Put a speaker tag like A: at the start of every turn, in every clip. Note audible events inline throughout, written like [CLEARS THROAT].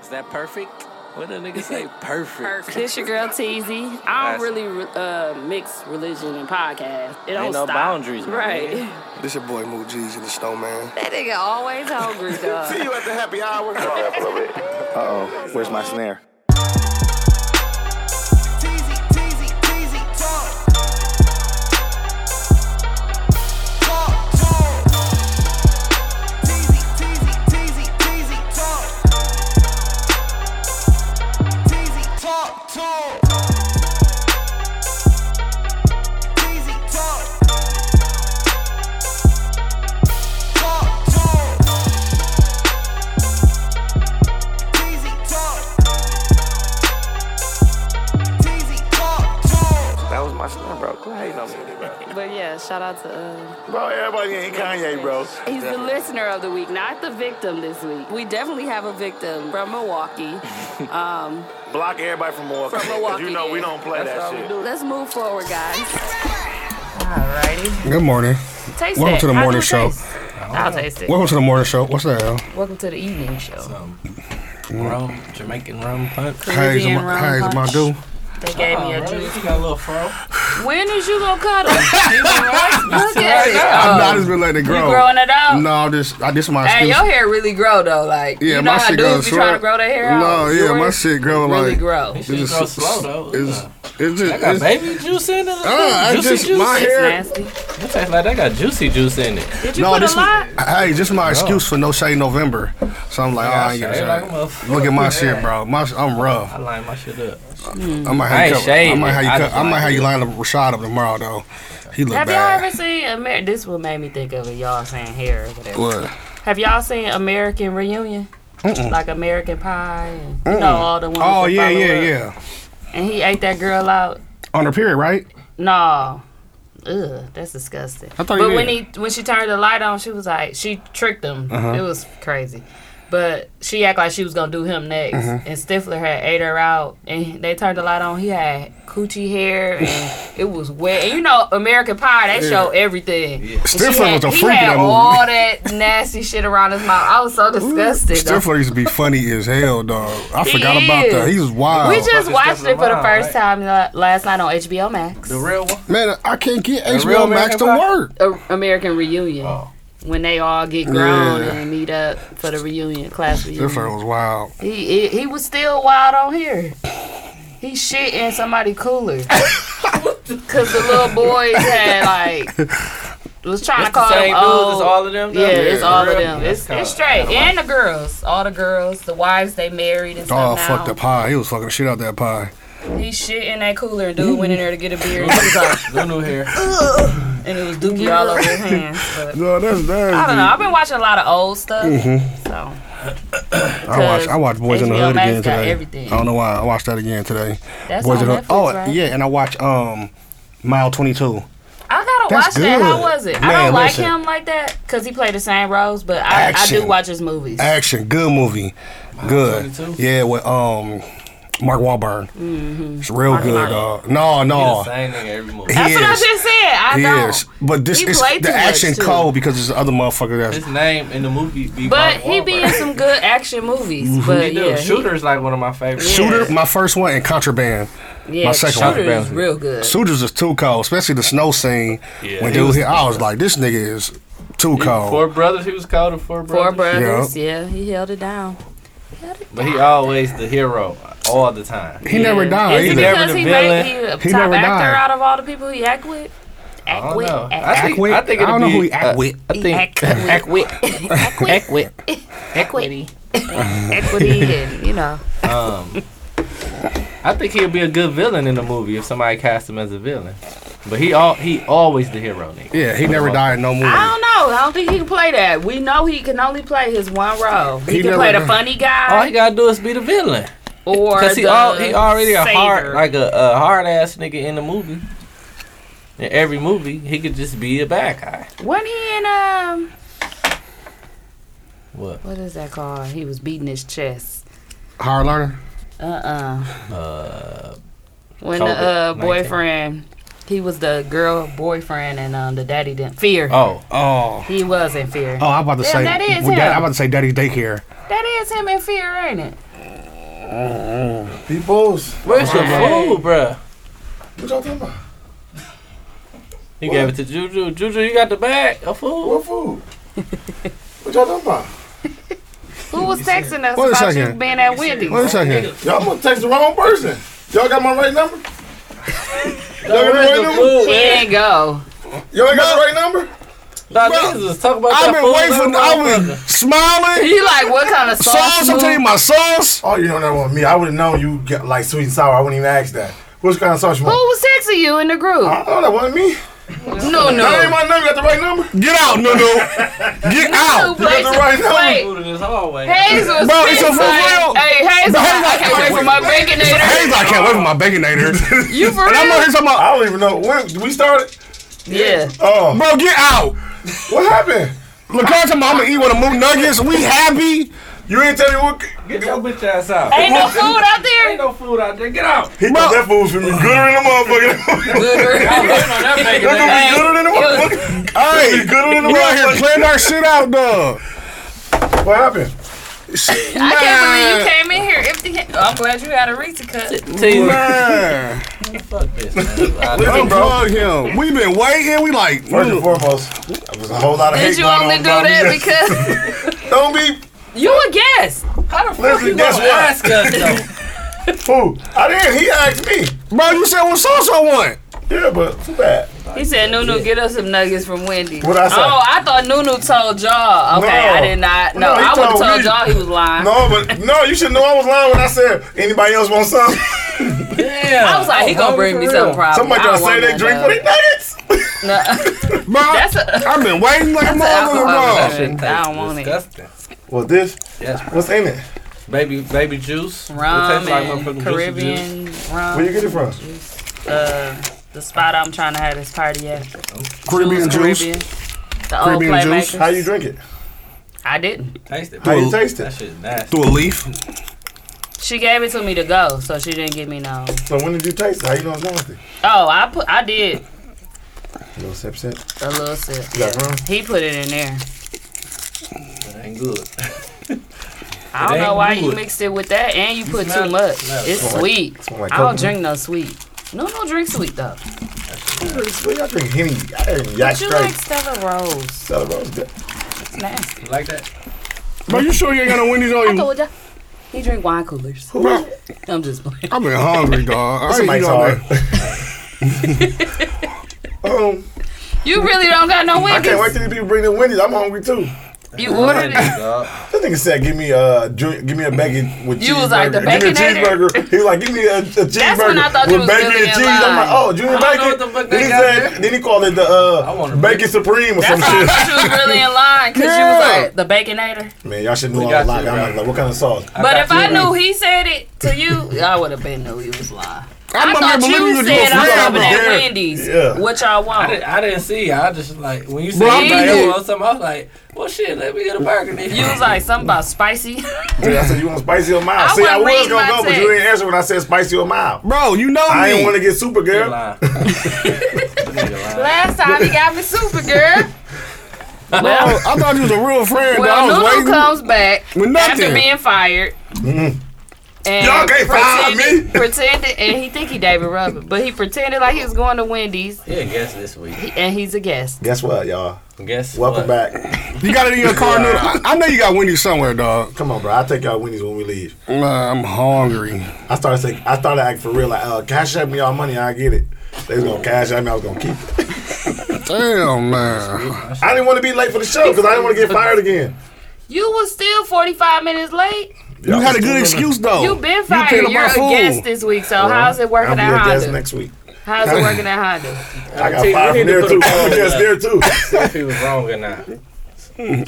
A: Is that perfect? What a
B: [LAUGHS]
A: nigga say? Perfect.
C: Perfect.
D: This your girl Teasy. I
A: Nice.
D: don't really uh, mix religion and podcast. It don't
A: no
D: stop.
A: boundaries, my
D: right?
B: [LAUGHS] This your boy Moot G's and the Snowman.
C: That nigga always hungry, dog.
E: [LAUGHS] See you at the happy hour.
F: Uh-oh, where's my snare?
G: Teasy, teasy, teasy, talk. Talk, talk. Teasy, teasy, teasy, teasy, talk. Teasy, talk, talk. Teasy, talk. Talk, talk. Teasy, talk. Teasy, talk, talk.
A: That was my son, bro. Quit hating on me, bro.
D: [LAUGHS] But yeah, shout out to. Uh,
E: Bro, everybody ain't Kanye, bro.
D: he's the listener of the week, not the victim this week. We definitely have a victim
A: [LAUGHS]
D: from Milwaukee. Um,
E: Block everybody from Milwaukee.
D: From
E: 'cause
D: Milwaukee,
E: you know we
D: yeah.
E: don't play
A: That's
E: that
A: all we
E: shit.
A: do.
D: Let's move forward, guys.
C: Alrighty.
B: Good morning.
C: Taste
B: Welcome
C: it.
B: to the
C: How
B: morning
C: do it
B: show. Oh.
C: taste? I'll taste it.
B: Welcome to the morning show. What's that? Al?
C: Welcome to the evening show.
A: Rum, Jamaican rum punch.
B: How's
C: Caribbean
B: my,
C: rum
B: how's my
C: punch.
B: do?
C: They gave me
D: Oh,
C: a
A: Bro,
C: juice.
A: you got a little fro.
D: When is you gonna cut him? Look at it.
B: I'm not just been letting it
C: You
B: grow.
C: growing it out?
B: No, I'm just I this my
C: Hey,
B: excuse.
C: your hair really grow though. Like
B: Yeah,
C: you know
B: my
C: how
B: shit
C: dudes
B: goes
C: be trying
B: slow.
C: to grow their hair
B: No,
C: out.
B: yeah, my
C: Yours
B: shit grow
C: really
B: like
C: grow.
B: It's just
A: grow slow, though.
B: It's, it's just
A: That got
B: it's,
A: baby juice in it. or
B: Ah, I
A: something?
B: just- my hair-
C: Nasty.
A: It tastes like that got juicy juice in it.
C: Did you
B: no,
C: put
B: this
C: a lot?
B: is- hey, just my excuse for no shade November. So I'm like, oh, I ain't
A: I
B: getting
A: shave like a
B: shade.
A: motherfucker.
B: Look at my shit, bro. My, I'm rough.
A: I line my shit up.
B: I might
A: I
B: have you
A: ain't
B: cut- I
A: shaved,
B: might have you
A: I
B: cut-
A: just
B: I might
A: like
B: have you
A: it.
B: line up Rashad up tomorrow though. He look
D: Have
B: bad.
D: y'all ever seen Amer- This what made me think of it. Y'all saying hair or whatever.
B: What?
D: Have y'all seen American Reunion? Like American Pie, and you know all the ones.
B: Oh
D: that
B: yeah,
D: follow
B: yeah,
D: up.
B: yeah.
D: And he ate that girl out.
B: On her period, right?
D: No, ugh, that's disgusting.
B: I thought he
D: but
B: did.
D: when he when she turned the light on, she was like she tricked him.
B: Uh-huh.
D: It was crazy. But she acted like she was gonna do him next,
B: Uh-huh.
D: and Stifler had ate her out, and they turned the light on. He had coochie
B: [LAUGHS]
D: hair, and it was wet. And you know, American Pie, they show everything. And she
B: Stifler was
D: had-
B: a
D: he
B: freak in
D: had
B: that movie.
D: all that nasty shit around his mouth. I was so disgusted. though.
B: Stifler used to be funny as hell, dog. I
D: He
B: forgot about that.
D: is.
B: He was wild.
D: we just
A: Fucking
D: watched
A: Stifler
D: it for the
A: Mile,
D: first
A: right?
D: time la- last night on HBO Max.
A: The real one.
B: Man, I can't get
A: real
B: HBO Max
A: American
B: to
A: Pie?
B: work.
D: a- American reunion when they all get grown
B: Oh. Yeah.
D: and meet up for the reunion class
B: Stifler
D: reunion.
B: was wild.
D: He, he he was still wild on here. He shit in
B: [LAUGHS]
D: somebody cooler because the little boys had like was trying to
A: the
D: call
A: same
D: them
A: dudes. It's
D: old.
A: all of them.
D: yeah, it's
A: though?
D: all of
A: Real?
D: them. It's,
A: That's
D: it's straight and the girls, all the girls, the wives they married and
B: Oh,
D: stuff.
B: fuck
D: now.
B: the pie. He was fucking the shit out that pie.
D: He shit in that cooler and dude went in there to get a beer and, he
B: [LAUGHS]
D: was like,
A: The new hair.
D: and it was dookie all over his hands. But
B: No, that's nasty.
D: I don't know. I've been watching a lot of old stuff.
B: Mm-hmm.
D: So
B: I watched I watched Boys in the
D: HBO
B: Hood
D: Max
B: again
D: got
B: today.
D: everything.
B: I don't know why. I watched that again today.
D: that's
B: Boys
D: on
B: in the
D: Netflix,
B: Hood. Oh
D: right?
B: yeah, and I watched um Mile Twenty Two.
D: I gotta
B: That's
D: watch that. How
B: good.
D: was it? I
B: Man,
D: don't like
B: listen.
D: him like that because he played the same roles, but I, I do
B: Action.
D: watch his movies.
B: Action, good movie, good.
A: 22?
B: Yeah, with um Mark Wahlberg.
D: Mm-hmm.
B: It's real good, dog. No,
A: The
B: no.
A: same nigga every movie.
D: That's
B: he
D: what I
B: is.
D: just said. I don't.
B: Yes, but this
D: He
B: is
D: played
B: the
D: too much,
B: action
D: too.
B: cold because it's the other motherfucker that's
A: His name in the movie be
D: But
A: Mark
D: he be in
A: Wahlberg.
D: some good action
B: Mm-hmm.
D: movies. But
A: He do.
D: yeah, he-
A: Shooter's like one of my favorites.
B: Shooter. My first one and Contraband.
D: yeah,
B: my second one.
D: Shooter is real good.
B: Shooters is too cold, especially the snow scene.
A: Yeah.
B: When
A: He
B: dude
A: was-
B: hit, I was like, this nigga is too cold.
A: Four brothers. He was called the Four Brothers.
D: Four brothers. Yeah, he held it down.
A: But he always the hero all the time.
B: he never
D: Yeah.
B: died
D: Is it
B: either.
A: never
D: because
A: the
D: he made
A: villain.
D: he a
B: He
D: top
B: never
D: actor
B: died.
D: out of all the people he act with?
A: I
D: Act
A: don't
D: with.
A: know.
D: Act
A: I think,
B: with?
A: I think
B: I
A: it'll
B: don't know
A: be,
B: who he act
A: uh,
B: with.
A: I think [LAUGHS]
D: Act
A: act with.
D: Equity.
A: with.
D: Equity.
B: [LAUGHS]
D: Equity and, you know.
A: Um, I think he'll be a good villain in the movie if somebody cast him as a villain. But he all he always the hero nigga.
B: Yeah, he never died in no movie.
D: I don't know. I don't think he can play that. We know he can only play his one role. He,
B: He
D: can
B: never
D: play the
B: done. Oh,
D: funny
A: All he
D: guy
A: gotta do is be the villain.
D: or
A: Cause he
D: the
A: all, he already a hard
D: savior.
A: like a, a hard ass nigga in the movie. In every movie, he could just be a bad guy.
D: When he in um,
A: What?
D: what is that called? He was beating his chest.
B: Hard learner.
D: Uh uh
A: Uh,
D: When the uh,
A: COVID-19.
D: boyfriend, he was the girl boyfriend, and um, the daddy didn't fear.
A: oh,
B: Oh.
D: He was in fear.
B: Oh, I'm about to
D: Yeah,
B: say.
D: that is
B: with
D: him.
B: I'm about to say Daddy's daycare.
D: That is him in fear, ain't it?
E: Peoples.
A: Where's the food, bruh?
E: What y'all talking about?
A: You gave it to Juju. Juju, you got the bag of food.
E: What food? what y'all talking about?
D: Who was texting us
B: Wait a
D: about you
B: second.
D: being at Wendy's?
B: Wait a second.
E: Y'all gonna text the wrong person. Y'all got my right
D: [LAUGHS]
E: number? Y'all got the
A: Where's
E: right
A: the
E: number?
A: food,
D: He
A: man?
D: didn't go.
E: Y'all ain't got the right number?
A: Nah, niggas was talking about
B: I've
A: that
B: been
A: food.
B: waiting for.
A: man.
B: I've been smiling.
D: He like what kind of sauce?
B: Sauce. I'm telling you, my sauce.
E: Oh, you know that one. Me, I would have known you get like sweet and sour. I wouldn't even ask that. What kind of sauce you
D: Who
E: want?
D: was texting you in the group?
E: I don't know. That wasn't me.
D: no,
E: That ain't
D: no.
E: my number. Got the right number? You
B: Get out,
D: [LAUGHS]
B: no, no. Get out.
D: Who plays-
E: got the right number?
D: Wait,
A: Food in this hallway.
D: Hazel.
B: Bro, it's a for real.
D: Hey, Hazel,
B: Bro,
D: I can't wait for my
B: Hey,
D: baconator.
B: I can't wait for my baconator.
D: [LAUGHS] You for
B: And I'm out
D: real?
B: here talking about,
E: I don't even know. When did we started?
D: Yeah.
E: Oh,
B: bro, get out.
E: what happened?
B: LeCon talking about I'm gonna eat one of Moon Nuggets. We happy.
E: You ain't tell me what.
A: Get your bitch ass out.
D: Ain't no food out there.
A: Ain't no food out there. Get out.
E: He thought that food was gonna be gooder than the motherfucker. [LAUGHS]
A: I was waiting on that bacon.
E: That
A: Hey,
E: gonna be gooder than the motherfucker.
B: Hey,
E: Be gooder than the
B: we out here
E: motherfucker.
B: playing our shit out, dog.
E: What happened?
D: I can't believe
B: Man.
D: you came in here empty. Oh, I'm glad you had a Reese cut.
A: T,
B: Man,
A: fuck this, man. I-
B: unplug him. We been waiting. We like,
E: First and
B: mm.
E: foremost, there was a whole lot of hate
D: Did you
E: going
D: only
E: on
D: do
E: about
D: that
E: me. [LAUGHS]
D: because
E: Don't be
D: you a guest? How the fuck
E: Listen,
D: you
E: guess
D: know?
E: what?
A: Ask us
E: [LAUGHS]
A: though.
E: fool. I didn't. He asked me.
B: bro, you said what sauce I want.
E: Yeah, but too bad.
D: He said, "Nunu, get us some nuggets from Wendy's."
E: What'd I say?
D: Oh, I thought Nunu told y'all. Okay,
E: No.
D: I did not. No,
E: No, he
D: I would have
E: told
D: told
E: me.
D: y'all he was lying.
E: No, but no, you should know I was lying when I said anybody else want something.
A: Damn.
D: [LAUGHS] I was like,
E: Oh,
D: he gonna bring me some problem.
E: Somebody
D: I
E: gotta
D: don't
E: say they
D: want
E: drink
D: that,
E: for their nuggets.
D: dog. No,
B: Bro,
D: [LAUGHS] that's a.
B: I've been waiting like a
D: alcohol
B: motherfucker, bro.
D: drink. I don't want it.
A: Disgusting.
E: Well, this
A: Yes, bro.
E: what's in it?
A: Baby, baby juice. It
D: Rum
A: tastes like motherfucking
D: and
A: juicy juice.
D: Caribbean rum.
E: Where you get it from?
D: Uh, the spot I'm trying to have this party at.
B: Caribbean juice.
D: Caribbean. The old
B: Caribbean juice.
D: playmakers.
E: How you drink it?
D: I didn't.
A: Taste it.
E: How
A: bro.
E: you taste
A: That
E: it?
A: shit nasty.
B: Through a leaf.
D: She gave it to me to go, so she didn't give me no.
E: So when did you taste it? How you know it's nasty?
D: Oh, I put. I did
E: A little sip, sip.
D: a little sip.
E: You got rum?
D: He put it in there.
A: That ain't good. [LAUGHS]
D: I don't
A: It
D: know
A: ain't
D: why you
A: good.
D: mixed it with that and you, put
A: smell
D: too
A: it?
D: much.
A: No, it
D: It's
E: smell like-
D: sweet.
E: smell like
D: I don't
E: coconut.
D: drink no sweet. No, no drink sweet though.
E: I drink sweet. I drink Henny. I drink
D: But
E: Yak
D: you
E: straight.
D: like Stella Rose.
E: Tell her I was good.
D: It's nasty.
A: You like that?
B: Bro, you sure you ain't got no Wendy's on
D: I
B: you?
D: told ya. He drink wine coolers.
B: Bro,
D: I'm just playing.
B: I've been hungry, dog. I ain't
E: Somebody's
B: eat all
E: hard.
B: that.
E: [LAUGHS] um,
D: You really don't got no
E: I can't wait
D: Wendy's.
E: till these people bring their Wendy's. I'm hungry too.
D: You ordered it.
A: Dog.
E: This nigga said, "Give me a drink, give me a bacon with cheeseburger."
D: You was like, the
E: give me a
D: Baconator?
E: cheeseburger. He was like, "Give me a, a cheeseburger
D: when I thought you
E: with
D: was
E: bacon
D: really
E: and
D: in
E: cheese." I'm like,
D: line.
E: "Oh, junior
A: I don't know
E: bacon."
A: what the
E: then
A: fuck they
E: he
A: got
E: said,
A: there.
E: then he called it the
A: want
E: uh,
A: a
E: bacon supreme or
D: That's
E: some
D: why I
E: shit.
D: thought you was really in line because you
B: Yeah.
D: was like the Baconator.
E: Man, y'all should know
A: We
E: all
A: got
E: about
A: you,
E: it. I'm
A: bro.
E: like, like, what kind of sauce?
D: But if I
A: you.
D: knew he said it to you, I would have been knew he was lying. I
B: I'm
D: thought
B: up here
D: you
B: believing
D: said
B: you.
D: I'm
E: Yeah,
D: coming at
E: bro.
D: Wendy's.
E: Yeah.
D: What y'all
A: I didn't,
D: want?
A: I didn't see. I just like when you said
B: Bro, I'm
A: anybody
B: eating.
A: else want something, I was like, well, shit, let me get a burger. Nigga.
D: You was like something
A: [LAUGHS]
D: about spicy.
E: Dude, I said, you want spicy or mild?
D: I
E: See, I
D: wasn't
E: was
D: reading
E: gonna
D: my
E: go, but
D: text.
E: you didn't answer when I said spicy or mild.
B: Bro, you know
E: I didn't want
B: me.
E: to get super,
A: You're
E: girl.
A: lying. Nigga lying.
D: Last time he got me super
B: [LAUGHS]
D: girl. [LAUGHS]
B: Bro, I thought you was a real friend.
D: Well,
B: dog. I was
D: Nunu
B: waiting. Mm-hmm.
D: comes back
B: With
D: after
B: nothing.
D: being fired. And
E: Y'all can't fire
D: pretended-
B: [LAUGHS]
E: me.
D: Pretended, and he think he David Ruffin, but he pretended like he was going to Wendy's,
A: He a guest this week.
D: and he's a guest.
E: Guess what, y'all?
A: Guess
E: Welcome
A: what?
E: back.
B: [LAUGHS] You got it in your car, Nunu. I, I know you got Wendy's somewhere, dog.
E: Come on, bro. I'll take y'all Wendy's when we leave.
B: Uh, I'm hungry.
E: I started saying, I started acting for real. Like, uh, cash app me y'all money. I get it. They was gonna cash app me. I was gonna keep it.
B: [LAUGHS] Damn, man.
E: I didn't want to be late for the show because I didn't want to get fired again.
D: You was still forty five minutes late.
B: You had a good excuse, though.
D: You been
B: picked
D: fired.
B: up
D: You are
B: my
D: a
B: food.
D: guest this week. So how's it
E: I'll
D: working
E: be
D: at
E: a guest
D: Honda?
E: next week.
D: How's it working at Honda?
E: I got
A: T, we
E: fired
A: need
E: from
A: to
E: there
A: put
E: too.
A: a
E: I'm a
A: poll
E: guest
A: up.
E: there too.
A: See if he was wrong or not.
D: For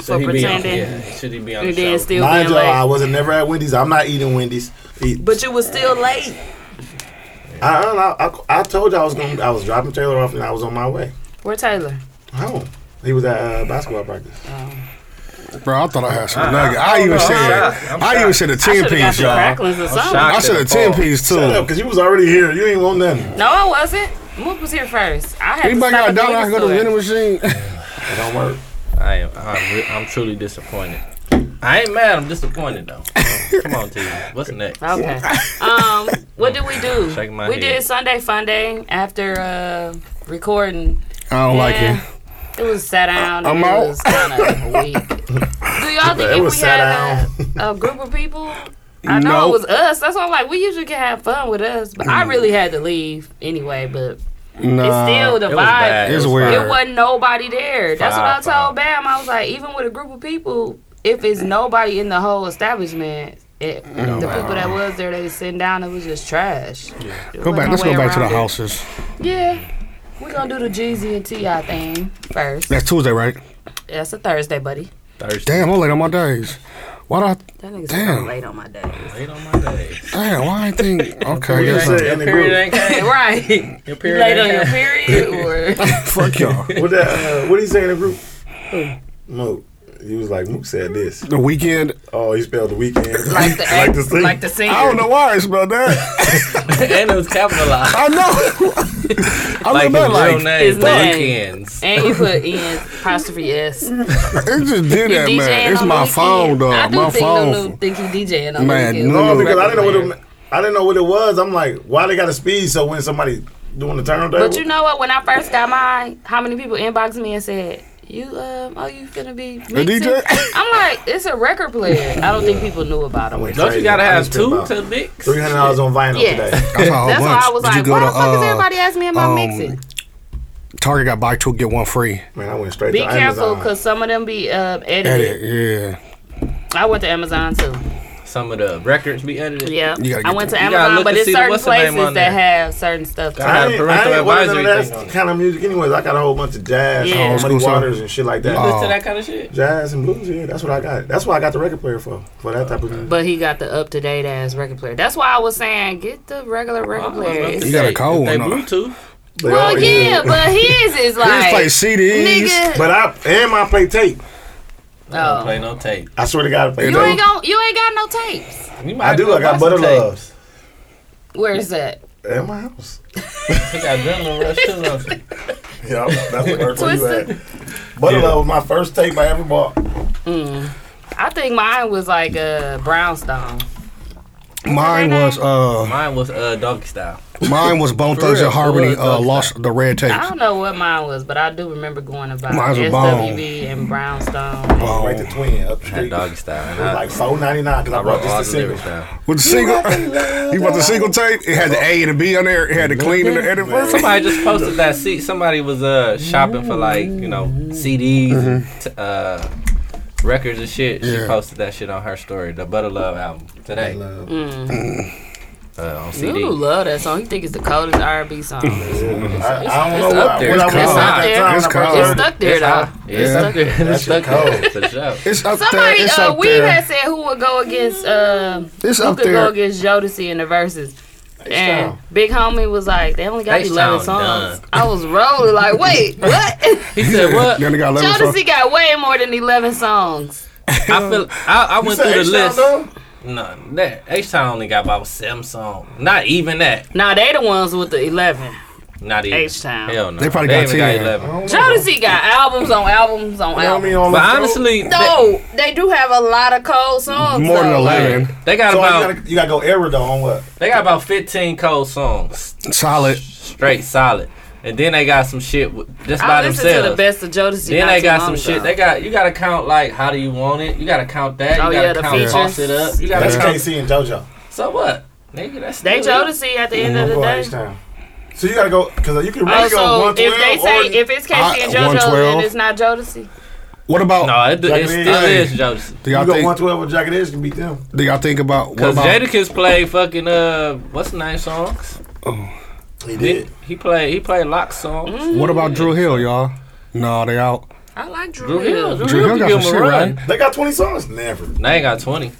A: [LAUGHS] Should he be on?
D: pretending.
A: Yeah, should he be on
D: And
A: the
D: then
A: show?
D: still
E: Mind
D: being
E: y'all, I
D: late.
E: wasn't never at Wendy's. I'm not eating Wendy's. Eat.
D: But you was still late.
E: I, I, I, I told you I was going. I was dropping Taylor off and I was on my way
D: Where Taylor?
E: home. He was at uh, basketball practice.
B: Oh. Bro, I thought I had
E: Ah.
B: some nugget. I even said,
A: shocked. I'm
B: I even said a
D: I should
B: 10
D: have got
B: piece,
D: some
B: y'all.
D: cracklings or something.
A: shocked.
B: I said a 10 piece,
E: Shut up,
B: too.
E: because you was already here. You ain't want nothing.
D: No, I wasn't. Mook was here first. I had
B: Anybody
D: to
B: got
D: stop
B: a dollar I can go to the vending machine?
E: It don't work.
B: [LAUGHS]
A: I am. I'm, re- I'm truly disappointed. I ain't mad. I'm disappointed though. Come on, T. What's next?
D: Okay. um, what did we
E: [LAUGHS]
D: do?
A: Shaking my
D: we
A: head.
D: did Sunday Fun Day after uh, recording.
B: I don't like
D: Yeah.
B: it.
D: It was sat down.
B: I'm
D: and
B: out.
D: It was kind
B: [LAUGHS]
D: of weak. Do y'all think
E: It
D: if
E: was
D: we
E: sat
D: had a, a group of people? I know
B: Nope.
D: it was us. That's why I'm like, we usually can have fun with us. But
B: Mm.
D: I really had to leave anyway. But
B: Nah.
D: it's still the
A: It was
D: vibe.
A: bad.
B: It was
A: fire.
B: weird.
D: It wasn't nobody there. That's what I
A: Fire,
D: told Bam. I was like, even with a group of people, if it's nobody in the whole establishment, it, the people that was there, they was sitting down. It was just trash. It
B: Go
D: wasn't
B: back.
D: no
B: Let's go
D: way
B: back to the
D: around it.
B: houses.
D: Yeah. We're gonna do the Jeezy and T.I. thing first.
B: That's Tuesday, right?
D: That's a Thursday, buddy.
A: Thursday.
B: Damn, I'm late on my days. Why do I?
D: That nigga's
B: Damn.
D: so late on my days.
A: Late on my day.
B: Damn, why I
D: [LAUGHS]
B: think? Okay, I
E: You
B: guess
E: said
B: I,
E: in the
A: Period
E: group.
B: [LAUGHS]
A: ain't came.
D: Right.
A: Your
D: You
A: period
D: late on
A: ain't
D: your
A: came.
D: period or
B: fuck y'all.
E: What that? Uh, what did he say in the group? Mook. He was like, Mook said this.
B: The weekend.
E: Oh, he spelled the weekend
B: [LAUGHS]
D: like the
E: [LAUGHS] like the thing.
D: like the singer.
B: I don't know why I spelled that.
A: and it was capitalized.
B: I know. I
A: Like
B: like that. Like
A: his real name,
D: His name.
A: Weekends.
D: And you put in apostrophe s. [LAUGHS]
B: it just did that,
D: DJing
B: man. It's
D: on the
B: my
D: weekend.
B: phone, dog.
D: I do
B: my
D: think
B: phone.
D: Lulu think he DJing on
B: Man,
D: the weekend.
B: Lulu-
E: No,
B: Lulu
E: because I didn't know what it, I didn't know what it was. I'm like, why they got to speed so when somebody doing the turn
D: But you know what? When I first got mine, how many people inboxed me and said, "You, um, oh, you finna be mixing?
B: DJ?
D: I'm like, it's a record player. I don't think people knew about it.
A: Don't you gotta have two to mix?
E: Three hundred dollars on vinyl
B: [LAUGHS]
D: Yeah.
E: today.
B: That's how
D: That's why I was like, why the fuck is everybody asking me about
B: uh, um,
D: mixing?
B: Target got buy two get one free.
E: Man, I went straight
D: Be
E: to
D: careful,
E: Amazon.
D: cause some of them be uh, edited.
B: Edit, yeah.
D: I went to Amazon too.
A: Some of the records be edited.
D: Yeah,
B: You gotta
D: I
B: get
D: went
B: the-
D: to
A: You gotta
D: Amazon,
A: look
D: but
A: and
D: it's
A: see the-
D: certain
A: what's the name
D: places
A: on
D: that
A: there?
D: have certain stuff. too.
A: I
E: I
A: had a
E: ain't, I
A: parental
E: ain't one of
A: advisory
E: them
A: thing on
E: that kind of music anyways. I got a whole bunch of jazz,
D: Yeah.
E: Muddy
B: Old school
E: Waters and shit like that.
B: Oh.
A: Listen to that kind of shit.
E: Jazz and blues, yeah, that's what I got. That's what I got the record player for, for that type of music.
D: But he got the up to date ass record player. That's why I was saying get the regular record player. It's-
B: You got a cold
A: They
B: one, huh?
A: Bluetooth.
E: They
D: Well,
E: all-
D: yeah,
E: [LAUGHS]
D: but his is
B: Just
D: like
B: play CDs.
D: nigga.
E: But I and I play tape.
A: I
D: Oh.
A: don't play no tape.
E: I swear to God, I play
D: You
B: know-
E: tape.
D: ain't gon' you ain't got no tapes.
A: You might
E: I do.
A: go
E: I got
A: buy some
E: butter
A: tape.
E: loves
D: Where is that?
E: at my house.
A: I
E: [LAUGHS]
A: got adrenaline rush too. don't you?
E: Yeah, that's what Earth where you
D: Twisted.
E: at. Butter love was my first tape I ever bought.
D: Mm. I think mine was like a brownstone.
B: Mine was uh
A: Mine was uh doggy style.
B: mine was Bone
A: For
B: Thugs
A: real,
B: and Harmony
A: it was
B: uh
A: Thugs
B: lost the red tape.
D: I don't know what mine was, but I do remember going about
B: Mine's a bomb.
D: SWB and brownstone.
E: Oh. Right the twin up the
A: I had
E: street.
A: doggy style. And
E: It was
A: I,
E: like four ninety nine because I,
A: I
E: bought
A: wrote all
E: just
A: the
E: the single.
A: lyrics down.
B: With the single [LAUGHS] You bought the single tape? It had the A and the B on there, it had the clean and the edit version. [LAUGHS]
A: Somebody just posted that. See, somebody was uh shopping for like you know CDs, t- uh records and shit. She
B: Mm-hmm. Yeah.
A: posted that shit on her story, the Butter Love album today
E: Love.
D: Mm.
B: Mm.
A: uh, on CD.
D: You love that song. You think it's the coldest
E: [LAUGHS]
D: R&B song. It's
E: I, I don't know what,
D: it's up
E: I-
A: there.
E: what I
A: It's
E: was on
A: up
E: at that
D: there.
E: time.
B: It's
E: when I first
B: cold.
E: heard it.
D: stuck there, though.
A: It's
B: Yeah.
A: up there. It's
E: shit
A: stuck there for sure.
B: It's up
D: Somebody,
B: there, it's
D: uh,
B: up
D: we
B: there.
D: had said who would go against, uh,
B: It's
D: who
B: up
D: could
B: there.
D: go against Jodeci in the verses. And
E: H-Town.
D: Big Homie was like, they only got
A: H-Town
D: 11 songs.
A: done.
D: I was
B: [LAUGHS]
D: rolling like, wait, what?
A: He said what?
B: Then they got eleven songs.
D: Jodeci got way more than 11 songs.
A: I feel. I, I
E: You
A: went
E: said
A: through the
E: H-Town,
A: list.
E: though?
A: No, that H Town only got about seven songs. Not even that.
D: Now, they the ones with the 11.
A: Not even
D: H-Town.
A: Hell no.
B: They probably got
A: even
B: 10.
A: eleven.
D: Jodeci got albums on albums on
E: You know what I mean?
D: albums.
E: On
A: But
E: the-
A: honestly, they,
D: No, they do have a lot of cold songs.
B: More than
D: though.
B: eleven.
A: they got
E: So you
A: about
E: gotta, you gotta go error though on what?
A: they got about fifteen cold songs,
B: Solid.
A: straight solid, and then they got some shit with, just by
D: I listened to the
A: themselves.
D: best of Jodeci.
A: Then
D: not
A: they
D: too
A: got
D: long
A: some shit.
D: ago.
A: They got you gotta count like how do you want it. You gotta count that.
D: Oh,
A: you
D: yeah,
A: gotta
D: the
A: count
D: features.
A: toss it up. You gotta
E: That's
A: count.
E: KC and JoJo.
A: So what, nigga? That's
D: They
A: still it.
D: Jodeci at the end
E: I'm
D: of the
E: going
D: day.
E: H-Town. So you gotta go because you can really
D: Oh,
E: go
D: so
E: one twelve.
D: if they say if it's
B: I-
D: Casey and JoJo,
B: 112.
D: then it's not Jodeci.
B: What about
A: No, it, it
E: Jacqueline.
A: still is Jodeci.
B: do y'all
E: you go one
B: think
E: twelve with Jagged Edge can beat them.
B: do y'all think about what
A: Cause
B: about
A: Jadakiss played fucking uh, what's the name songs?
B: Oh.
E: He
A: He played he played lock songs.
D: Mm.
B: what about Drew Hill, y'all? No, they out.
D: I like Drew
A: Drew Hill,
D: Hill.
A: Drew
B: Drew
A: Hill
B: Hill got
A: can give
B: some
A: him a
B: shit,
A: run.
B: right?
E: They got twenty songs. Never.
A: They ain't got twenty.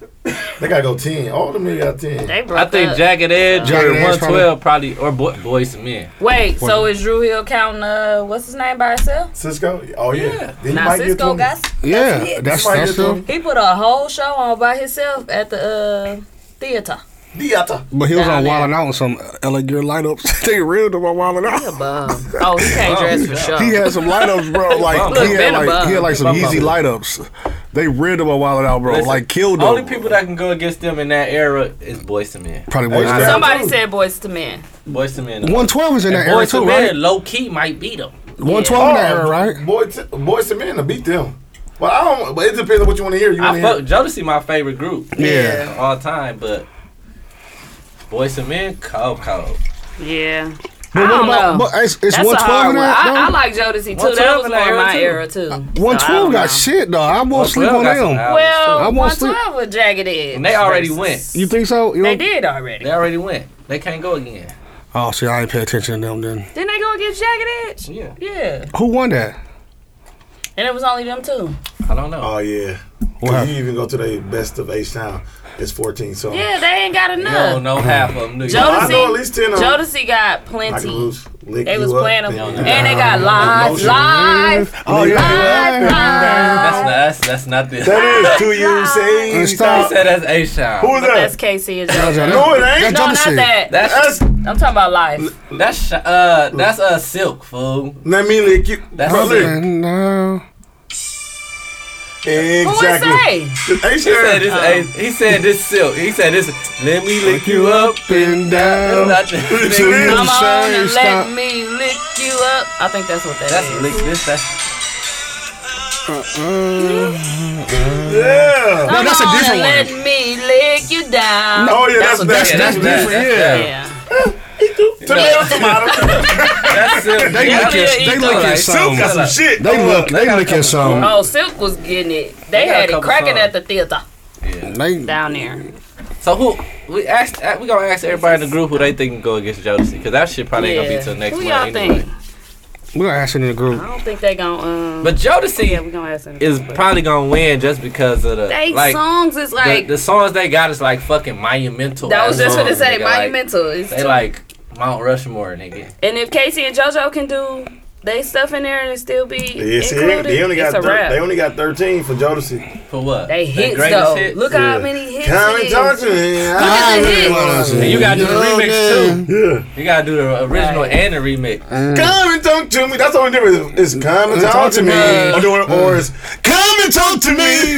E: They gotta go ten. All them niggas got ten.
D: They
A: I
D: broke
A: think
D: up.
A: Jagged Edge
B: Jagged
A: or
B: Edge
A: one twelve probably or boy, boys and men.
D: Wait, so is Drew Hill counting? Uh, what's his name by himself?
E: Cisco. Oh yeah.
A: Yeah.
E: Then you
D: Now
E: might get
D: Cisco
E: 20.
D: got.
B: Yeah, that's
E: Somebody
B: that's
E: get
B: true.
E: them.
D: He put a whole show on by himself at the uh, theater.
E: Diata.
B: But he was
D: Down
B: on
D: there.
B: Wildin' Out on some LA Gear lineups. [LAUGHS] they reeled him on Wildin' Out.
D: Bum. Oh, he can't dress for sure.
B: He had some light ups, bro. Like
A: Look,
B: he had
D: Venom
B: like he
D: Bug.
B: had like some
A: Bug
B: easy
A: Bubble.
B: light ups. They rid of my wallet out, bro.
A: Listen,
B: like killed them.
A: Only people that can go against them in that era is Boyz II Men.
B: probably boys.
E: Hey,
B: Somebody-
D: Somebody said boys to men.
A: Boyz II Men.
B: 112 is in that era
A: Boyz II
B: too, right?
A: Men low key might beat them.
B: 112 in that era, right?
E: Boys, Oh, boys and men to beat them. But I don't. But it depends on what you want to hear. You want
A: I
E: to
A: fuck
E: hear?
A: Jodeci my favorite group.
B: Yeah.
A: of All time, but Boyz II Men, cold, cold.
D: Yeah.
B: But
D: I
B: what
D: don't
B: about?
D: know.
B: But it's, it's
D: That's a
B: 112
D: hard
B: in
D: one.
B: that.
D: I, I
B: though?
D: like Jodeci too.
A: 112
D: That was
A: in that
D: more
A: era,
D: my
A: too.
D: era too. So I
B: 112
D: don't
B: got
D: know.
B: shit though. I won't sleep
A: 112
B: on them.
A: got some albums, too.
B: I
D: Well,
B: won't sleep.
D: 112 was jagged edge.
A: And they already
D: versus-
A: went.
B: You think so? You
D: They
B: don't-
D: did already.
A: They already went. They can't go again.
B: Oh, see, I ain't pay attention to them then.
D: Didn't they go against Jagged Edge?
A: Yeah.
D: Yeah.
B: Who won that?
D: And it was only them two.
A: I don't know.
E: Oh yeah.
B: What
E: If
B: happened?
E: you even go to the best of H Town, it's fourteen songs.
D: Yeah, they ain't got
A: you don't
D: enough.
A: know half of them, do you?
D: Jodeci,
E: I know at least 10 of 'em.
D: Jodeci got
E: I can
D: plenty.
E: lose. Lick
D: They
E: you
D: was
E: up.
D: playing them,
A: Yeah.
D: and they got live,
E: Emotion.
D: live,
B: Oh yeah.
D: live, live.
A: That's not, that's, that's not this. He [LAUGHS]
E: That is to you say.
B: And stop.
A: said that's A-Shot.
E: Who is
D: That's
E: that?
D: Casey and
B: No,
E: it
D: Jodeci.
E: ain't.
B: that
D: No, not
B: Jodeci.
D: that.
A: That's
E: That's
D: I'm talking about live.
A: that's Sha- uh that's uh silk fool.
E: let me lick you.
A: That's
E: Bro,
A: it.
E: lick.
B: And, uh,
D: Who is
E: Exactly.
D: they?
E: H
A: He said this.
E: Town.
A: A- he said this silk. He said this. Let me lick you up.
B: up and down.
A: [LAUGHS] That's not
E: [LAUGHS]
A: this. nigga.
D: Come on
B: Say
D: and
B: stop.
D: let me lick you up. I think that's what that
A: That's
D: is.
A: lick this. That's
E: Yeah.
H: Oh,
D: Come
B: that's a
D: on
B: different
D: and
B: one.
D: Let me lick you down.
E: Oh yeah, that's
A: what
E: that's,
A: that-
E: that's,
B: That's
A: what that-
B: different,
A: that.
D: Yeah.
E: tomato tomato.
A: That's silk.
B: They
D: Yeah,
B: lick
D: yeah,
B: it.
D: he
B: They
D: thought
B: lick
A: like
B: it.
A: silk
B: some.
E: Got some shit.
B: They
A: Hold
B: look.
A: up, they
B: They
A: got a
B: lick
A: couple
B: it. Some.
D: Oh, Silk was getting it. They,
A: They Um, got a
D: had it
A: couple
D: cracking
A: songs.
D: at the theater
B: They.
D: down there.
A: So who we asked? uh, We gonna ask everybody in the group who they think can go against Jodeci because that shit probably ain't gonna be till next
D: Who
A: month
D: y'all
A: anyway.
D: think?
B: We don't ask it in the
D: I
B: group.
D: don't think they gonna. Um,
A: But
D: yeah, we
A: Jodeci
D: gonna ask them.
A: is probably gonna win just because of the
D: they
A: like
D: songs is
A: the-
D: like.
A: the, songs they got is like fucking monumental.
D: that was
A: ass
D: just what it
A: songs,
D: said.
A: nigga, like,
D: Monumental. It's
A: They
D: too-
A: like Mount Rushmore, nigga.
D: and if Casey and JoJo can do they stuff in there and it still be
E: Yeah, see,
D: included,
E: they only got
D: it's a
E: thir-
D: wrap.
E: they only got thirteen for Jodeci.
A: For what?
D: They
A: Their
D: hits
A: greatest
D: though.
A: hits?
D: Look
E: Yeah.
D: how many hits.
E: Come
D: it
E: and
D: is.
E: talk to me.
D: at the hits.
A: And you gotta do the remix too.
E: Yeah.
A: You gotta do the original
D: Right.
A: and the remix.
E: Come and talk to me. That's the only difference. It's come and talk to me. Or doing
B: Uh.
E: or it's come and talk to me.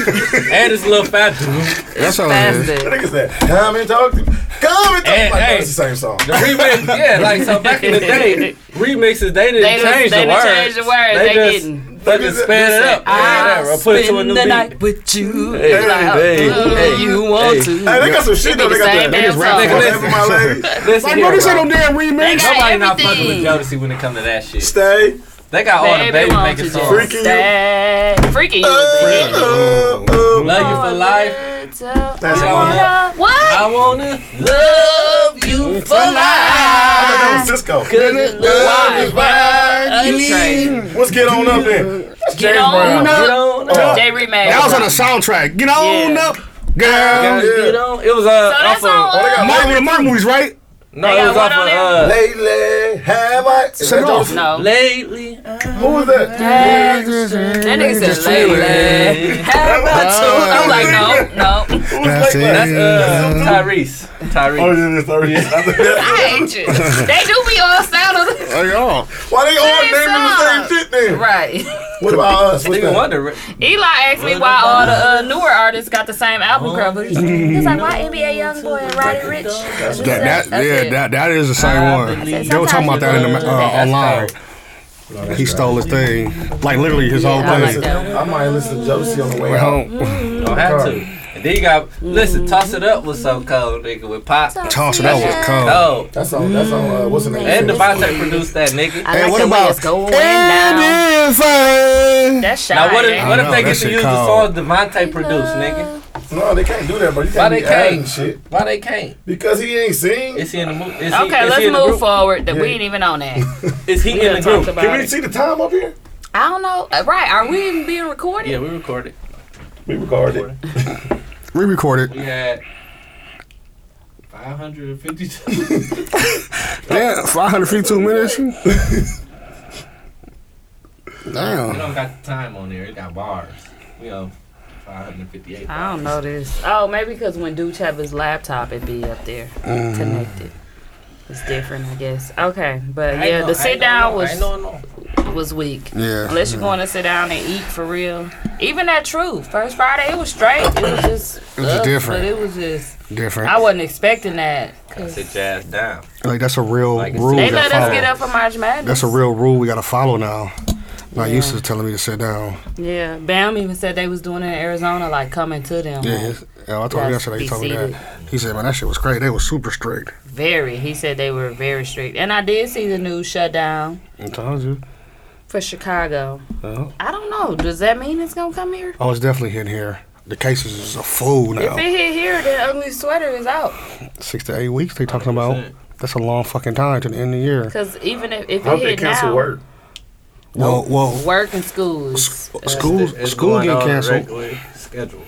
A: And it's a little faster. The
B: [LAUGHS] That's all it
D: That's
B: is.
E: That
D: it.
E: nigga said, come and talk to me. Come and talk to me.
A: And-
E: Like,
A: hey.
E: that's the same song.
A: remix, yeah, like so back in the
D: [LAUGHS]
A: day, remixes they didn't
D: They didn't-
A: change
D: they
A: the
D: didn't
A: words.
D: change the words, they
A: just
D: didn't.
A: fucking sped it up.
D: I'll
A: Yeah, or put it to a
D: spend
A: new
D: the
A: beat.
D: night with you.
A: Hey,
D: Like,
A: hey,
D: oh,
A: hey,
D: you want
A: hey.
D: to?
E: Hey, they got some shit though. They
D: They
E: got
D: did the
E: that.
A: Nigga,
D: same damn song.
A: listen.
E: Forever my
D: [LAUGHS]
E: lady.
A: Listen
B: Bro,
A: here,
B: this ain't
A: bro.
B: no damn remix.
D: got
A: Nobody not fucking with Jodeci
D: everything.
A: when it comes to that shit.
E: Stay.
A: They got all the
D: Baby,
A: baby
D: won't
A: making
D: you
A: songs.
E: Freaking you.
D: That freaking
E: Uh,
D: you.
E: uh, uh.
A: Love you for life.
E: That's
A: I
E: one.
A: wanna,
D: What?
A: I wanna love you for life.
E: That was Cisco.
D: Why? Why?
E: Let's get on up then. That's
D: Get
E: James
D: on
E: Brown.
D: up.
A: Get on up.
D: They remade.
B: That was on the soundtrack. Get on
D: Yeah.
B: up, girl. Oh,
E: Yeah.
A: Get on. It was uh,
D: So that's
A: off of,
D: all.
E: got-
B: Mark with the Mark movies, right?
A: no,
D: They
A: it
D: got
A: was
D: one
A: off
D: on there?
A: of uh,
E: Lately, have I? Is
B: Set
E: that
B: it off.
E: Jodeci?
D: No.
A: lately. I-
E: Who was that?
D: That nigga
B: Just
D: said, lay,
B: feel it.
D: lay. Have I told? I'm like, no, no.
E: Who was
B: it.
E: that?
A: That's uh, Tyrese.
E: Oh,
A: Tyrese.
E: yeah, that's Tyrese. I think [LAUGHS] that's-
D: I
B: [LAUGHS]
D: hate you. They do be all sound of
B: Hey, y'all.
E: Why they all naming the
D: song.
E: same shit then?
D: Right. [LAUGHS]
E: What about us? What's
A: Stevie
E: that?
A: Wonder.
D: Eli asked me why all the uh, newer artists got the same album covers. He was like, why NBA Youngboy and Roddy Rich?
B: Mm. That, that
D: That's
B: yeah,
D: it.
B: that that is the same one.
A: believe-
B: They were talking about that in the uh,
A: That's
B: online.
A: right.
B: He stole his thing, like literally his whole
D: I like
B: thing.
D: that.
E: I might listen to Jodeci on the way
B: Went
E: home.
B: home,
A: Don't have to. And then you got listen. Toss it up was so cold, nigga. With pop.
B: toss it. That was cold.
A: Oh,
E: That's on. That's on. Uh, what's the name?
A: and Devontae produced that, nigga.
D: I like
B: what
D: the way
B: about-
D: it's going down.
B: And if I-
D: That's shy.
A: Now what
D: ain't
A: if
D: it?
A: what
B: I
A: if
B: know,
A: they
B: that
A: get to
B: shit
A: use the
B: cold.
A: songs Devontae produced, nigga?
E: No, they can't do that, bro. You
A: Why
E: can't
A: they
E: be adding
A: can't?
E: shit
A: Why they can't?
E: because he ain't seen.
A: Is he in the movie? Is he,
D: Okay,
A: is
D: let's
A: he in the
D: move
A: group?
D: forward. That we ain't even on that.
A: Is he
D: We
A: in
D: done
A: the
D: talked
A: group?
E: Can
D: about
E: we
D: it.
E: see the time up here?
D: I don't know. Uh, Right? Are we even being recorded?
A: Yeah, we recorded.
E: We recorded.
B: re-recorded.
A: We had 552.
B: Yeah, 552 minutes. Damn.
A: don't got the time on there. It got bars. We on 558.
D: I don't know this. Oh, maybe because when Dooch have his laptop, it be up there
B: Mm-hmm.
D: connected. It's different, I guess. Okay, but yeah, the sit down was
A: I ain't know, no.
D: was weak.
B: Yeah,
D: Unless you're going to sit down and eat for real. Even that truth, first Friday, it was straight. It was just.
B: It was
D: up,
B: different.
D: But it was just.
B: different.
D: I wasn't expecting that.
A: Sit your ass down.
B: like that's a real
A: Like,
B: rule.
D: They
B: we gotta
D: let us
B: follow.
D: get up for March Madness.
B: That's a real rule we gotta follow now. Not used to telling me to sit down.
D: Yeah, Bam even said they was doing it in Arizona, like coming to them.
B: Yeah,
D: like,
B: his, yeah I told him
D: Yes,
B: yesterday. He
D: be
B: told me
D: seated.
B: that. He said, "Man, that shit was crazy. They was super strict."
D: Very. He said they were very strict. And I did see the news shutdown
B: I told you.
D: for Chicago.
B: Oh,
D: I don't know. Does that mean it's gonna come here?
B: I was definitely hitting here. The cases is a fool
D: If
B: now.
D: it hit here, then ugly sweater is out.
B: Six to eight weeks. They talking about. That's a long fucking time to the end of the year.
D: Cause even if, if
E: I hope
D: it
E: they
D: hit
E: cancel
D: now,
E: work.
B: Well, well,
D: work and schools. uh,
B: s- schools school getting canceled.
A: Schedule.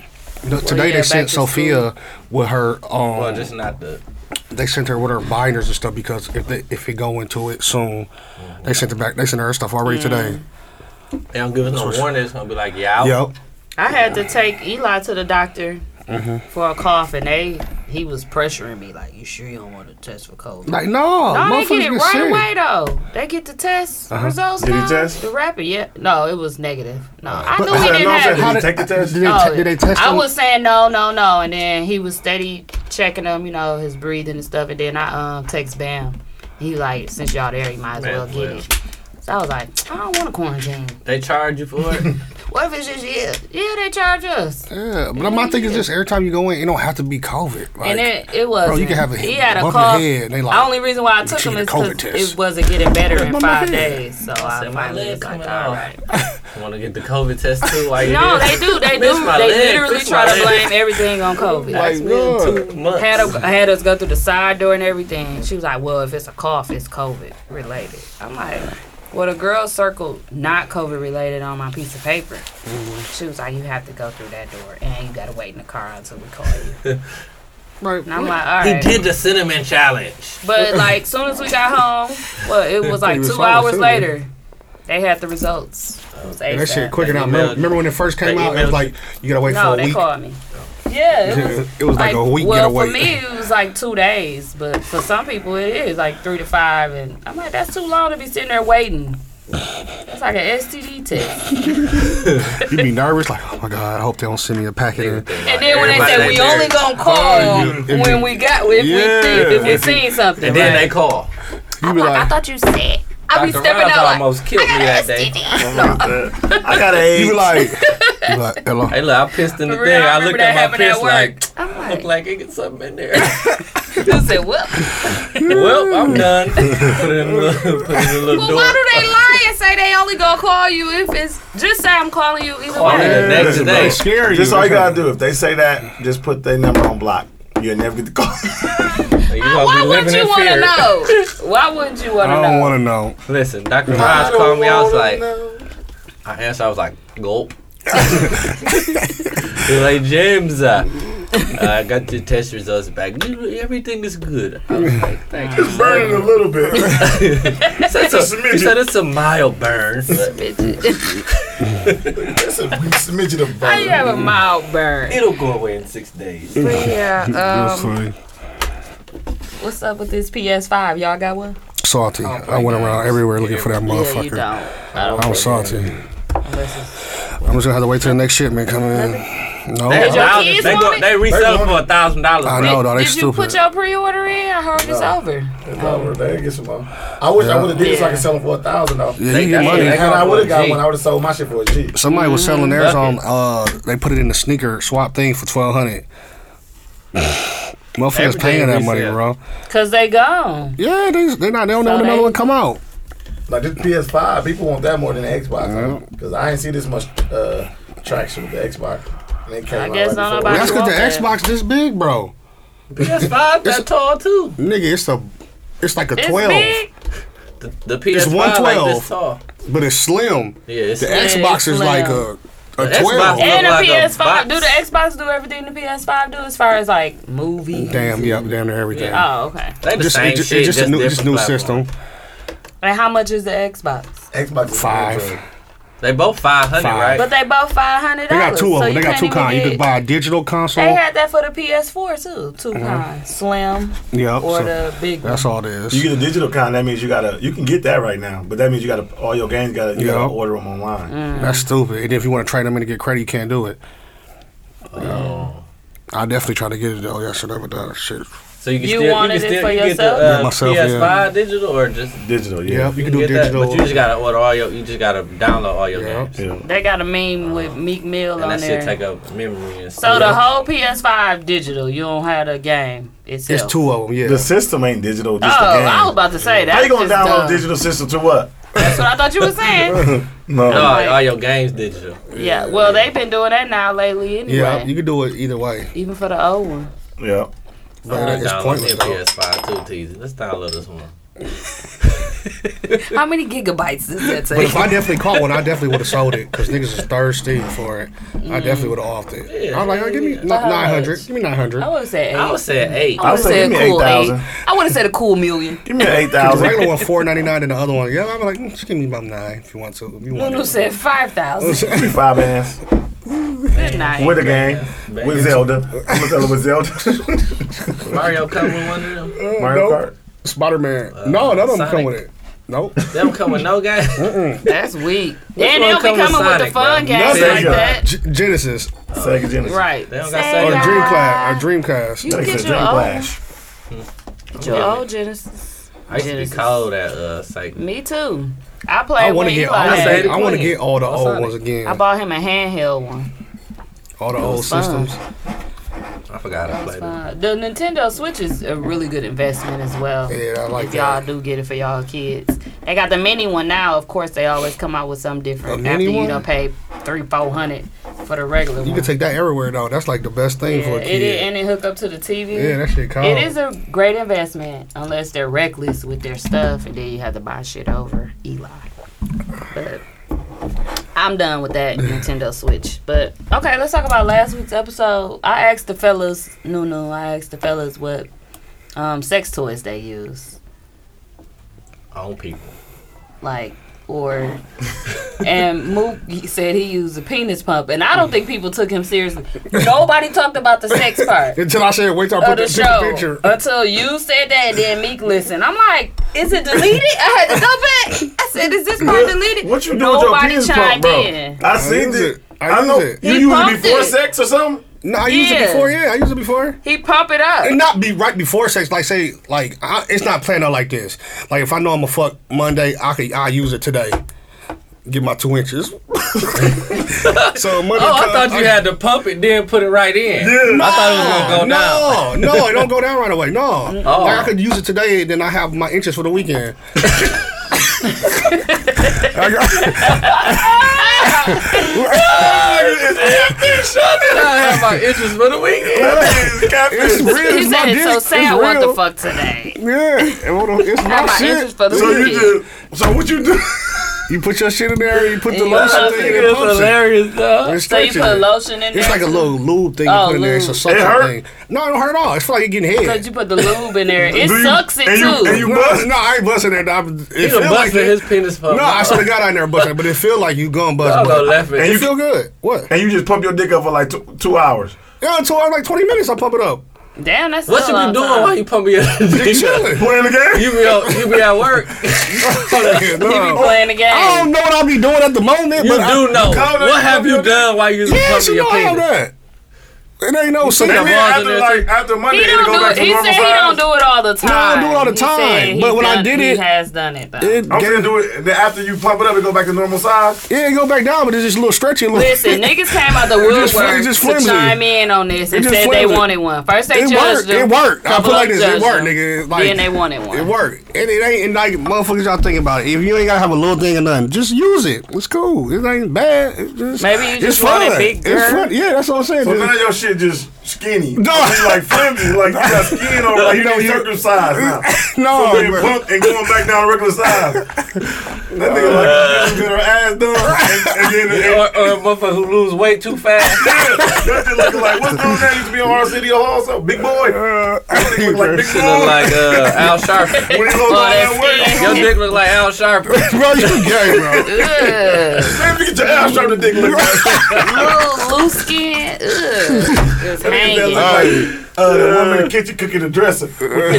B: You know, today
D: yeah,
B: they
D: back
B: sent
D: to school.
B: Sophia with her. Um,
A: Well, just not the.
B: they sent her with her binders and stuff because if they, if it go into it soon, they sent it back. They sent her stuff already today.
A: They don't give us no warning. It's gonna be like, yeah, out.
B: Yep.
D: I had to take Eli to the doctor
B: Mm-hmm.
D: for a cough, and they he was pressuring me like, "You sure you don't want to test for COVID?"
B: Like no,
D: No, they
B: Oh, motherfuckers
D: get it right
B: sick. Uh-huh.
D: away though. They get the test results
E: Did he
D: now.
E: test?
D: The rapid, yeah. No, it was negative. No, I knew
E: I
D: he
E: said,
D: didn't
E: no, I
D: have
E: said,
B: How
D: it.
E: Did he take the test?
B: Did they,
D: No,
B: te- did they test
D: I
B: him?
D: was saying no, no, no, and then he was steady checking him, you know, his breathing and stuff, and then I um text Bam. He like, since y'all there, you might as
A: Man,
D: well get
A: well.
D: it. So I was like, I don't want to quarantine.
A: They charge you for it.
D: What if it's just yeah, yeah, they charge us,
B: Yeah, but my thing is just every time you go in, it don't have to be COVID. Like,
D: and it it was.
B: bro, you can have a hit
D: He had a
B: above
D: cough.
B: the head. and They like,
D: the only reason why I took
B: should
D: him
B: get
D: is
B: a COVID
D: because
B: test.
D: it wasn't getting better in
B: above my
D: five
B: head.
D: days. So I
A: said, my
D: finally
A: leg
D: was like,
A: coming
D: all
A: off." [LAUGHS]
D: right.
A: want to get the COVID test too? While you
D: No,
A: there?
D: they do. They
A: Miss
D: do.
A: my
D: They
A: leg,
D: literally
A: miss
D: try
A: my
D: to
A: leg.
D: blame everything on COVID.
A: Asked me in
B: God.
A: two months.
D: had a, had us go through the side door and everything. She was like, "Well, if it's a cough, it's COVID related." I'm like, "Well, the girl circled not COVID related on my piece of paper."
B: Mm-hmm.
D: She was like, "You have to go through that door, and you gotta wait in the car until we call
A: [LAUGHS]
D: you."
B: Right.
D: And I'm like, "All
A: he
D: right."
A: did the cinnamon challenge.
D: But like, soon as we got home, well, it was like
B: He was
D: two
B: fine,
D: hours
B: too.
D: later. They had the results. It was
B: And that
D: ASAP.
B: shit quicker
A: They
B: now.
A: emailed
B: Remember,
A: you.
B: remember when it first came
A: They
B: out? It was
A: emailed
B: like you gotta wait
D: No,
B: for a
D: they
B: week.
D: called me. Yeah, it was
B: It was like, a week
D: well,
B: getaway.
D: for me, it was like two days, but for some people, it is like three to five, and I'm like, that's too long to be sitting there waiting. That's like an STD
B: [LAUGHS]
D: test.
B: you be nervous, like, oh my god, I hope they don't send me a packet. in.
D: And then when they
A: Everybody
D: said we
A: ain't
D: only
A: married.
D: gonna call
B: you.
D: when we got if
B: Yeah.
D: we think, if we
B: If you-
D: seen something,
A: And then
D: right?
A: they call.
B: You be like,
D: thought you said. I be
A: Dr.
D: stepping
A: Rouse
D: out like,
A: almost killed me that day.
E: I
A: [LAUGHS]
E: got an
B: you
E: age.
B: be like, you be like, hello.
A: Hey, look, I pissed in the
D: For real,
A: thing.
D: I
A: I,
D: remember
A: looked
D: that
A: at my
D: happened at
A: piss
D: work.
A: like,
D: I'm
A: look
D: like,
A: like it get something in
D: [LAUGHS]
A: there.
D: you said what?
A: well, I'm done. [LAUGHS] put it in a little, put it in a little
D: Well,
A: door.
D: why do they lie and say they only gonna call you if it's just say I'm calling you
E: Oh,
D: either
A: Call me
D: way?
A: the next
E: Listen,
A: day.
E: bro.
B: scare
E: Just all you gotta do. If they say that, just put their number on block. You'll never get the call.
A: You gonna
D: Why
A: be
D: wouldn't
A: living
D: you
A: in
D: want to
A: fear. [LAUGHS]
D: know? Why wouldn't you want to
B: I don't
D: know?
B: want to know.
A: Listen, Dr. Ross called me. I was like, I answered. I was like,
B: [LAUGHS]
A: gulp. He was like, James, uh, I got the test results back. You- Everything is good. I was like, thank
D: [LAUGHS]
A: you.
E: Burning a little bit.
A: He said, it's a,
E: smidgen.
A: he said it's a mild burn. but
E: That's a smidgen of
D: I
E: burn.
D: have a mild burn.
A: It'll go away in six days.
D: But
B: [LAUGHS]
D: yeah, um,
B: Sorry.
D: what's up with this PS5? Y'all got one?
B: Salty. I went around everywhere looking for that
D: Yeah, you
B: motherfucker.
D: don't. I don't.
B: I'm salty. I'm
D: Unless it's-
B: just gonna have to wait till the next shipment coming in. No,
A: They,
D: Did your
A: thousand-
D: kids
A: they,
D: want
A: go,
D: it?
A: they resell for a thousand dollars.
B: I
A: bro.
B: know, though. They
D: Did you put
B: stupid.
D: your pre-order in? I heard it's over.
E: It's over. They ain't get some more. I wish I would have did this so I could sell it for a thousand though.
B: Yeah, you get
A: They-
B: money.
A: they-
E: And I would have got one. I would have sold my shit for a G.
B: Somebody was selling
A: Mm-hmm.
E: Mm-hmm.
B: theirs on. Uh, they put it in the sneaker swap thing for twelve hundred. Motherfuckers
A: Everything
B: paying that
A: resale.
B: money, bro.
D: Cause they gone.
B: Yeah, they they not. They don't know when
D: So
B: another
D: they-
B: one come out.
E: Like this PS5, people want that more than the Xbox. Because I ain't see this much uh, traction with the Xbox. And it came
D: I
E: out
D: guess
E: right before.
D: not nobody-
B: That's because the
D: Okay.
B: Xbox this big, bro. [LAUGHS]
A: PS5 that tall too.
B: Nigga, it's a, it's like a
D: It's
B: twelve,
D: big.
A: The, the PS5 like
B: 112.
A: this tall.
B: but it's slim.
A: Yeah, it's
B: The
A: the
B: Xbox is
D: slim.
B: like a, a
A: The
B: twelve.
A: Xbox-
D: And the
A: Look like a
D: PS5.
A: box.
D: Do the Xbox do everything the PS5 do as far as like movies?
B: Damn, yeah, damn near everything.
D: Oh, okay.
A: they the
B: Just,
A: same
B: it, just,
A: shit.
B: it's just a new,
A: different
B: just new
A: platform.
B: system.
D: And how much is the Xbox?
E: Xbox is
B: Five.
E: Android.
A: They both 500,
B: Five.
A: right?
D: But they both five hundred
B: They got
D: dollars.
B: two of
D: so
B: them. They got
D: can't
B: two
D: even
B: kinds. You
D: get-
B: could buy a digital console.
D: They had that for the PS4 too. 2 kinds, slim
B: Yep,
D: or
B: so
D: the big one.
B: That's all it is.
E: You get a digital con, that means you gotta you can get that right now, but that means you gotta all your games gotta you
B: Yeah.
E: gotta order them online.
D: Mm.
B: That's stupid. And if you want to trade them in to get credit, you can't do it. I definitely tried to get it though yesterday, but that shit.
A: So you can
D: You
A: still,
D: wanted
A: you can
D: it
A: still
D: for
A: you can get the
D: yourself?
A: uh,
B: Yeah, myself,
A: PS5
B: yeah.
A: digital or just
E: Digital, yeah.
B: Yeah, you can do
A: get that,
B: digital.
A: but you just gotta order all your. You just gotta download all your
B: Yeah.
A: games,
E: Yeah.
D: They got a meme with Meek Mill
A: and
D: on
A: that shit take
D: there.
A: up memory and
D: So
A: stuff.
D: the whole PS5 digital, you don't have the game itself.
B: it's two of them. Yeah,
E: The system ain't digital,
D: Oh,
E: just the game.
D: I was about to say that.
E: How you gonna download
D: dumb.
E: digital system to what?
D: That's what I thought you
B: [LAUGHS]
D: were saying.
E: No.
A: no, all your games digital.
D: yeah. Well, they've been doing that now lately anyway.
B: yeah, you can do it either way.
D: Even for the
A: [LAUGHS]
D: old one.
E: Yeah.
B: But
A: I'm
B: it's
A: downloading
B: pointless
A: your
B: though.
A: PS5 too, teasy. Let's download this one.
I: How many gigabytes does that
B: But
I: take?
B: if I definitely caught one, I definitely would have sold it because niggas is thirsty for it. I definitely would have offed it. I'm like, oh, give me
D: how
B: nine hundred.
D: much?
B: Give me nine hundred.
D: I would say eight.
A: I would say eight.
I: I would
E: say
I: say
E: give
I: a
E: me
I: cool
E: 8,000.
I: eight. I would have said a cool million.
E: Give me an eight
D: [LAUGHS]
B: The
E: thousand.
B: regular one four ninety nine and the other one, yeah, I'm like, mm, just give me about nine if you want to. If you want
D: Lulu
B: to. [LAUGHS]
D: said five thousand.
E: Five bands.
D: Good night.
E: With a game. With Zelda. I'm gonna sell it with Zelda.
A: Mario come with one of them.
E: Mario
B: [LAUGHS] nope.
E: Kart.
B: Spider Man. no, that don't come
A: Sonic.
B: with it. Nope.
A: They don't come with no game.
D: [LAUGHS] That's weak.
A: one
D: And they'll be
A: come with
D: coming with
A: Sonic,
D: the fun
A: bro?
D: games
E: Nothing.
D: like that.
B: G- Genesis
E: Sega Genesis.
D: Right.
A: They don't got
D: Say
B: or
A: Sega.
B: Dreamcast
D: that.
B: or Dreamcast.
D: You
E: Sega
D: can get
E: Dream
D: your old,
E: Flash.
D: your old Oh, Genesis.
A: I used to be
D: Genesis.
A: cold at uh, Sega.
D: Me too. I played
B: I
D: want to
B: get.
D: Eli.
B: I want to
A: had
B: get.
A: it
B: I want to
A: clean.
B: get all the
A: That's
B: old
A: Sonic.
B: ones again.
D: I bought him a handheld one.
B: all the old
D: fun.
B: systems.
A: I forgot I played it.
D: Uh, the Nintendo Switch is a really good investment as well.
B: Yeah, I like
D: if
B: that.
D: y'all do get it for y'all kids. They got the mini one now. Of course, they always come out with something different
B: A
D: after
B: mini
D: you
B: one?
D: don't pay three, four hundred for the regular
B: You
D: one.
B: can take that everywhere though. That's like the best thing
D: yeah,
B: for a
D: it is,
B: kid.
D: and it hook up to the TV.
B: yeah, that shit cold.
D: It is a great investment unless they're reckless with their stuff and then you have to buy shit over Eli. But I'm done
B: [LAUGHS]
D: with that Nintendo Switch. But okay, let's talk about last week's episode. I asked the fellas, no, no, I asked the fellas what um, sex toys they use,
B: [LAUGHS]
A: Own people.
D: like or. and Mook said he used a penis pump, and I don't think people took him seriously. Nobody talked about the sex part
B: Until I said, wait till I
D: of
B: put
D: the
B: that
D: show
B: picture.
D: until you said that. And then Meek listened. I'm like, is it deleted? I had to go back. I said, is this part deleted?
E: What you do with your
D: Nobody
E: penis pump,
D: chimed
E: bro?
D: in.
E: I
B: I
E: seen
B: use
E: it.
B: it. I
E: I
B: use
E: know.
B: it.
E: You
D: He
E: used it
D: pumped
E: before
D: it.
E: sex or something?
B: No, I used
D: Yeah.
B: it before. Yeah, I used it before.
D: He pump it up.
B: And not be right before sex. Like say, like I, it's not planned out like this. Like if I know I'm a fuck Monday, I could I use it today. Get my two inches. so Monday.
A: Oh, I
B: comes,
A: thought you had to pump it, then put it right in.
B: [LAUGHS]
A: I thought it was gonna go down.
B: no, no, it don't
A: [LAUGHS]
B: go down right away. No,
D: Oh.
B: like I could use it today, then I have my interest for the weekend. I got-
A: I have my interest for the weekend.
B: it's real.
D: he
B: It's my
D: said,
B: dick.
D: so say
B: it's
D: I
B: real.
D: want the fuck today.
B: Yeah, and what the- it's
D: Have
B: my
D: my
B: shit.
D: interest for the
E: So you
D: weekend.
E: just so what you do?
B: You put your shit in there, you put the
D: Yeah.
B: lotion
D: That
B: thing in
D: nigga
B: it,
A: It's
B: pumps it.
A: hilarious, though.
B: It
D: So you
B: stretches
D: put
B: it.
D: lotion in there.
B: It's like a little lube thing you
D: Oh,
B: put in there. It's a
D: lube.
B: suction
E: It hurt?
B: thing. No, it don't hurt at all. It's for like you're getting
D: Cause
B: head.
D: you put the lube in
B: [LAUGHS]
D: there. It
E: Do you-
D: sucks it
E: and you-
D: too.
E: and you-
B: No,
E: bust?
B: no, I ain't busting it. I, it
A: He
B: feel
A: done
B: like
A: busted
B: it.
A: his penis pump.
B: No, I should have got out there and busted it, but it feel like you gun
A: I'll
B: busting.
A: go
B: but
A: left
E: And
A: it.
B: It
E: you-
B: feel good. What?
E: And you just pump your dick up for like two, two
B: [LAUGHS]
E: hours.
B: Yeah, until I'm like 20 minutes, I pump it up.
D: Damn, that's
A: What you
D: still a
A: be
D: long
A: doing
D: time.
A: while you pumping your dick?
B: Chilling.
E: Playing the game?
A: You be on, you be at work.
B: [LAUGHS] Yeah,
A: [LAUGHS]
B: no.
D: You be playing the game.
B: I don't know what I'll be doing at the moment,
A: You
B: but I,
A: do know.
E: call that-
A: What have you done while you was
B: yeah, she know
A: pumping your
B: all
A: penis?
B: that. It ain't no
A: put that
B: secret.
A: ball
B: I
A: in
E: after
A: there,
E: like after Monday,
D: He
E: it
D: don't
E: go
D: do
E: back
D: it.
E: to
D: He
E: normal
D: said he
E: size.
D: don't do it all the
B: No, I
D: time.
B: don't do it all the
D: He said
B: time,
D: he
B: but when I
D: done-
B: did
D: he
B: it-
D: has done it though.
B: It,
E: I'm
B: gave-
E: gonna do it. And then after you pump it up, it go back to normal size.
B: yeah, it go back down, but it's just a little stretchy. a Little, [LAUGHS]
D: Listen, niggas came out the
B: just-
D: woodwork
B: it just
D: to
B: flimsy.
D: chime in on this and
B: just
D: said they
B: flimsy.
D: wanted one. First they
B: it
D: judged
B: worked.
D: them.
B: It worked. I
D: couple
B: put it like
D: of
B: this. It
D: judged
B: worked,
D: them,
B: nigga. Like,
D: then they wanted one.
B: It worked. And it ain't and like motherfuckers y'all think about it. If you ain't gotta have a little thing or nothing, just use it. It's cool. It ain't bad. It's just,
D: Maybe you
B: it's
D: just
B: fun.
D: want a big
B: It's
D: girl.
B: fun. Yeah, that's what I'm saying.
E: So now
B: Just- [LAUGHS]
E: your shit just skinny.
B: No.
E: It's like flimsy. Like you got skin on. Like you
B: No,
E: know,
B: you-
E: circumcised now.
B: [LAUGHS] no,
E: being
B: bro. [LAUGHS]
E: pumped and going back down to regular size. That nigga like get her ass done and, and
A: Uh. or, or a motherfucker who lose weight too
E: [LAUGHS]
A: fast.
E: That shit looking like what's dude that used to be on our city hall? So big boy.
B: Uh,
E: That nigga look
B: [LAUGHS]
E: like big
A: She look
E: boy.
A: like uh, Al Sharpton.
E: [LAUGHS] When he look
A: Oh,
E: like
A: that's
E: that way,
A: skin. Your dick look like
B: [LAUGHS]
A: Al Sharpton.
J: bro, you gay,
A: [LAUGHS]
J: bro.
D: Ugh.
E: man, you get your ass strap the dick
B: [LAUGHS]
E: look like
D: Little loose skin. Ugh. It's hanging.
E: that. Uh, the woman in the kitchen cooking the
B: [LAUGHS]
E: dresser.
A: His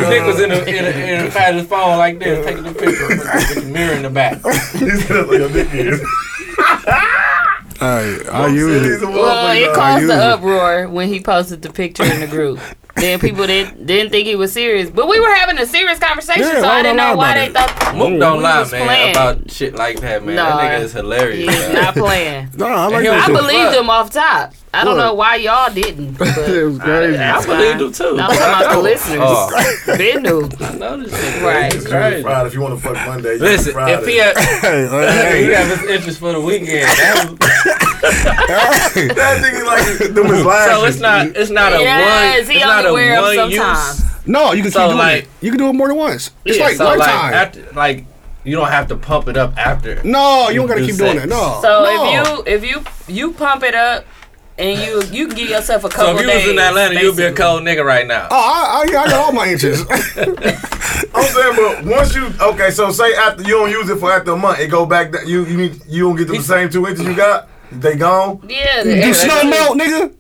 A: dick was in the in the in the side of his phone like this, taking the picture with the mirror in
B: [LAUGHS]
A: the back.
E: He's gonna look like a dick is.
B: Alright, I use
E: He's a
B: it.
D: Well,
E: motherfucker.
D: it
B: I
D: caused
B: use
D: the
B: it.
D: uproar when he posted the picture in the group. then people didn't didn't think he was serious, but we were having a serious conversation,
B: Yeah,
D: so
B: why
D: I didn't
B: would I
D: know
B: lie
D: why
B: about
D: they
B: it?
D: thought
A: Mook don't
D: We
A: lie, man,
D: was playing.
A: about shit like that, man.
D: No.
A: that nigga is hilarious.
D: he's
A: man.
D: not playing.
B: No, I like
A: Yo,
B: that
D: I
B: shit.
D: believed him off top. I don't
B: What?
D: know why y'all didn't. But
B: It [LAUGHS] was crazy.
D: that's
A: I believed
D: fine.
A: him too.
D: I'm talking about the listeners.
A: Oh,
D: They knew.
A: I know this nigga.
D: Right.
A: It's
E: Friday.
A: crazy.
E: If you want to fuck Monday, you
A: Listen,
E: Friday.
A: if he
B: [LAUGHS]
A: had,
B: Hey,
D: [LAUGHS]
A: hey,
B: hey,
A: he have his interest for the weekend.
B: [LAUGHS]
A: That was-
B: hey.
E: that nigga like them his last.
A: so it's not, it's not a
D: Yes,
A: one,
D: he
A: it's not
D: only
A: a
D: wear them
A: one
D: sometimes.
A: use.
B: No, you can
A: So,
B: keep doing
A: like-
B: it. You can do it more than once. It's
A: Yeah,
B: like
A: so
B: one
A: like,
B: time.
A: After, like you don't have to pump it up after.
B: no, you don't gotta
A: Do
B: keep doing
A: sex.
B: that. No.
D: So
B: no.
D: if you if you you pump it up and you you can give yourself a
A: So
D: couple
A: if you
D: days.
A: was in Atlanta, you'd be a
D: basically.
A: cold nigga right now.
B: Oh, I, I, yeah, I got all my inches.
E: I'm saying, but once you okay, so say after you don't use it for after a month, it go back. That you you need, you don't get the same two inches you got. They gone.
D: Yeah,
B: you
D: that's-
B: snow melt, nigga.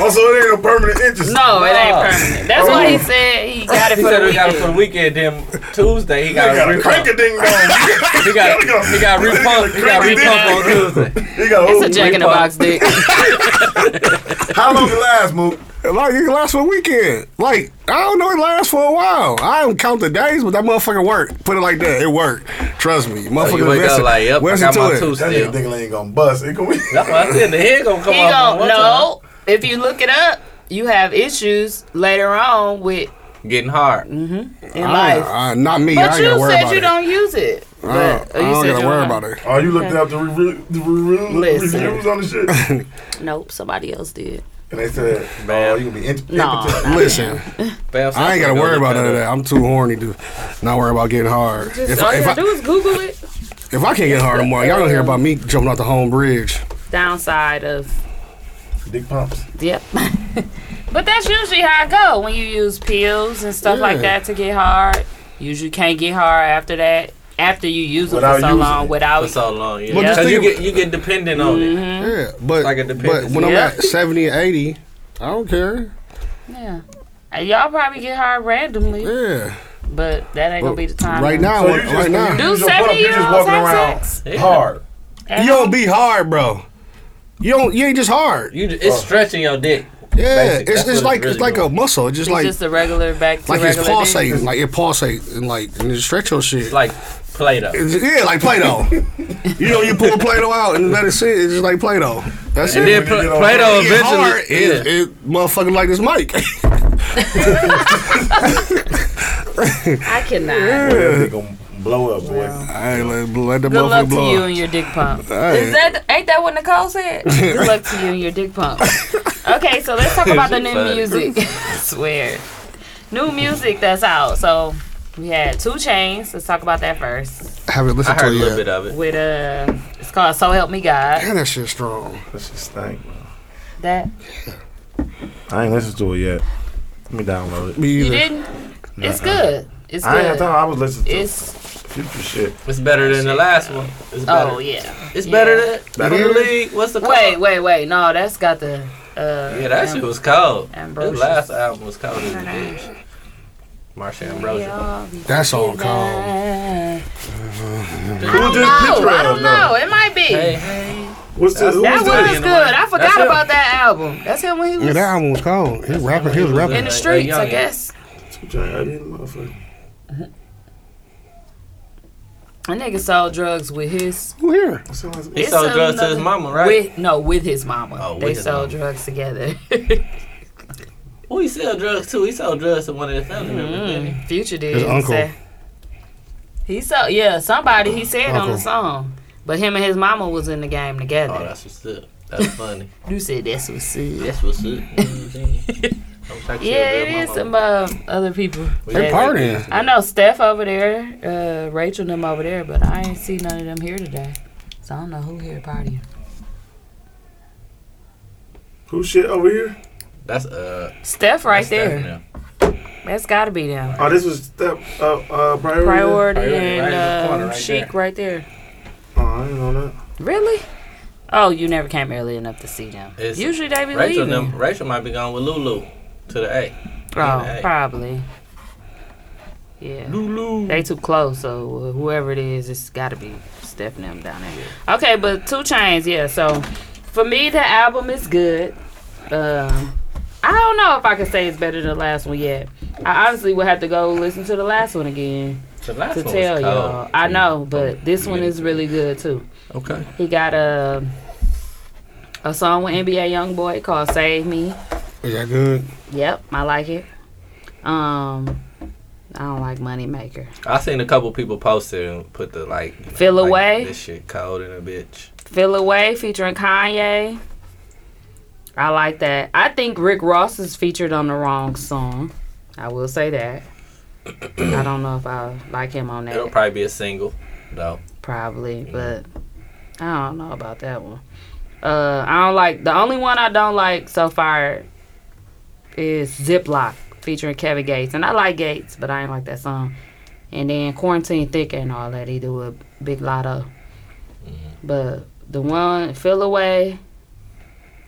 E: Also, Oh, it ain't no permanent inches.
D: No, it ain't
A: No.
D: permanent. That's why he said he got it
A: He
D: for the
A: said he got it for the
D: weekend.
A: weekend. Then Tuesday he
E: You
A: got
E: got
A: a
E: a crank
A: repump.
E: a ding dong.
A: [LAUGHS] He got he got repump. He got
E: Crank it
A: repump on Tuesday.
E: You got
D: It's
E: a
D: a
E: whole-
D: jack in the box dick.
E: How long it last, Mook?
B: Like it lasts for a weekend. Like I don't know, it lasts for a while. I don't count the days, but that motherfucker worked. Put it like that, it worked. Trust me, motherfucker.
A: So Oh, you wake up
B: invested-
A: like, yep, I
B: invested
A: got
B: to
A: my
B: it.
A: two
E: That nigga
A: still.
E: think ain't gonna bust. It gonna be.
A: That's what I said. The head gonna come
D: He
A: off.
D: go,
A: one
D: no. If you look it up, you have issues later on with
A: time. Getting hard.
D: Mm-hmm. in
B: Uh,
D: life.
B: uh, not me. I
D: But
B: ain't gotta
D: you
B: worry
D: said
B: about
D: you
B: it.
D: don't use it. But,
B: Uh, I don't, I
D: oh, you
B: don't
D: said
B: gotta
D: you
B: worry
D: don't-
B: about it.
E: Oh, you looked up the, review, the review,
D: Listen.
E: reviews
B: [LAUGHS]
E: on the shit,
D: Nope, somebody else did.
E: and they said, "Oh,
A: Bam.
E: you gonna be imp- [LAUGHS]
D: No,
E: impotent."
D: not
B: Listen,
A: Fast
B: I ain't gotta
A: go
B: worry
A: look
B: about
A: that
B: none of
A: up.
B: that. I'm too horny to not worry about getting hard.
D: Just
B: if,
D: all
B: I,
D: you
B: if,
D: gotta do
B: I,
D: is Google it.
B: if I can't get hard tomorrow, y'all gonna hear about me jumping off the home bridge.
D: Downside of
E: Dick pumps.
D: Yep. [LAUGHS] but that's usually how it go when you use pills and stuff like
B: Yeah.
D: that to get hard. Usually can't get hard after that. After you use them
E: Without
D: for so
E: using
D: long
E: it.
D: without
A: For so long, yeah.
B: Well,
D: just
A: Cause you
B: think
A: get you get dependent on it.
B: Yeah, but
A: Like a
B: but
A: dependency.
B: when I'm
D: Yeah.
B: at 70, 80, I don't care.
D: yeah. And y'all probably get hard randomly,
B: Yeah,
D: but that ain't gonna be the time.
B: right now,
E: So you just
B: right now,
E: you
D: Do
E: just walk- you
D: seventy year
E: just
D: olds
E: walking
D: have
E: around
D: sex?
E: hard.
B: you don't be hard, bro. You don't. You ain't just hard.
A: You ju- it's stretching your dick.
B: Yeah,
A: Basic, that's
B: it's
A: what
B: it's
A: it's
B: like
A: really
B: it's like a
A: doing.
B: muscle. It's just
D: It's
B: like
D: just a regular back to
B: like it's
D: regular. dick.
B: pulsating, like it pulsates and like and it stretch your shit.
A: It's like Play-Doh.
B: It's- yeah, like
A: [LAUGHS]
B: Play-Doh. you know, you pull Play-Doh out and let it sit. It's just like Play-Doh. That's
A: And
B: it.
A: then
B: When you
A: Pl-
B: get on-
A: Play-Doh
B: when you get
A: eventually-
B: hard, it,
A: yeah.
B: it motherfucking like this mic. [LAUGHS]
D: I cannot.
E: They gonna blow up, boy.
B: I let, let the
D: Good luck
B: motherfucker
D: to
B: blow.
D: you
B: up.
D: and your dick pump.
B: [LAUGHS] Hey.
D: Is that ain't that what Nicole
B: [LAUGHS]
D: said? Good luck to you and your dick pump. Okay, so let's talk about the new
A: Funny.
D: music. swear, [LAUGHS] new music that's out. So we had Two Chains. Let's talk about that first.
B: I haven't
A: I
B: listened
A: heard a
B: to
A: little
B: it
A: bit
B: yet.
A: of it.
D: With uh, it's called So Help Me God.
B: Damn, that shit strong.
E: That shit stink. man.
D: That
E: I ain't listened to it yet. Let me download it.
B: Me
D: you
B: either.
D: didn't. It's good. It's
E: I ain't have
D: good.
E: time. I was listening to
D: It's
E: future shit.
A: It's better than the last one. It's better.
D: oh yeah.
A: It's
D: Yeah.
A: better than
B: That
A: from the
B: is?
A: league. What's the
D: Wait
A: call?
D: wait wait. No, that's got the uh.
A: Yeah, that shit was cold. His
D: Ambrosius.
A: last album was cold as a bitch. Marsha Ambrosia.
B: That's all calm.
D: I
E: Who
D: don't know. I don't know. It might be.
A: Hey, hey.
E: What's this? Who
D: That
E: was
A: That's-
E: that?
D: was
A: in the
D: good.
A: way.
D: I
A: That's
D: forgot
A: him.
D: about that album. That's him when he
B: Yeah,
D: was
B: that album was cold. He was rapping. He was rapping.
D: in the streets, I guess.
E: I didn't motherfucker.
D: A nigga sold drugs with his
B: Who here?
E: That sound like-
A: He
D: It's
A: sold drugs to his
D: another-
A: mama, right?
D: with no with his mama.
A: Oh, with
D: they
A: his
D: sold
A: mama.
D: drugs together. [LAUGHS]
A: Who he sell drugs to? He sold drugs to one of his family members. didn't he?
D: Future did.
B: His uncle.
D: say- He sold yeah somebody. He said on the
B: Uncle.
D: song, but him and his mama was in the game together.
A: Oh, that's what's up. That's funny.
D: you said that's what's up.
A: That's what's up. You know what [LAUGHS] I'm saying? Don't talk shit
D: Yeah,
A: about
D: it is
A: my
D: some
A: mama.
D: uh, other people.
B: They
D: that-
B: partying.
D: I know Steph over there, uh, Rachel and them over there, but I ain't see none of them here today. So I don't know who here partying.
E: Who shit over here?
K: That's uh.
D: Steph right
K: that's
D: there.
K: that,
D: That's gotta be them.
E: Oh, this was step uh, uh priority.
D: Priority
K: Priority right
D: and
K: in the
D: uh,
K: corner right
D: Chic right there.
E: Oh, I didn't know that.
D: Really? Oh, you never came early enough to see them.
A: It's-
D: Usually they be
A: Rachel,
D: leaving.
A: them, Rachel might be gone with Lulu to the A.
D: Oh,
A: Hey.
D: probably. Yeah. They too close, so uh, whoever it is, it's got to be stepping them down there. Okay, but Two Chains, yeah. So for me, the album is good. Um, I don't know if I can say it's better than the last one yet. I honestly would have to go listen to the last one again
A: The last
D: to
A: one
D: tell
A: was cold.
D: y'all. I know, but this one is really good too.
A: Okay.
D: He got a a song with NBA YoungBoy called "Save Me."
L: Is that good?
D: Yep, I like it. Um, I don't like Moneymaker.
A: I seen a couple people post it and put the like. you know,
D: Feel
A: like,
D: away?
A: This shit cold in a bitch.
D: Feel Away featuring Kanye. I like that. I think Rick Ross is featured on the wrong song. I will say that. I don't know if I like him on
A: It'll
D: that.
A: probably be a single though.
D: Probably, but I don't know about that one. Uh, I don't like the only one I don't like so far is Ziploc featuring Kevin Gates, and I like Gates, but I ain't like that song. And then Quarantine Thick and all that either with Big Lotto, but the one Feel Away,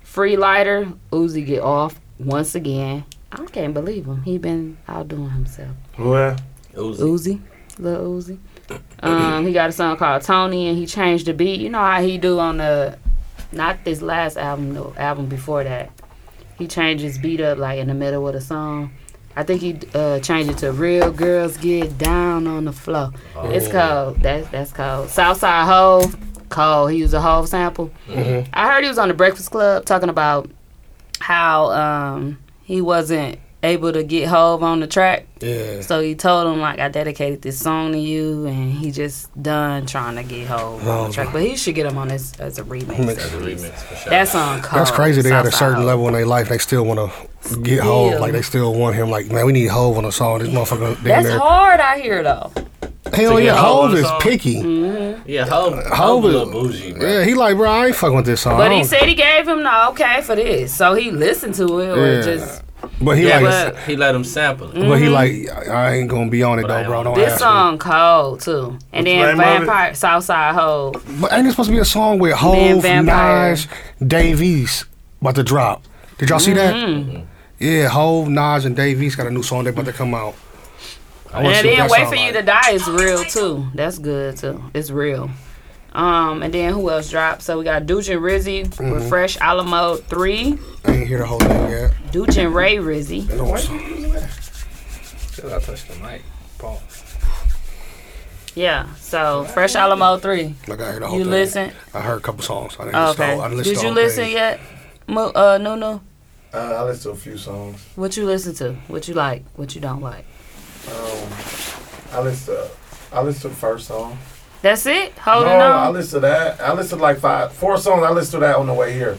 D: Free Lighter, Uzi get off once again. I can't believe him. He been outdoing himself.
E: Well,
A: Uzi.
D: Uzi, little Uzi. Um, he got a song called Tony, and he changed the beat. You know how he do on the, not this last album, the album before that. He changed his beat up like in the middle of the song. I think he uh, changed it to "Real Girls Get Down on the Floor." It's cold. That's that's cold. Southside Hove, cold. He used a Hove sample.
M: Mm-hmm.
D: I heard he was on the Breakfast Club talking about how um, he wasn't able to get Hove on the track.
B: Yeah.
D: So he told him like I dedicated this song to you, and he just done trying to get hold on
B: Oh,
D: the track. But he should get him on this as a remix.
L: Remix.
A: The remix for sure.
D: That's on. Cold,
B: That's crazy. They got a
D: Southside
B: certain
D: Hov.
B: level in their life. They still want to get hold. Like they still want him. Like man, we need Hove on a song. This motherfucker. down
D: That's
B: there.
D: hard out here though.
B: Hell
A: To get
B: yeah,
A: Hov on
B: Hove
A: a
B: is
A: song?
D: Mm-hmm.
B: picky.
A: yeah. Hov,
B: Hove
A: Hov a
B: is
A: little bougie, bro.
B: Yeah, he like bro. I ain't fucking with this song.
D: But
B: I
D: he
B: don't-
D: said he gave him the okay for this, so he listened to it or
B: Yeah.
D: just
B: but he
A: Yeah,
B: like,
A: but he let him sample it.
B: but
D: Mm-hmm.
B: he like, I ain't gonna be on it though, bro. Don't
D: this
B: ask
D: song cold too.
E: What's
D: And then
E: the name of it?
D: Vampire Southside Hove.
B: me. But ain't it supposed to be a song with Hove,
D: Vampire.
B: Nas, Davies about to drop? Did y'all see
D: Mm-hmm.
B: that? Yeah, Hove, Nas, and Davies got a new song they about to come out. I wanna
D: And
B: see what
D: then
B: that
D: Wait
B: sound
D: for You
B: like.
D: to Die is real too. That's good too. It's real. Um, and then who else dropped? So we got Dooch and Rizzy
B: Mm-hmm.
D: with Fresh Alamo 3.
B: I ain't hear the whole thing yet.
D: Dooch and Ray Rizzy.
B: That don't sound-
A: I touched the mic. Paul.
D: Yeah. So Fresh Alamo 3.
B: Like I heard the whole
D: You
B: thing.
D: listen?
B: I heard a couple songs. I didn't listen. to
D: Oh, Okay.
B: all- I didn't listen
D: Did
B: to
D: you
B: all the
D: listen
B: things.
D: yet? Mo, uh, Nunu?
E: uh, I listened to a few songs.
D: What you listen to? What you like? What you don't like?
E: Um, I listened to I listened to the first song.
D: That's it?
E: No,
D: Holding
E: I
D: on?
E: listened to that. I listened to like five, four songs. I listened to that on the way here.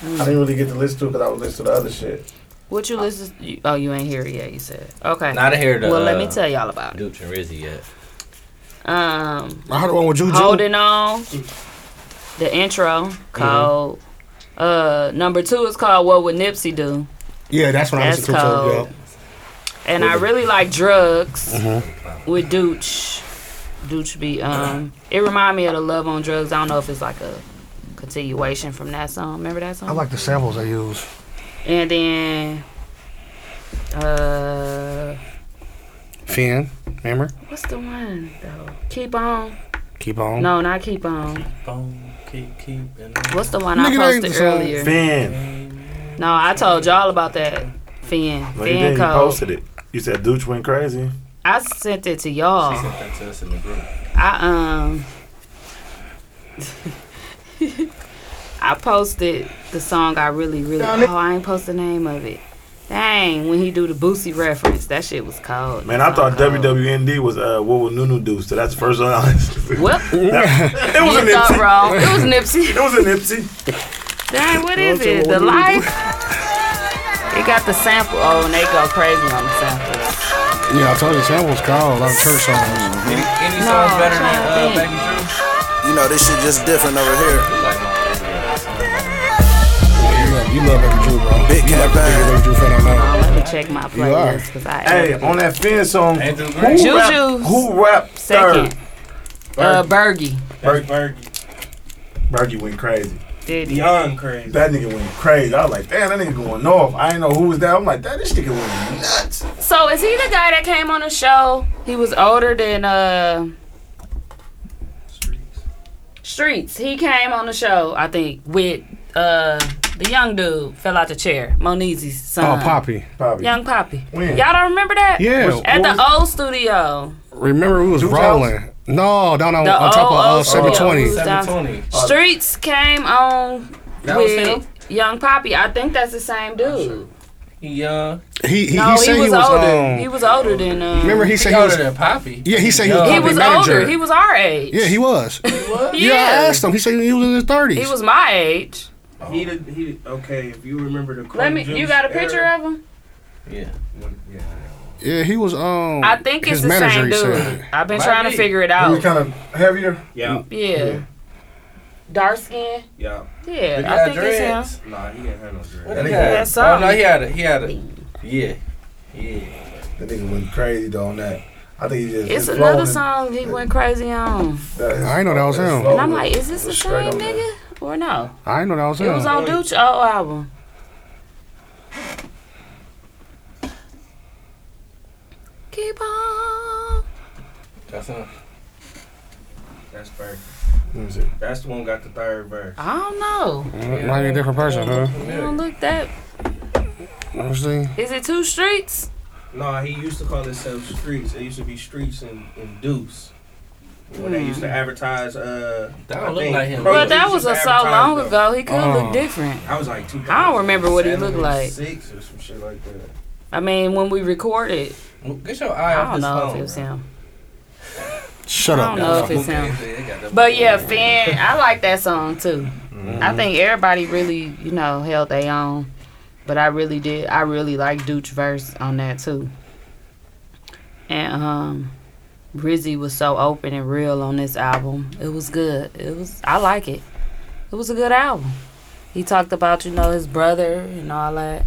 D: Hmm.
E: I didn't really get to listen to it because I was listening to the other shit.
D: What you listen you- Oh, you ain't here yet, you said. Okay.
A: Not here to.
D: well, let me
A: uh,
D: tell y'all about it.
A: Dooch and Rizzy yet.
D: Um,
B: I heard the one with Juju.
D: Holding on. The intro called.
B: Mm-hmm.
D: Uh, number two is called "What Would Nipsey Do,"
B: Yeah, that's when I
D: That's
B: listened to. it,
D: cold.
B: too,
D: and I really like "Drugs"
B: Mm-hmm.
D: with Dooch. Dooch be um, it remind me of the "Love on Drugs." I don't know if it's like a continuation from that song. Remember that song?
B: yeah. I like the samples they use.
D: and then uh,
B: Finn, remember?
D: what's the one though? Keep on.
B: Keep on.
D: No, not keep on.
A: Boom, keep, keep, and
D: What's the one
B: Nigga, that
D: I
B: ain't the
D: posted
B: song.
D: earlier?
E: Finn,
D: No, I told y'all about that. Finn.
E: no, you
D: Finn
E: didn't. You
D: code.
E: posted it. You said Dooch went crazy.
D: I sent it to y'all.
A: sent that to us in the group.
D: I um [LAUGHS] I posted the song I really, really Oh, I ain't post the name of it. Dang, when he do the Boosie reference, that shit was cold.
E: Man, I
D: That song
E: thought
D: cold.
E: WWND was uh, what would Nunu do? So that's the first one I listened to.
D: Well,
E: [LAUGHS] It
D: you
E: was a
D: thought
E: Nipsey.
D: wrong. It was Nipsey.
E: [LAUGHS] It was a Nipsey.
D: Dang, what is it? The life? It got the sample. Oh, and they go crazy on the sample.
B: Yeah, I told you samples cold. I like church songs.
A: Any, any
D: No,
A: songs better
D: I'm
A: than
D: trying
A: uh,
D: to
A: Baby Drew?
N: you know, this shit just different over here.
O: You love Baby Drew, bro.
N: Big cat bag.
O: Baby Drew fan on that.
D: Let me check my playlist because I
E: Hey,
D: added
E: on
D: it.
E: that fin song, who
D: Juju's
E: rap, who rap
D: second.
E: third?
D: Uh, Bergie.
E: Bergie. Bergie went crazy.
D: Did he?
E: Beyond crazy. That nigga went crazy. I was like, damn, that nigga going off. I didn't know who was that. I'm like, that this nigga went nuts.
D: So is he the guy that came on the show? He was older than uh Streets. He came on the show, I think, with uh the young dude fell out the chair. Monizi's son.
B: Oh, Poppy.
E: Poppy.
D: Young Poppy.
B: When?
D: Y'all don't remember that?
B: Yeah. Was-
D: At
B: was-
D: the old studio.
B: Remember we was rolling. No, down on,
D: The
B: on top of uh,
D: old studio.
B: 720.
D: Streets came on
B: That was
D: with
B: him?
D: Young Poppy. I think that's the same dude.
H: He
A: uh,
H: young.
B: He he,
D: no,
B: he said he was,
D: older.
B: um,
D: he was older than. Uh,
B: Remember he said he
H: older
B: was
H: than Poppy.
B: Yeah, he said he
D: he
B: was Poppy
D: was,
B: manager.
D: older. He was our age.
B: yeah, he
D: [LAUGHS]
B: was.
D: Yeah.
B: Yeah, I asked him. He said he was in his thirties.
D: He was my age.
A: He did, he did, okay. If you remember the
D: Let me.
A: Juice
D: You got a picture
A: era,
D: of him?
H: Yeah.
B: yeah, he was. Um,
D: I think it's
B: his
D: the
B: manager,
D: same
B: he
D: dude.
B: said.
D: I've been trying to figure it out.
E: He was kind of heavier.
A: Yeah.
D: yeah. Dark skin.
A: Yeah.
D: Yeah,
H: He
D: I
H: got
D: think it's
H: dreads?
D: him.
A: Nah, he didn't have no dread.
H: What he
E: Yeah,
H: had?
E: that's
H: Oh
E: all.
H: no, he had a he had a yeah, yeah.
E: That nigga went crazy though on that. I think he just.
D: It's
E: his
D: another
E: flow
D: song he went crazy on.
E: and-
B: I didn't know that was
E: his
B: him.
E: flow
D: And I'm
E: was-
D: like, is this the
E: was straight
D: same
E: on that.
D: nigga or no?
B: I didn't know that was
D: It
B: him.
D: was on Dooch old album. Keep on.
H: That's him.
A: That's Berg.
B: Let me see.
A: That's the one got the third verse.
D: I don't know.
B: Mm, Might be a different person, huh?
D: You don't look that.
B: Let me see.
D: Is it two streets?
A: Nah, he used to call himself Streets. It used to be Streets and, and Deuce. When they
D: Hmm.
A: used to advertise, uh,
H: That
A: I
H: don't look
A: think
H: like him.
A: Kroger
H: But
D: that
A: used
D: was
A: to
D: a- so
A: advertise
D: long
A: them.
D: ago, he could
B: Uh-huh.
D: look Oh. different.
A: I was like, two.
D: I don't remember what he looked like.
A: Six or some shit like that.
D: I mean, when we recorded,
H: Get your eye
D: I
H: off
D: don't
H: his
D: know
H: phone.
D: if it was him.
B: Shut
D: I don't know if it's him. But yeah, Finn, I like that song too. I think everybody really, you know, held their own. But I really did. I really like Dooch verse on that too. And um, Rizzy was so open and real on this album. It was good. It was. I like it. It was a good album. He talked about you know his brother and all that.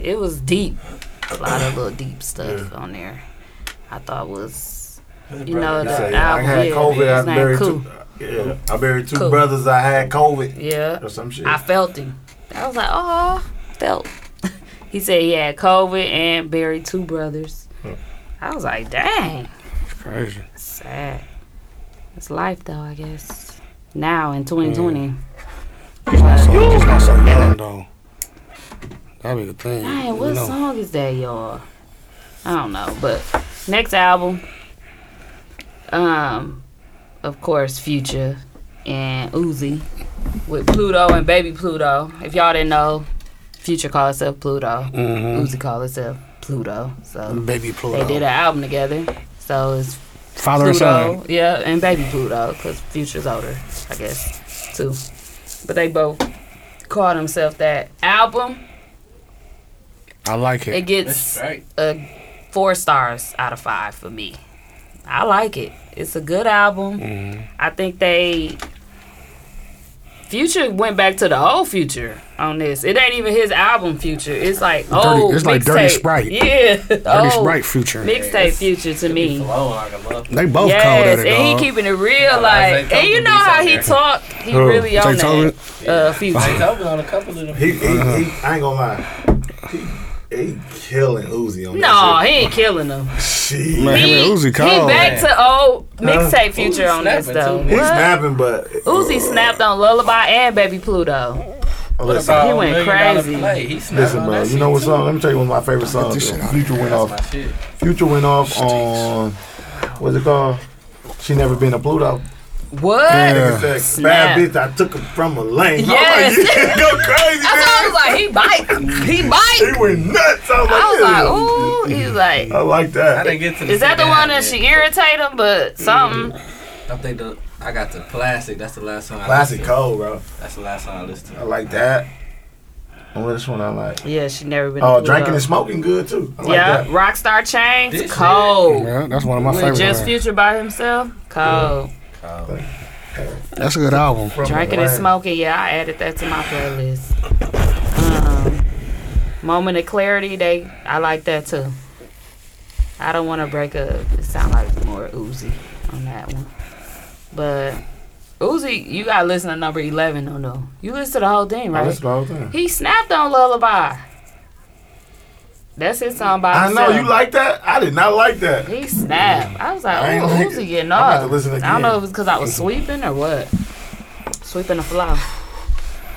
D: It was deep. A lot of little deep stuff on there. I thought was you know
E: He
D: the
E: said, I
D: album.
E: had
D: yeah,
E: COVID. I
D: his name
E: buried
D: Cool.
E: two. Yeah, I buried two
D: Cool.
E: brothers. I had COVID.
D: Yeah.
E: Or some shit.
D: I felt him. I was like, oh, felt. [LAUGHS] he said he had COVID and buried two brothers.
E: Hmm.
D: I was like, dang,
B: Crazy.
D: sad. It's life though, I guess. Now in 2020.
E: Hmm.
B: So he's not so young though. That'd be the thing.
D: Dang,
B: you
D: what
B: know.
D: song is that, y'all? I don't know, but next album, um, of course, Future and Uzi with Pluto and Baby Pluto. If y'all didn't know, Future called itself Pluto.
B: Mhm.
D: Uzi called itself Pluto. So
B: Baby Pluto.
D: They did an album together, so it's
B: Father and
D: Pluto,
B: son.
D: Yeah, and Baby Pluto, because Future's older, I guess, too. But they both called themselves that album.
B: I like
D: It
B: it.
D: gets a four stars out of five for me. I like it. It's a good album.
B: Mhm.
D: I think they Future went back to the old Future on this. It ain't even his album Future. It's like
B: Dirty-
D: oh,
B: it's like Dirty
D: mixtape.
B: Sprite.
D: Yeah, [LAUGHS]
B: Dirty Sprite Future.
D: Mixtape Future to me.
B: They both
D: yes,
B: called at it.
D: and
B: dawg.
D: he keeping it real, like, and you know how he talk. He
B: Who?
D: really on
B: Beethoven?
D: that. Uh, Future.
H: Beethoven on a couple of them.
E: He, he, he, I ain't gonna lie. He, he killing Uzi on
D: No, he
E: that
D: ain't killing them.
E: shit.
B: Man, him and Uzi
D: he
B: cold.
D: back to old
E: Huh?
D: mixtape Future on this though.
E: He's
D: What?
E: snapping, but
D: Uzi snapped on Lullaby and Baby Pluto.
E: Listen,
D: he went crazy.
E: Listen, bro. You know what song? Let me tell you one of my favorite songs. bro. Future went off. Future went off on what's it called? She never been a Pluto.
D: What?
E: Nigga said,
D: Snap.
E: Bad bitch, I took her from a lane.
D: Yes.
E: [LAUGHS] I'm like, yeah, go crazy,
D: That's
E: man.
D: why I was like, he bite. He bite.
E: He went nuts. I was like,
D: I
E: yeah.
D: was like, ooh. He's like,
E: I like Mm-hmm. that.
D: is that the one that she irritate him? But something.
H: I think the I got the classic. That's the last song. I listened
E: Classic
H: to.
E: cold, bro.
H: That's the last song I listened to.
E: I like that. And what this one I like?
D: Yeah, she never been.
E: Oh,
D: to
E: drinking
D: Pluto.
E: and smoking good too. I like
D: yeah,
E: that.
D: Rockstar Chains, cold.
B: Yeah, that's one of my
D: Oh. With
B: favorites.
D: just Future by himself, cold.
B: That's a good album.
D: Drinking and smoking, yeah, I added that to my playlist. Um, Moment of clarity, they I like that too. I don't want to break up. It sound like more Uzi on that one, but Uzi, you gotta listen to number eleven on though. You listen to the whole thing,
H: I
D: right?
H: listened to the whole thing.
D: He snapped on Lullaby. That's his song by
H: I know
D: himself.
H: you like that. I did not like that.
D: He snapped. I was like,
H: I ain't
D: oh,
H: like
D: who's he getting
H: I'm about
D: off?
H: to listen
D: I don't
H: again.
D: know if it's because I was sweeping or what. Sweeping the floor.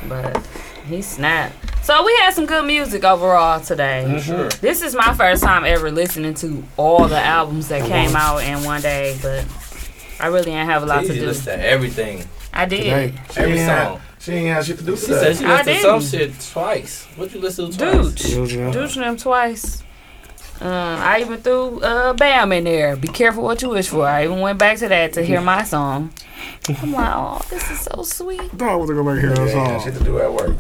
D: But he snapped. So we had some good music overall today.
P: Mm, sure.
D: This is my first time ever listening to all the albums that
A: At
D: came
A: once.
D: out in one day, but I really didn't have a lot to
A: She
D: do.
A: listened to everything.
D: I did.
A: She Every
H: ain't
A: song.
H: She ain't had shit to do with
A: She
H: that.
A: said she
D: I
A: listened to some
D: didn't.
A: shit twice. What you listen to twice?
D: Dude. Dooch them twice. Um, I even threw uh, Bam in there. Be careful what you wish for. I even went back to that to hear my song. I'm like, oh, this is so sweet.
B: I was gonna go back here and song. Shit to do at work.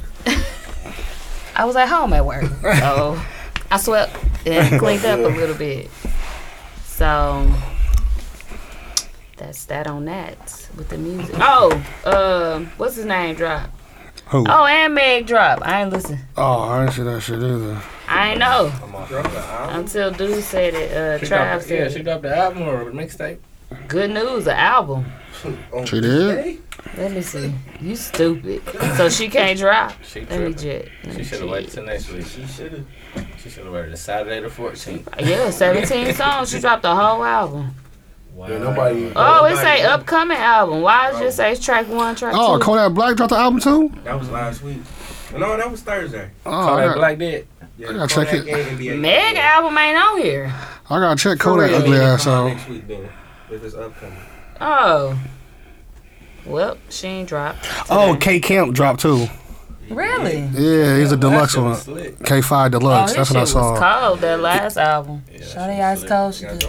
D: I was at home at work. So I swept and cleaned up a little bit. So that's that on that with the music. Oh, um, what's his name? Drop.
B: Who?
D: Oh, and Meg Drop. I ain't listen.
B: Oh, I ain't see that shit either.
D: I ain't know.
A: Dropped the album.
D: Until dude said it, uh,
A: She
D: Tribe
A: dropped, yeah,
D: said
A: she
D: it.
A: dropped the album or the mixtape.
D: Good news, an
A: [LAUGHS]
D: album.
B: She did?
D: Let me see. You stupid. So she can't drop.
A: She
D: Let me
A: tripping.
D: jet.
A: She should have waited till next week. She should have. She should have waited till Saturday the 14th. [LAUGHS]
D: Yeah, 17 songs. She dropped the whole album.
A: Yeah, nobody.
D: Oh, it's a upcoming album. Why does it say it's track one, track two?
B: Oh, Kodak Black dropped the album too?
Q: That was last week. No, that was Thursday.
B: Oh, Kodak I got- Black
A: did.
Q: Yeah,
B: I gotta check
Q: Kodak
B: it.
Q: and NBA.
D: Meg album ain't on here.
B: I gotta check
Q: For
B: Kodak
Q: real.
B: ugly
Q: Come
B: ass
Q: on
B: out.
Q: Next week, then, if it's upcoming.
D: Oh. Well, she ain't dropped.
B: Oh, K Camp dropped too.
D: Really? Oh,
B: Yeah, he's a deluxe
A: shit
B: one.
A: was
B: K Five Deluxe. That's what I saw.
D: Cold that last album. Shawty Ice Cold. She did.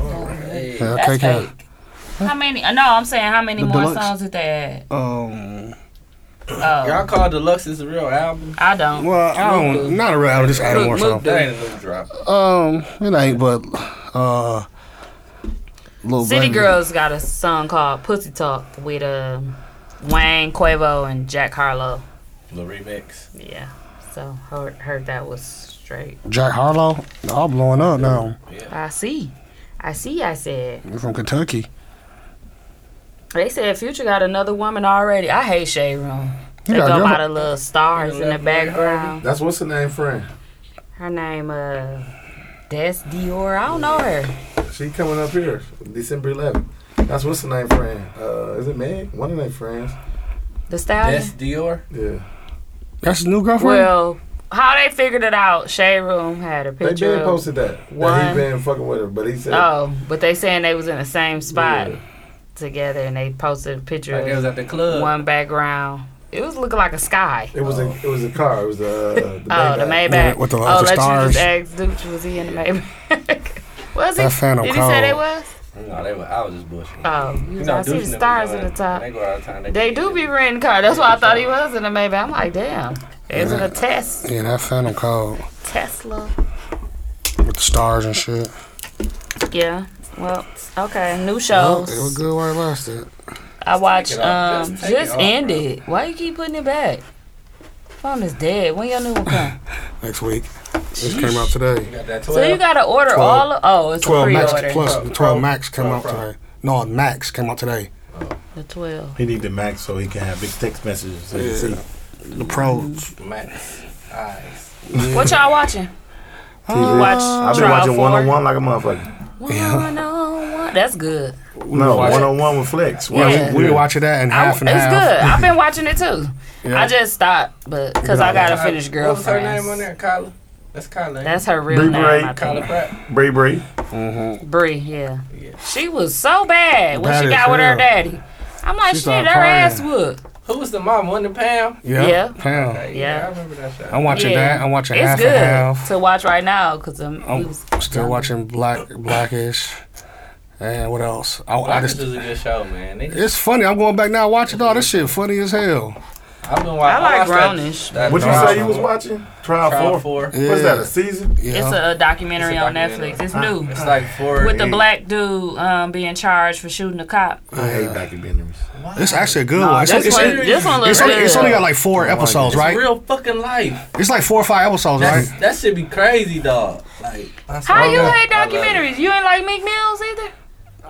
B: Yeah,
D: That's
B: K
D: fake.
B: Camp.
D: How many? uh, No, I'm saying how many
A: The
D: more
A: deluxe.
D: songs did they add?
B: Um,
D: Oh.
A: Y'all call Deluxe is a real album?
D: I don't.
B: well, I don't. Not a real album. Just added more songs.
A: That ain't a new drop.
B: Um, it ain't, but uh, little
D: City Girls got a song called Pussy Talk with uh, Wayne Quavo and Jack Harlow.
A: The remix.
D: Yeah. So heard, heard that was straight.
B: Jack Harlow, all blowing up now.
D: I see. I see, I said.
B: He's from Kentucky.
D: They said Future got another woman already. I hate Shade Room.
B: You
D: They
B: got
D: go
B: your-
D: by the little stars in the background.
H: That's what's her name, friend.
D: Her name, uh, Des Dior. I don't know her.
H: She coming up here December 11th. That's what's her name, friend. Uh, is it Meg? One of their friends.
D: The Stallion.
A: Dior.
H: Yeah.
B: That's his new girlfriend.
D: Well, how they figured it out? Shade Room had a
H: They
D: picture.
H: been
D: of-
H: posted that. That
D: One.
H: he been fucking with her, but he said.
D: Oh, but they saying they was in the same spot together, and they posted a picture.
H: Like they
D: of
H: was at the club.
D: One background. It was looking like a sky.
H: It was a it was a car. It was a uh, the
D: oh, the Maybach.
B: With the-
D: oh,
B: with
D: let
B: the
D: you
B: stars.
D: just ask Dooch, was he in the Maybach? [LAUGHS] was he?
B: That Phantom
D: Did he say they
B: Cold.
D: was?
A: No, they were. I was just bullshitting.
D: Oh, you
A: You
D: was
A: know,
D: I see
A: Deuce
D: the
A: never
D: stars
A: go
D: in the
A: out-
D: top.
A: They go out of town. They,
D: They do be renting car. That's why I thought he was in the Maybach. I'm like, damn. Is it a test?
B: Yeah, that Phantom Code
D: Tesla.
B: with the stars and shit.
D: Yeah. Well, okay. New
B: Well,
D: shows.
B: it was good while it lasted.
D: I watched.
B: take it off.
D: Um,
B: Just take it
D: just
B: off,
D: end it. Why you keep putting it back? Phone is dead. When your new one come?
B: Next week. This came out today.
D: so you gotta order
B: 12
D: all. Of, oh, it's a
B: 12 Max
D: pre-order. Oh.
B: Plus, the 12 Max came out today. No, Max came out today.
D: [LAUGHS] The twelve.
E: He need the max so he can have big text messages. So
B: Yeah.
E: you see.
B: The pros.
A: Max eyes.
D: What y'all watching?
E: TV.
D: You watch
E: Oh, I've been
D: Trial
E: watching
D: Four?
E: one on one like a motherfucker.
D: One on one. That's good.
E: No,
B: watch
E: one on one with Flex.
B: Yeah,
E: Watch-
B: we, we were watching that and
D: I-
B: half
D: it's
B: and half.
D: good.
E: [LAUGHS]
D: I've been watching
A: [LAUGHS]
D: it too.
B: Yeah.
D: I just stopped, but because I gotta finish
A: What was her name
D: girlfriend.
A: on there? Kyla. That's Kyla.
D: That's her real
E: Bree
D: name.
E: Bray.
D: I
A: Kyla
D: think.
A: Pratt.
E: Bree Bree.
D: Bree, yeah. She was so bad when
E: Bad
D: she
E: as
D: got with her
E: hell.
D: daddy. I'm like,
E: She
D: shit, her
E: started
D: ass whooped.
A: Who was the mom? Wasn't it Pam?
B: Yeah.
D: Yeah.
B: Pam.
A: Okay,
D: Yeah.
A: I remember that show.
B: I'm watching
D: Yeah.
B: that. I'm watching
D: it's
B: half
D: good
B: and half.
D: to watch right now because um, we
B: I'm
D: was-
B: still watching Black Blackish. And what else? I, I
A: Blackish
B: just,
A: is a good show, man. They-
B: it's funny. I'm going back now. and Watch it all. This shit funny as hell.
R: I've been watching.
D: I like
R: Brownish.
E: What you say you was watching? Trial,
R: Trial
E: four.
R: Four.
E: What's
R: Yeah.
E: that? A season?
D: It's a, documentary
E: It's a
D: on
E: documentary.
D: Netflix. It's
E: Huh.
D: new.
E: It's like four
D: With the
E: eight.
D: black dude um, being charged for shooting a cop.
E: I hate documentaries.
B: It's actually a good
D: Nah,
B: one. It's,
D: this
B: it's,
D: one-
B: it's-
D: this one
B: it's
D: looks
B: only, it's
D: good.
B: only got like four episodes,
A: It's
B: right?
A: Real fucking life.
B: It's like four or five episodes,
A: That's,
B: right?
A: that should be crazy, dog. Like
D: How you
B: I
D: hate
A: love it.
D: documentaries? You ain't like Meek Mills either.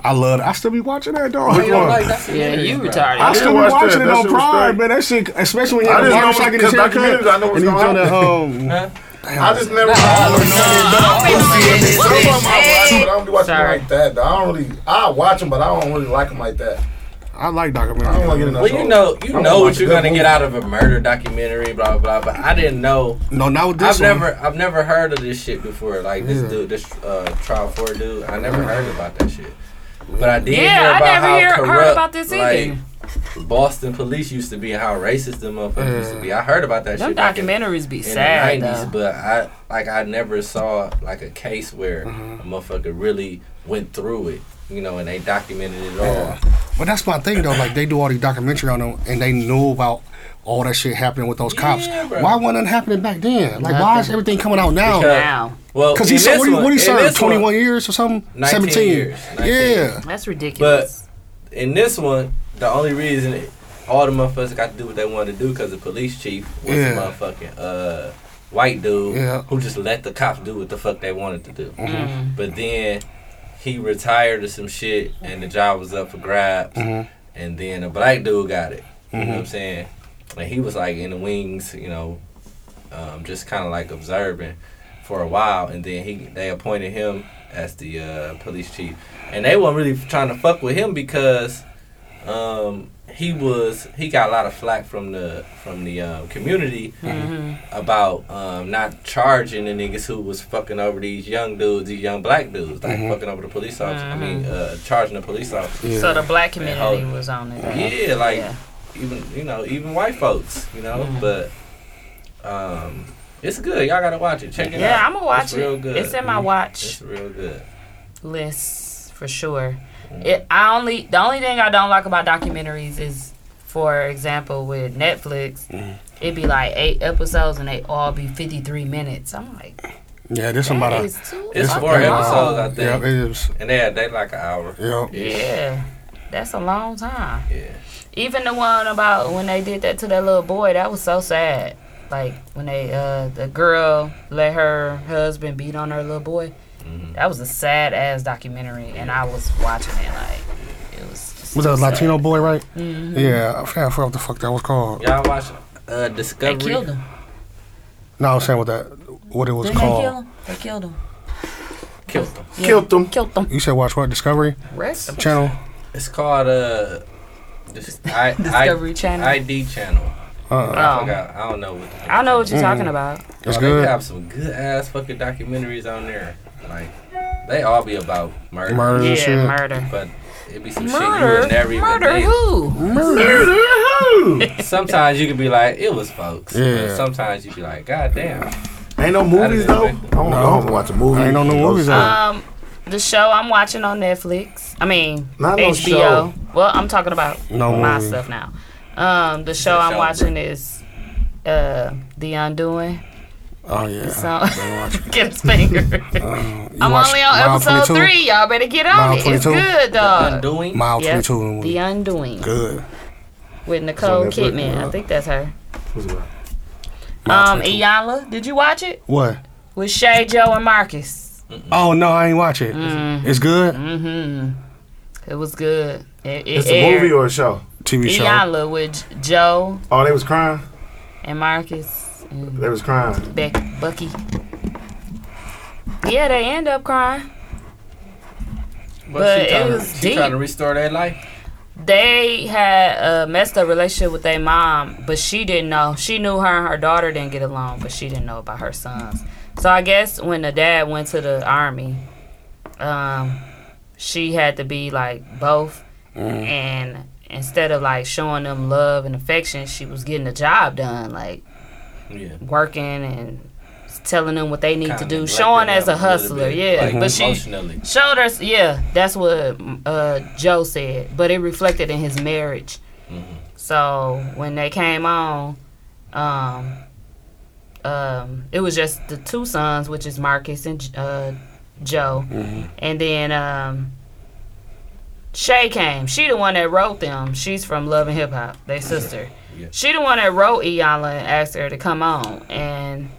B: I love it. I still be watching that, dog.
A: Which one? Yeah, you retarded.
B: I
A: I
B: still be
A: watched
B: watching
A: that.
B: it
A: That
B: on
A: shit was
B: Prime,
A: straight.
B: man. That shit, especially when
E: I
B: you're in the
E: just know
B: barbershop and
E: because
B: the
E: documentaries, I know what's
B: and you
E: going
B: doing that,
E: on.
B: um,
E: I just never. Some of them I watch, but I don't be watching them like that. though. I don't really. I watch them, but I don't really like them like that.
B: I like documentaries.
E: I don't want to get in that
A: Well, you
E: trouble.
A: know,
E: I
A: you
E: wanna
A: know
E: watch
A: what
E: a
A: you're
E: good
A: gonna
E: movie.
A: get out of a murder documentary, blah blah. blah but I didn't know.
B: No, not with this
A: I've
B: one.
A: never, I've never heard of this shit before. Like this
B: Yeah.
A: dude, this uh, trial four dude. I never heard about that shit. But I did
D: Yeah,
A: hear
D: I
A: about
D: never
A: how
D: hear- heard
A: corrupt,
D: about this either.
A: like, Boston police used to be and how racist them motherfuckers used to be. I heard about that
D: Them
A: shit. back in-
D: documentaries be
A: in the
D: sad, though.
A: but I like I never saw like a case where a
B: Mm-hmm.
A: motherfucker really went through it, you know, and they documented it all.
B: But that's my thing though. Like they do all these documentary on them, and they know about all that shit happening with those cops.
A: bro.
B: Why wasn't it happening back then? Like why is
A: Nothing.
B: everything coming out now?
A: Because- Well,
B: because he
A: in this
B: served what he,
A: one-
B: what he
A: in
B: served
A: this
B: twenty
A: one-
B: one years or something,
A: 19
B: seventeen.
A: years, 19
B: yeah,
A: years.
D: That's
A: But
D: ridiculous.
A: in this one, the only reason it, all the motherfuckers got to do what they wanted to do because the police chief was
B: Yeah.
A: a motherfucking uh, white dude
B: Yeah.
A: who just let the cops do what the fuck they wanted to do.
B: Mhm.
A: But then he retired or some shit, and the job was up for grabs.
B: Mhm.
A: And then a black dude got it. You know
B: Mhm.
A: what I'm
D: Mm-hmm.
A: saying? And he was like in the wings, you know, um, just kind of like observing for a while, and then he they appointed him as the uh, police chief, and they weren't really trying to fuck with him because um, he was he got a lot of flack from the from the um, community
D: Mhm.
A: about um, not charging the niggas who was fucking over these young dudes, these young black dudes, like
D: Mhm.
A: fucking over the police officer. I mean, uh, charging the police officer.
D: Mm-hmm. So the black
A: And
D: community
A: hold-
D: was on it.
A: yeah, like even you know even white folks, you know. But um, it's good. Y'all gotta watch it. Check it out.
D: Yeah, I'ma watch
A: it's
D: it.
A: Real good.
D: It's in my watch.
A: It's real good.
D: lists for sure. It, I only the only thing I don't like about documentaries is, for example, with Netflix, it'd be like eight episodes and they all be fifty three minutes. I'm like,
B: yeah. This one
D: That
B: about a.
D: is too
B: this
A: It's
B: one about
A: four
B: a-
A: episodes, I think.
B: Yeah, it is.
A: And they had they like an hour.
D: yeah, that's a long time.
A: Yeah.
D: Even the one about when they did that to that little boy, that was so sad. Like when they uh the girl let her husband beat on her little boy. That was a sad ass documentary, and I was watching it like it was. just
B: Was that a
D: so sad.
B: Latino boy, right?
D: Mhm.
B: Yeah, I forgot, I forgot what the fuck that was called.
A: Y'all watch uh, Discovery.
D: They killed him.
B: No, I was saying what that, what it was
D: Didn't they kill
B: called.
D: him? They killed him.
A: Killed them.
D: Yeah. Killed them. Killed them.
B: You said watch what Discovery
D: Rest.
B: Channel.
A: It's called uh, Dis- I,
D: [LAUGHS] Discovery
A: I,
D: Channel.
A: ID Channel.
B: Uh-uh.
A: I forgot. I don't know what. The
D: I know what you're talking about.
B: It's
A: Y'all,
B: good.
A: They have some good ass fucking documentaries on there. Like they all be about murder.
B: Murder and Yeah, shit.
D: murder.
A: But it be some shit you
D: Murder?
A: would never even
D: Murder
A: think.
D: who?
B: Murder
A: who? [LAUGHS] Sometimes you could be like, it was folks.
E: Yeah.
A: But sometimes you be like, God damn.
E: Ain't no movies though. I want to go home and watch a movie.
B: Ain't no new movies out.
D: Um, the show I'm watching on Netflix. I mean
E: Not no
D: HBO.
E: show.
D: Well, I'm talking about
B: No
D: my
B: movie.
D: stuff now. Um, the show I'm
B: show,
D: watching is uh The Undoing.
B: Oh yeah.
D: So
B: Better
D: [LAUGHS]
B: watch it. Uh,
D: get
B: [LAUGHS]
D: his finger. I'm
B: watch
D: only on
B: Mile
D: episode
B: 22?
D: three. Y'all better get on
B: Mile
D: it. It's
B: 22?
D: good, dog.
B: The Undoing? Mile 22
D: The Undoing.
B: Good.
D: With Nicole
B: It's on Netflix,
D: Kidman.
B: yeah.
D: I think that's her.
B: Mile
D: Um, Iyala, did you watch it?
B: What?
D: With Shay, Joe, and Marcus.
B: Oh no, I ain't watch it.
D: Mm.
B: It's good.
D: Mm-hmm. It was good. It, it
E: It's a movie or a show.
B: TV
D: Iyala with J- Joe
E: Oh, they was crying.
D: and Marcus and
E: They was crying.
D: Beck, Bucky. Yeah, they end up crying.
A: But,
D: But
A: she,
D: it
A: tryna-
D: was
A: she
D: deep.
A: trying to restore their life.
D: They had a messed up relationship with their mom, but she didn't know. She knew her and her daughter didn't get along, but she didn't know about her sons. So I guess when the dad went to the army, um, she had to be like both,
A: Mm.
C: Mhm.
D: and instead of like showing them love and affection, she was getting the job done, like
A: Yeah.
D: working and telling them what they need to
A: Kinda
D: do,
A: neglected
D: showing as
A: them a
D: a
A: little
D: hustler.
A: bit,
D: yeah,
A: like,
D: but she
A: emotionally.
D: showed us. Yeah, that's what mm, uh, Joe said, but it reflected in his marriage. So when they came on, um, um, it was just the two sons, which is Marcus and J- uh,
A: Mm-hmm.
D: Joe,
B: Mm-hmm.
P: Mhm.
D: and then um, Shay came. She the one that wrote them. She's from Love and Hip Hop. They sister. She the one that wrote Iyanla and asked her to come on, and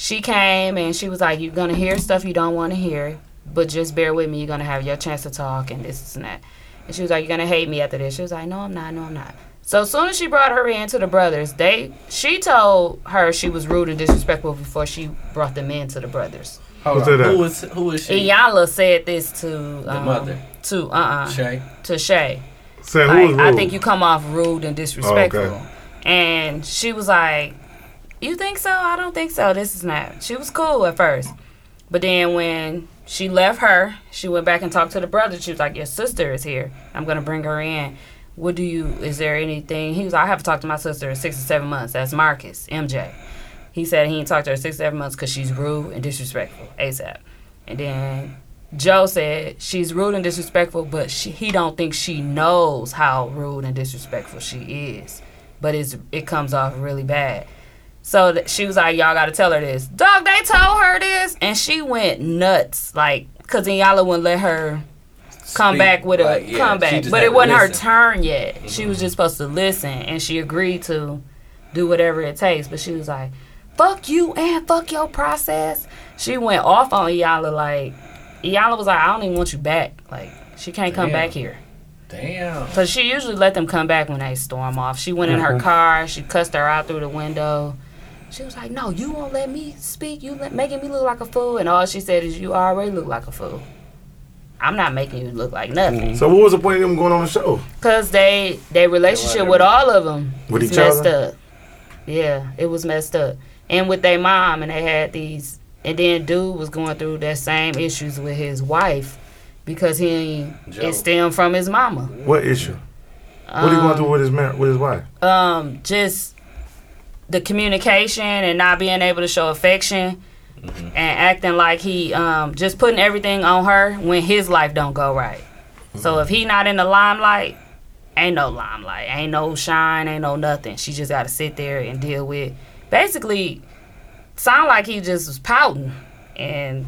D: she came and she was like, "You're gonna hear stuff you don't want to hear, but just bear with me. You're gonna have your chance to talk and this and that." And she was like, "You're gonna hate me after this." She was like, "No, I'm not. No, I'm not." So as soon as she brought her in to the brothers, they she told her she was rude and disrespectful before she brought them in to the brothers.
R: Hold
A: Who
R: on.
A: said that?
R: Who was who is she?
D: Iyala said this to um,
A: mother.
D: to uh uh
A: Shay?
D: to Shay.
A: Said who
D: like,
A: was
D: I
A: rude?
D: think you come off rude and disrespectful.
A: okay.
D: And she was like, "You think so? I don't think so. This is not." She was cool at first, but then when she left her, she went back and talked to the brother. She was like, "Your sister is here. I'm gonna bring her in." What do you? Is there anything? He was. Like, I haven't talked to my sister in six or seven months. That's Marcus MJ. He said he ain't talked to her six seven months because she's rude and disrespectful ASAP. And then Joe said she's rude and disrespectful, but she, he don't think she knows how rude and disrespectful she is. But it's, it comes off really bad. So th- she was like, "Y'all got to tell her this." Dog, they told her this, and she went nuts. Like, cause Inyala wouldn't let her come
C: Speak,
D: back with a
C: like, yeah, she
D: comeback,
C: just
D: but
C: had
D: it
C: to
D: wasn't her
C: listen. Mm-hmm.
D: turn yet. She was just supposed to listen, and she agreed to do whatever it takes. But she was like, "Fuck you and fuck your process." She went off on Inyala like Iyanla was like, I don't even want you back. Like, she can't come
A: Damn.
D: back here.
A: Damn.
D: So she usually let them come back when they storm off. She went in her
A: Mhm.
C: Mm-hmm.
D: car. She cussed her out through the window. She was like, No, you won't let me speak. You let, making me look like a fool. And all she said is, You already look like a fool. I'm not making you look like nothing.
E: So what was the point of them going on the show?
D: Cause they their relationship with all of them
E: With
D: was
E: each
D: messed
E: other?
D: up. Yeah, it was messed up, and with their mom, and they had these, and then dude was going through that same issues with his wife because he
E: Joe.
D: it stemmed from his mama.
E: What issue? what are you going through with his mar- with his wife?
D: Um, just the communication and not being able to show affection.
A: Mm-hmm.
D: And acting like he um, just putting everything on her when his life don't go right.
A: Mm-hmm.
D: So if he not in the limelight, ain't no limelight, ain't no shine, ain't no nothing. She just got to sit there and deal with. Basically, sound like he just was pouting and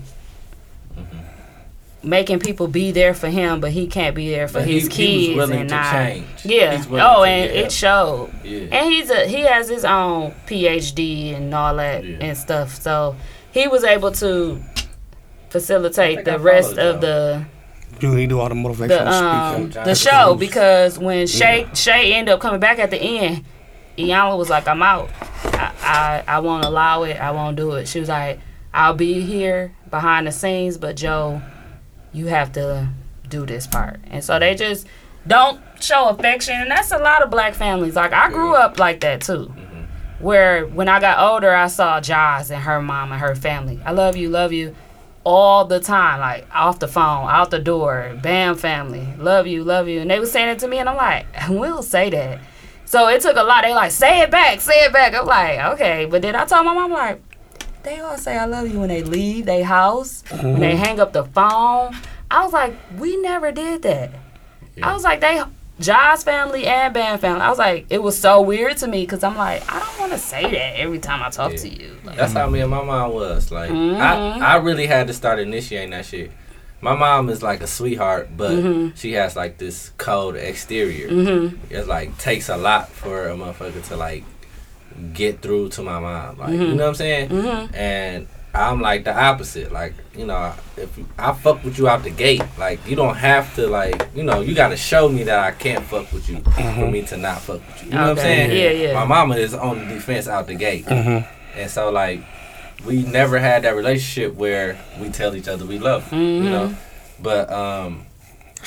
D: making people be there for him, but he can't be there for
A: Mm-hmm. But he-
D: his
A: he was
D: kids
A: willing
D: and
A: to
D: not.
A: change.
D: Yeah.
A: He's willing
D: Oh,
A: to,
D: and
A: yeah.
D: it showed.
A: Yeah.
D: And he's a he has his own PhD and all that and stuff. So he was able to facilitate the rest of the
S: You need to do all the motivational
D: the um,
S: speaking.
D: the show because when Shay Shay ended up coming back at the end, Iyanla was like, "I'm out. I, I I won't allow it. I won't do it." She was like, "I'll be here behind the scenes, but Joe, you have to do this part." And so they just don't show affection, and that's a lot of black families. Like I grew up like that too. Where when I got older, I saw Jaws and her mom and her family. I love you, love you all the time, like off the phone, out the door, bam, family, love you, love you. And they was saying it to me, and I'm like, [LAUGHS] we'll say that. So it took a lot. They like, say it back, say it back. I'm like, okay. But then I told my mom, like, they all say I love you when they leave their house, when they
C: Mhm.
D: hang up the phone. I was like, we never did that. I was like, they, Josh family and Bam family. I was like, it was so weird to me because I'm like, I don't want to say that every time I talk to you. Like,
A: That's how me and my mom was. Like
D: Mhm.
A: I, I really had to start initiating that shit. My mom is like a sweetheart, but
D: Mhm.
A: she has like this cold exterior.
D: Mhm.
A: It's like takes a lot for a motherfucker to like get through to my mom. Like you know
D: Mhm.
A: what I'm saying?
D: Mhm.
A: And I'm like the opposite. Like you know, if you- I fuck with you out the gate, like you don't have to like you know you got to show me that I can't fuck with you for me to not fuck with you. You know what I'm
D: Okay.
A: saying?
D: Yeah, yeah.
A: My mama is on the defense out the gate. And so like we never had that relationship where we tell each other we love, you, you
D: Mhm.
A: know. But um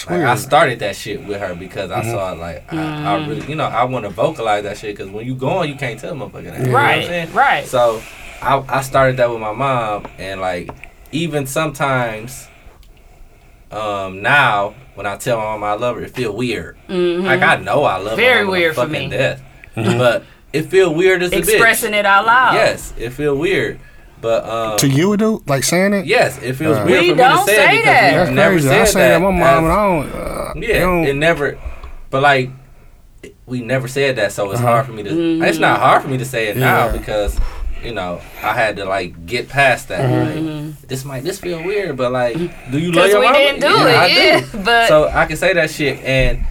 A: like, I
Q: weird.
A: started that shit with her because I
Q: Mhm.
A: saw like I, I
D: Mm-hmm.
Q: Mm.
A: really you know I want to vocalize that shit because when you going you can't tell motherfucker that you know what I'm
D: Right,
A: saying?
D: right.
A: So I I started that with my mom and like even sometimes um now when I tell my mom I love her it feel weird
D: Mhm.
A: like I know I love
D: Very
A: her mama to
D: weird for
A: fucking
D: me.
A: death but it feel weird as a bitch.
D: Expressing it out loud.
A: Yes, it feel weird, but um,
B: to you, dude? Like saying it?
A: yes, it feels
B: Uh,
A: weird
B: We
A: for me to
B: don't
A: say,
B: say
A: it because
B: that.
A: we've
B: That's
A: never
B: crazy.
A: said
B: I say that to my mom
A: as-
B: and I don't, uh,
A: yeah,
B: I don't-
A: it never. But like, we never said that, so it's
R: Uh-huh.
A: hard for me to.
D: Mm-hmm.
R: Mhm.
A: It's not hard for me to say it now
R: Yeah.
A: because you know I had to like get past that.
R: Mhm.
A: Like, this might this feel weird, but like, do you love
D: Because
A: your
D: Mm-hmm. we
A: mama?
D: didn't do it,
A: I
D: yeah, but-
A: so I can say that shit and.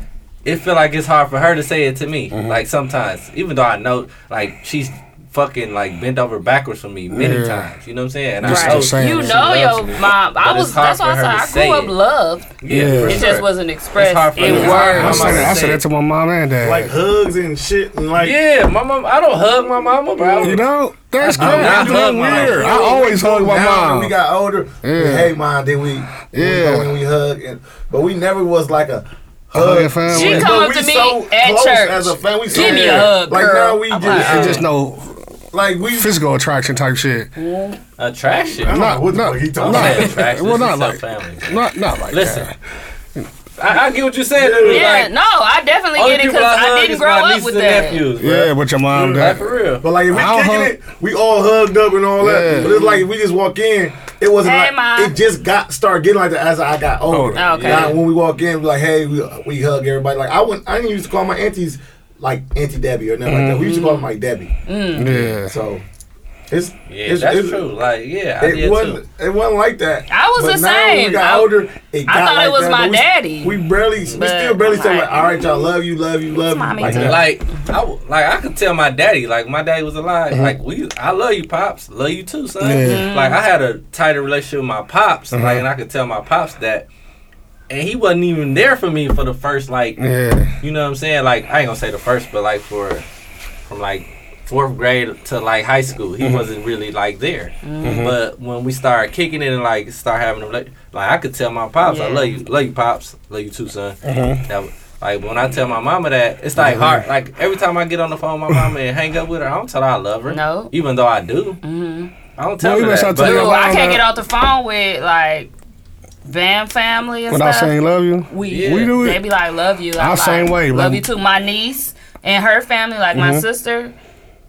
A: It feel like it's hard for her to say it to me. Like sometimes, even though I know, like she's fucking like bent over backwards for me many
R: Yeah.
A: times. You know what I'm saying? And
R: You're
A: I
R: still
A: know
R: saying
A: she
D: You
R: it.
D: know
A: loves
D: your
A: me,
D: mom.
A: but
D: I
A: it's
D: was.
A: hard
D: That's why
A: for her
D: I
A: to
D: said I
A: say
D: grew up
A: it.
D: loved.
A: Yeah, for
D: it
A: sure.
D: just wasn't expressed
A: hard for
D: in
A: her to-
D: words.
B: I said, that, I said that to my mom and dad.
E: Like hugs and shit and like
A: Yeah, my mom. I don't hug my mama, bro.
B: You know, that's
E: I
B: good.
E: don't
B: That's
E: hug my
B: weird.
E: mom.
B: I always hug my
E: now that
B: mom.
E: We got older.
B: Yeah.
E: We, hey, mom. Then we,
B: Yeah.
E: yeah. we go and we hug, and but we never was like a
B: Hug
E: hug.
B: and family.
D: She
E: But
D: come up
E: we
D: to me
E: so
D: at
E: close
D: church.
E: as a family. so-
D: Give me a
E: Yeah.
D: hug,
E: Like
D: girl.
E: now we
D: I'm uh,
E: just
D: like,
B: It's just no
E: like we
B: physical attraction type shit.
A: Attraction.
B: Not, not, not,
A: talking about attraction.
B: well, not
A: This
B: like,
A: is her family.
B: not, not like
A: Listen.
B: that.
A: I, I get what you're saying.
D: Yeah, no, I definitely
A: only
D: get it
A: people
D: because
A: hug
D: I
A: is
D: didn't
A: my
D: grow up
A: nieces
D: with
A: and
D: that.
A: Nephews, bro.
B: Yeah, but your mom
A: Like
B: done.
A: for real.
E: But like if we
B: I don't
E: kicking
B: hug-
E: it, we all hugged up and all that.
B: Yeah.
E: But it's like if we just walk in, it wasn't
D: Hey,
E: like
D: Ma.
E: it just got started getting like that as I got older.
D: Oh, okay.
E: Like, when we walk in, we like hey, we, we hug everybody. Like I wouldn't, I didn't used to call my aunties like Auntie Debbie or nothing like that. We used to call them like Debbie.
B: Yeah.
E: So it's
A: Yeah,
E: it's,
A: that's
E: it's-
A: true. Like, yeah, I
E: It
A: did
E: wasn't.
A: too.
E: It wasn't like that.
D: I was
E: But
D: the
E: now When
D: same.
E: we got
D: I-
E: older. It
D: I
E: got
D: thought it
E: like
D: was
E: that,
D: my
E: but we-
D: daddy.
E: We barely, we
D: But
E: still barely
D: I'm
E: say like,
D: like,
E: "All right, y'all, love you, love you, love you."
D: mommy
E: Like,
D: doing?
E: that.
A: Like I w- like I could tell my daddy like my daddy was alive like we I love you pops love you too son
B: Uh-huh. Yeah.
A: like I had a tighter relationship with my pops
B: Uh-huh.
A: like and I could tell my pops that and he wasn't even there for me for the first like
B: Yeah.
A: you know what I'm saying like I ain't gonna say the first but like for from like fourth grade to like high school he
B: Mm-hmm.
R: Mhm.
A: wasn't really like there
R: Mhm.
A: but when we started kicking it and like start having a rela- like I could tell my pops I
R: Yeah.
A: love you love you pops love you too son
B: Uh-huh.
R: Mhm.
A: that like when I tell my mama that, it's like
R: Mhm.
A: hard. Like every time I get on the phone with my mama and hang up with her, I don't tell her I love her.
D: No.
A: even though I do,
E: Mm-hmm.
A: I don't tell
B: Well, you
A: her
B: must
A: that.
B: not tell
A: but-
B: your
D: Dude,
B: mom
D: I can't
B: that.
D: get off the phone with like Bam family and
B: Without
D: stuff.
B: saying love you,
D: we
B: we do
D: They
B: it.
D: be like, "Love you."
B: Our
D: I'm like,
B: same way,
D: Love
B: bro.
D: you too. My niece and her family, like my
B: Mhm.
D: sister,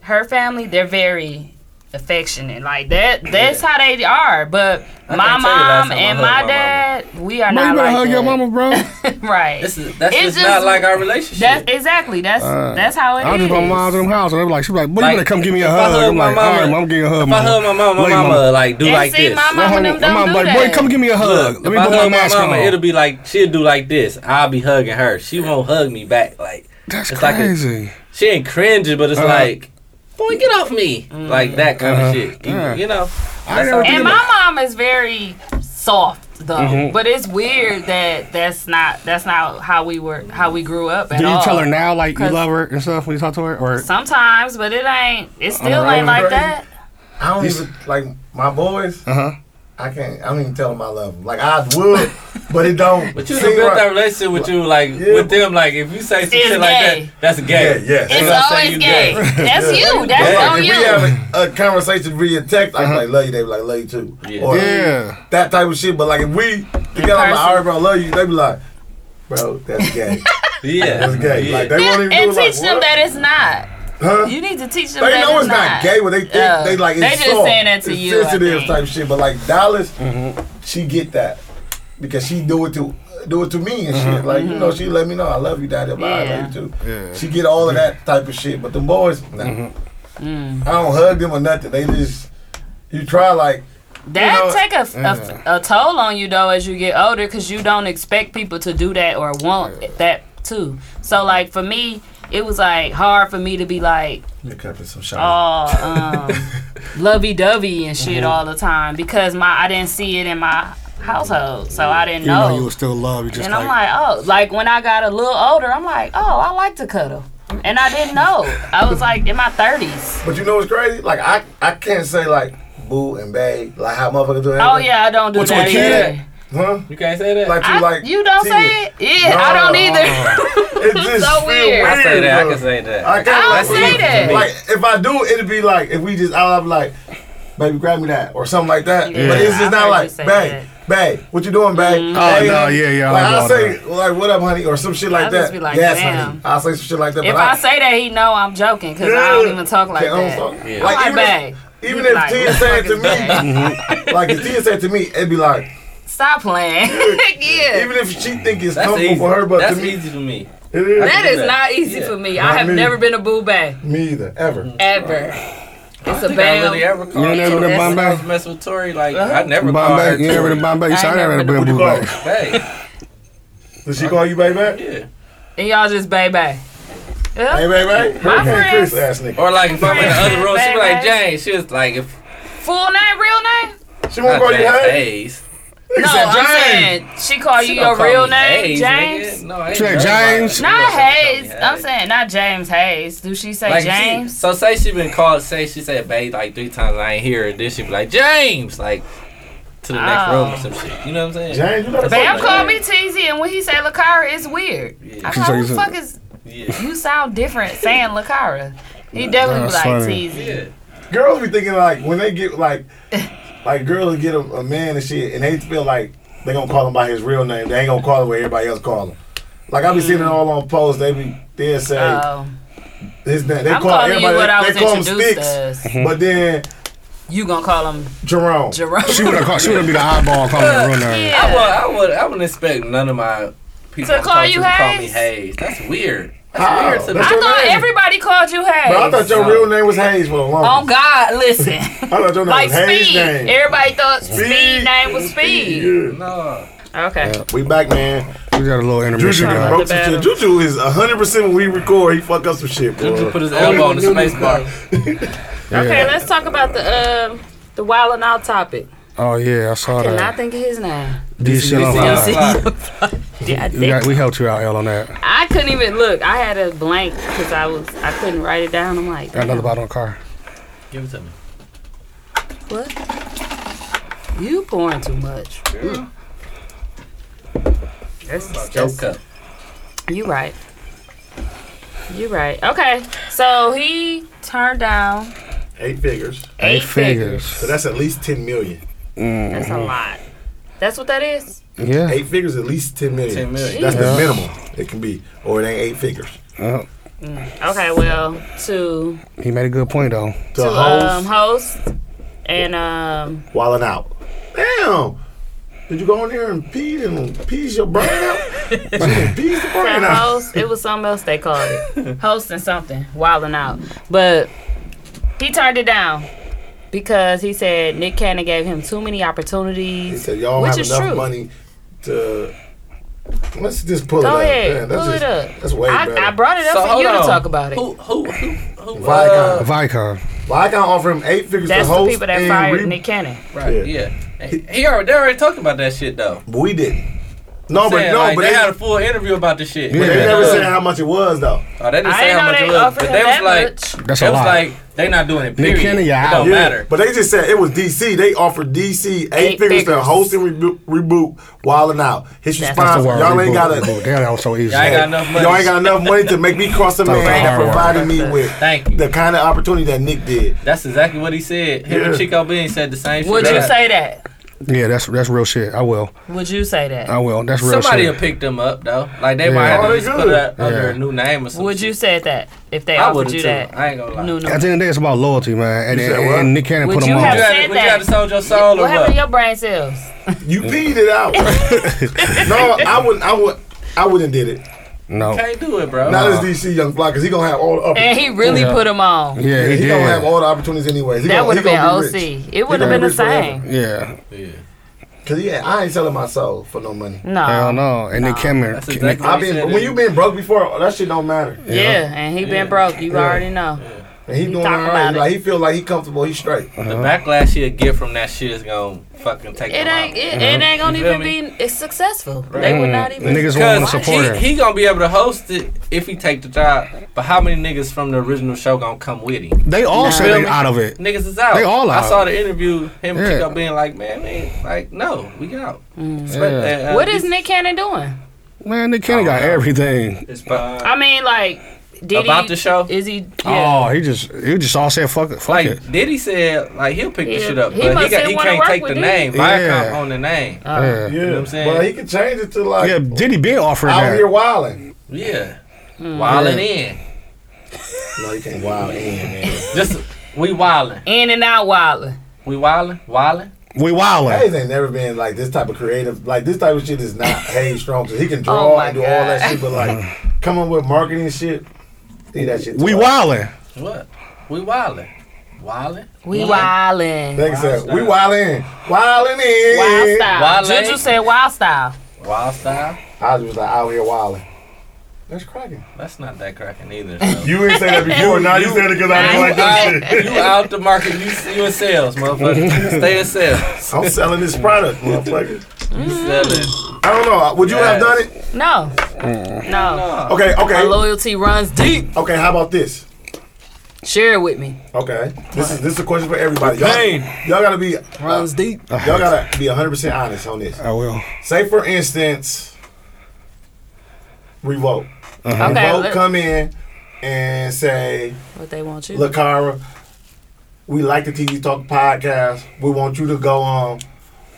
D: her family, they're very affectionate. Like that. That's how they are. But
A: I
D: my
A: can't tell you last
D: mom
A: time I hugged
D: and
A: my
D: my
A: mama.
D: dad, we are
B: Man, you
D: not
B: better
D: like
B: hug
D: that.
B: your mama,
D: [LAUGHS]
B: bro.
D: right.
A: This is- that's
D: It's
A: just not like our relationship.
D: That's exactly. That's
B: Uh,
D: that's how it is.
B: I was just my mom's in the house, and they were like, she was like, "Boy, you
A: Like,
B: better come give me a
A: if I
B: hug."
A: hug
B: I'm
A: my
B: like,
A: mama-
B: "All right, mom, I'm getting a hug."
A: if I hug my mama, my
B: Lay,
A: mama like do
D: And
A: like
D: see,
A: this.
D: my mama
B: hug-
D: them
B: my
D: don't
B: mama
D: do
B: like, "Boy,
D: that.
B: come give me a hug.
A: Look,
B: Let
A: if
B: me
A: I
B: put my
A: hug my
B: mask
A: mama,
B: on."
A: it'll be like she'll do like this. I'll be hugging her. She won't hug me back. Like
B: That's
A: it's like a-
B: crazy.
A: she ain't cringing, but it's
B: Uh-huh.
A: like, boy, get off me, like that kind
B: Uh-huh.
A: of shit. You,
B: Yeah.
A: you know,
B: I
A: That's
B: never
A: how-
B: did
D: And
B: that.
D: my mom is very soft though,
B: Mhm.
D: but it's weird that that's not that's not how we were how we grew up. At
B: Do you
D: all.
B: tell her now, like you
D: 'Cause
B: love her and stuff when you talk to her, or
D: Sometimes, but it ain't. It
B: the
D: still
B: road.
D: ain't like that.
E: I don't even like my boys.
B: uh huh?
E: I can't. I don't even tell them I love them. Like I would, but it don't.
A: But you
E: seem
A: done built
E: right.
A: that relationship with you, like with them, like if you say some
E: It's
A: shit like
E: gay.
A: that, that's gay.
E: Yeah, yes. It's
A: That's what I say
E: always
A: you
E: gay.
D: That's you. That's
E: Like,
D: on
E: if
D: you.
E: we have a, a conversation via text, I'm like, love you. They be like, love you too. Yeah.
B: Yeah.
E: That type of shit. But like, if we together, I'm like,
D: person.
E: all right, bro, love you. They be like, bro, that's gay.
A: [LAUGHS] yeah.
E: That's gay. Like, they won't even
D: And,
E: do
D: and
E: it, like,
D: teach them
E: what?
D: that it's not.
E: Huh?
D: You need to teach
E: They
D: them that
E: know
D: it's
E: it's not, gay, but they think
D: Yeah.
E: they like it's
D: They just
E: soft.
D: saying that to
E: it's
D: you, I
E: sensitive
D: think.
E: type shit. But like Dallas, she get that because she do it to do it to me and shit. Like you know, she let me know I love you, daddy. Bye, I love you too.
B: Yeah.
E: She get all of that type of shit. But the boys, nah. I don't hug them or nothing. They just you try like
D: That
E: you know, mm.
D: take a, a, a toll on you though as you get older because you don't expect people to do that or want that too. So like for me, it was like hard for me to be like,
E: You're some shot.
B: [LAUGHS]
D: oh, um, lovey dovey and shit
E: Mm-hmm.
B: Mhm.
D: all the time because my I didn't see it in my household, so I didn't
B: you know,
D: know.
B: you would still love. You just
D: and
B: like,
D: I'm like, oh, like when I got a little older, I'm like, oh, I like to cuddle, and I didn't know. I was like in my thirties.
E: But you know what's crazy? Like I I can't say like boo and babe like how motherfuckers do.
D: Oh yeah, I don't do
E: What, to a
D: that.
E: kid?
D: either.
E: Huh?
A: You can't say that.
E: Like you
D: I-
E: like
D: you don't
E: teeth.
D: say it. Yeah, I don't either. [LAUGHS]
E: It just
D: So
E: feel
D: weird.
E: weird.
A: I say that. I can
E: bro.
A: say that.
E: I
D: I
E: can't
D: don't
E: like,
D: say
E: we-
D: that.
E: Like if I do, it'd be like if we just I'll be like, baby, grab me that or something like that.
B: Yeah.
E: But it's
B: I've
E: just not
B: heard
E: like,
B: you say
E: babe, babe, what you doing, babe?
D: Mm-hmm.
B: Oh,
E: Hey,
B: no,
E: honey."
B: yeah, yeah, I
E: Like
B: don't
E: I'll
B: know
E: say like what up, honey, or some shit like
D: I'll
E: that.
D: just be like,
E: yes,
D: "Damn."
E: honey. I'll say some shit like that.
D: If
E: but
D: I say that, he know I'm joking because I don't
E: Yeah.
D: even talk like
E: Okay, I don't
D: that.
E: talk- Yeah.
D: I'm
E: Like,
D: like,
E: even if-
D: babe.
E: even
D: He
E: if
D: like,
E: Tia
D: what the
E: said
D: fuck
E: to [LAUGHS]
D: is
E: me,
D: babe?
E: like if Tia said to me, it'd be like,
D: Stop playing. [LAUGHS] yeah.
E: Even if she think it's
A: That's
E: comfortable
A: easy.
E: for her, but
A: That's
E: to me,
A: easy for me.
E: It is.
D: That is not easy for me. I
E: Not
D: have
E: me.
D: never been a boo bang
E: Me either, ever.
D: ever. It's a
A: think I
D: bam.
B: [LAUGHS]
A: really ever called.
B: ain't ever been to
A: That's when I
B: Bombay?
A: was messing with Tori. Like
E: Uh-huh.
A: I never called.
B: Bombay.
A: her
B: You ever
A: Tori.
B: to Bombay? You said I never been to Bombay.
A: Hey,
E: Did she call you baby? Yeah.
D: And y'all just bay bay. Yeah.
E: Hey, baby.
D: My friends.
E: ass nigga.
A: Or like if I'm in the other room, she be like
D: Baby.
A: Jane. She was like if
D: Full name, real name?
E: she
A: not
E: won't call you
A: Jane
E: hey.
A: Hayes.
D: No,
A: said
D: I'm
A: Jane.
D: saying she called
A: She
D: you
A: don't
D: your
A: call
D: real
A: me
D: name,
A: Hayes,
D: James.
A: nigga. No, I ain't
B: She like,
A: everybody.
B: James?
D: Not Hayes. I'm saying not James Hayes. Do she say
A: Like, she-
D: James?
A: so say she been called. Say she said babe like three times. I ain't hear her. Then she be like James, like to the next
D: Oh.
A: room or some shit. You know what I'm saying?
E: James, you
A: gotta
D: Bam called me Teasy, and when he say Lakara, it's weird. I'm
A: She
D: like,
A: say
D: who
A: you
D: the
A: said-
D: fuck is? You sound different saying Lakara. He definitely was
E: That's
D: like
E: funny.
D: Teasy.
E: Girls be thinking like when they get like, like girls get a, a man and shit, and they feel like they gonna call him by his real name. They ain't gonna call him what everybody else call him. Like I be seeing it all on posts. They be they say
D: Oh.
E: his name. They
D: I'm
E: call
D: calling you
E: everybody.
D: what I
E: they
D: was
E: call him
D: introduced
E: Sticks,
D: as.
B: Mm-hmm.
E: but then
D: You gonna call him
E: Jerome.
D: Jerome?
B: She would have called. She would have been the eyeball calling the real name.
D: Yeah.
A: I would. I would. I wouldn't expect none of my people
D: To
A: I
D: call
A: talk to
D: you
A: to call
D: Hayes?
A: me Hayes. That's weird. That's
E: How?
A: weird to me.
E: That's
D: I thought everybody called you Hayes.
E: But I thought your real name was Hayes for a long.
D: Oh God, listen.
E: I thought your name
D: like
E: was Hayes'
D: Speed.
E: name.
D: Everybody thought Speed,
E: Speed.
D: name was Speed.
A: No.
D: Okay.
E: We back, man.
B: We got a little
E: Juju
B: intermission.
E: done
B: guys.
E: broke some shit. Juju is hundred percent when we record. He fuck up some shit, bro.
A: Juju put his elbow on the space bar.
D: Okay, let's talk about the um the wild and out topic.
B: Oh yeah, I saw
D: Cannot
B: that.
D: think of his name.
B: This shit on live.
D: Yeah, I
B: We
D: think.
B: got- we helped you out, L, on that.
D: I couldn't even look. I had a blank because I was I couldn't write it down. I'm like,
B: Got another bottle of car.
A: Give it to me.
D: what? You pouring too much. Mm. That's,
A: Joke
D: that's
A: cup.
D: You right. You right. Okay. So he turned down
E: Eight figures.
D: Eight Eight figures. figures.
E: So that's at least ten million.
D: That's a lot. That's what that is?
B: Mm-hmm. Yeah.
E: Eight figures, at least ten million.
A: 10 million.
E: That's
B: Yeah.
E: the minimum it can be, or it ain't eight figures.
B: Yep.
D: Mm. Okay, well, to
B: He made a good point though.
E: To
D: um
E: hoes,
D: host and um
E: wilding out. Damn. Did you go in there and pee and pees your brain out? pees the brain
D: and
E: out.
D: host, it was something else they called
E: [LAUGHS]
D: it. Hosting something, wilding out. But he turned it down because he said Nick Cannon gave him too many opportunities.
E: He said, y'all
D: which
E: don't have
D: is
E: enough
D: true.
E: money to. Let's just pull
D: Go
E: it up.
D: ahead,
E: Man, that's
D: pull
E: just-
D: it up.
E: That's way
D: I,
E: better.
D: I brought it up
A: So,
D: for you
A: hold
D: to
A: on.
D: talk about it.
A: Who? Who? Who? who
E: Viacom.
A: uh,
B: Vicon.
E: Well, I gotta offer him eight figures
D: That's
E: to
D: the
E: host
D: people that
E: and
D: fired
E: re-
D: Nick Cannon.
A: Right. Yeah. He, he already. They already talked about that shit though.
E: But we didn't. No,
A: I'm
E: but
A: saying,
E: no,
A: like,
E: but
A: they,
E: they,
A: had a full interview about this shit.
E: but they never said how much it was though.
A: Oh, they didn't
D: I
A: say
D: didn't
A: how
D: know
A: much
D: they
A: it was,
D: offered
A: but
D: him
A: they was
D: that
A: like,
D: much.
B: That's
A: they
B: a
A: was
B: lie.
A: like, they not doing it. Period.
B: Cannon,
A: it
B: you're
A: don't
B: out.
A: matter.
E: But they just said it was DC. They offered DC eight, figures, to
D: figures.
E: host and rebo- reboot Wildin' Out. His
B: That's the
E: response,
B: word.
E: y'all ain't
B: reboot,
E: got
B: reboot.
E: a,
B: Damn, that was so easy.
A: Y'all ain't got enough money.
E: y'all ain't got enough money to make me cross a
B: That was
E: man
B: a
E: that
B: hard
E: provided me with
A: Thank you.
E: the kind of opportunity that Nick did.
A: That's exactly what he said. Him
E: Yeah.
A: and Chico Bean said the same
D: Would
A: shit.
D: you say that?
B: Yeah, that's that's real shit. I will.
D: Would you say that?
B: I will. That's real
A: Somebody
B: shit.
A: will pick them up though. Like they
B: Yeah.
A: might have
B: Oh,
A: to
B: they
A: just put it
B: good.
A: under
B: Yeah.
A: a new name or something.
D: Would you say that if they
A: I
D: offered
A: would've
D: you
A: too.
D: that?
A: I ain't gonna lie.
D: No, no.
B: At the end of the day, it's about loyalty, man. And,
E: You said
B: and,
E: what?
B: and Nick Cannon
D: Would
B: put
D: you
B: him
D: have
B: on.
A: You had,
D: said
A: would you
D: that.
A: have sold your soul
D: What
A: or
D: happened to
A: what?
D: your brain cells?
E: You peed it
A: [LAUGHS]
E: out. no, I wouldn't. I would. I wouldn't did it.
B: No.
A: Can't do it, bro.
E: Not as DC young blockers. He gonna have all the
D: And
E: opportunities.
D: he really
B: Yeah.
D: put him on.
B: Yeah, he,
E: he gonna have
B: did.
E: all the opportunities anyways. He
D: That
E: gonna-
D: would
E: he
D: have been
E: gonna be rich.
D: OC. It would have
E: gonna
D: been
E: be
D: the
E: rich forever.
D: same.
B: Yeah.
E: Cause yeah, I ain't selling my soul for no money.
D: No.
B: Hell no. And Nick Cannon.
A: That's exactly
E: I've
A: what he said.
E: been when you been broke before, that shit don't matter.
D: Yeah, and he been broke. You already know.
E: And he
D: We
E: doing
D: talk
E: all right.
D: about it.
E: Like he feel like he comfortable. He straight.
A: The
B: Uh-huh.
A: backlash he'll get from that shit is gonna fucking take
D: It
A: him
D: ain't.
A: out.
D: It,
B: Uh-huh.
D: it ain't gonna
A: You feel Mm.
D: even be it's successful. They would not even.
B: Niggas want to
A: Because
B: support him.
A: he, he gonna be able to host it if he take the job. But how many niggas from the original show gonna come with him?
B: They all said
A: Feel
B: they
A: me?
B: out of it.
A: Niggas is out.
B: They all
A: I
B: out.
A: saw the interview. Him
B: Yeah.
A: yeah. Chico being like, man, man, like, no, we out.
D: Mm.
A: But,
B: Yeah.
A: uh,
D: What is
A: it's-
D: Nick Cannon doing?
B: Man, Nick Cannon got everything.
A: It's about,
D: I mean, like, did
A: about
D: he,
A: the show?
D: Is he?
B: Oh,
D: Yeah.
B: he just he just all said fuck it, fuck it.
A: Like Diddy said, like he'll pick the
D: Yeah.
A: shit up,
D: He
A: but he,
D: must
A: got,
D: have
A: he
D: wanna
A: can't
D: work
A: take the
D: with
A: name.
B: Diddy.
A: Viacom
B: Yeah.
A: on the name.
B: Yeah.
A: Ah, You know what I'm
E: Yeah,
A: saying?
E: well, he can change it to like
B: yeah, Diddy been offering
E: out here
B: that.
E: wilding.
A: yeah,
D: Mm.
A: wilding
B: Yeah.
A: in.
E: No, you can't wild in, man.
A: Just we wilding.
D: In and out wilding.
A: We wilding. Wilding.
S: We wildin'.
E: Hayes ain't never been like this type of creative. Like this type of shit
A: [LAUGHS]
E: is not Hayes strong. 'cause he can
S: Oh
E: draw
S: my
E: and do all that shit, but
B: [LAUGHS]
E: like come up with marketing and shit. See that shit.
S: We wildin'.
A: What? We wildin'. Wildin'?
D: We wildin'.
E: Thanks, sir. We wildin'. Wildin' in.
D: Wild style.
E: Wild in.
D: Juju said wild style.
A: Wild style?
E: I was just like out here wildin'.
A: That's cracking. That's not that
E: [LAUGHS]
A: cracking either.
E: You ain't say that before, now you said it 'cause I didn't like that
A: out,
E: shit.
A: [LAUGHS] You out the market. You, you in sales, motherfucker.
B: [LAUGHS]
A: Stay in sales.
E: I'm selling this product, motherfucker.
A: You selling.
E: I don't know. Would you have done it?
D: No, no.
E: Okay, okay.
D: My loyalty runs deep.
E: Okay, how about this?
D: Share it with me.
E: Okay. This is this is a question for everybody. Y'all, y'all gotta be runs
D: deep.
E: Y'all gotta be 100 percent honest on this. I
B: Oh.
S: will.
E: Say for instance, revolt.
D: Uh-huh. Okay,
E: revolt
D: let-
E: come in and say,
D: What they want you.
E: Lakara, we like the TV Talk podcast. We want you to go on,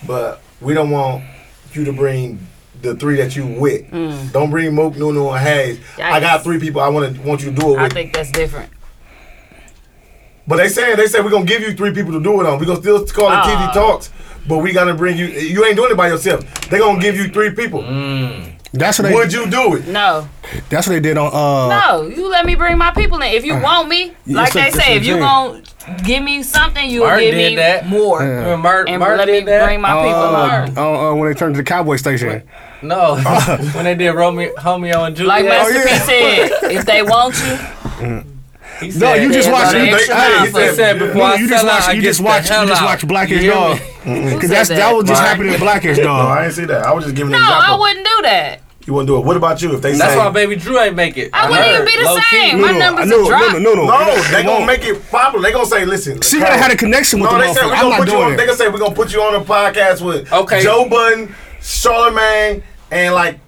E: but we don't want you to bring the three that you with.
D: Mm.
E: Don't bring Mook, Nunu, and Hayes. I got three people I want to want you to do it
D: I
E: with.
D: think that's different.
E: But they saying they said we're gonna give you three people to do it on. We're gonna still call it
A: Ah.
E: TV Talks, but we gotta bring you. You ain't doing it by yourself. They gonna give you three people.
S: That's what they-
E: Would you do it?
D: No,
S: That's what they did on. uh
D: no. You let me bring my people in. If you want me,
S: Yeah,
D: like
S: so
D: they
S: that's what
D: say,
S: I'm
D: if you
S: saying.
D: gonna give me something, you'll
A: Mark
D: give
A: did
D: me
A: that.
D: more.
S: Yeah. Remember
A: Mark-
D: and
A: Mark
D: let me
A: did that?
D: bring my people.
S: uh,
D: in.
S: uh, uh, when they turned to the cowboy station.
E: [LAUGHS]
A: No. [LAUGHS] when they did Romeo, Homeo and Juliet.
E: Oh,
D: Like Master P
E: [LAUGHS]
A: [LAUGHS]
D: said, if they want you,
A: He
S: No, you just
A: Yeah,
S: watched.
A: but
S: You,
A: an
S: they,
A: extra
S: hey,
A: mile
S: he
A: for- He said,
S: no,
A: before I
S: you just
A: sell out,
S: watched.
A: I
S: You
A: get
S: just
A: the
S: watched. You
A: hell
S: just
A: out.
S: watched
A: You
S: Blackish
A: hear
S: Dog.
A: me?
S: Mm-mm,
A: Who
S: Cause that's
A: said
S: that
A: that?
S: was just
A: Mark.
S: happening in Blackish
E: No,
S: Dog.
E: I didn't see that. I was just giving
D: no,
E: an
D: I
E: example.
D: wouldn't do that.
E: you wouldn't do it. What about you if they
A: That's
E: say?
A: why Baby Drew ain't make it.
D: I wouldn't even
A: heard.
D: be the
A: Low key.
D: same. My numbers
S: no,
D: are
S: no,
D: dropped.
S: no, no, no.
E: No, they
S: It
E: gonna
S: won't.
E: make it popular. They gonna say, listen.
S: She
E: Lakara-
S: gotta had a connection with
E: no,
S: the
E: they said
S: motherfucker.
E: we
S: I'm
E: gonna
S: not
E: put you
S: doing
E: on.
S: it.
E: They gonna say we're gonna put you on a podcast with
S: Okay.
E: Joe Budden, Charlemagne, and like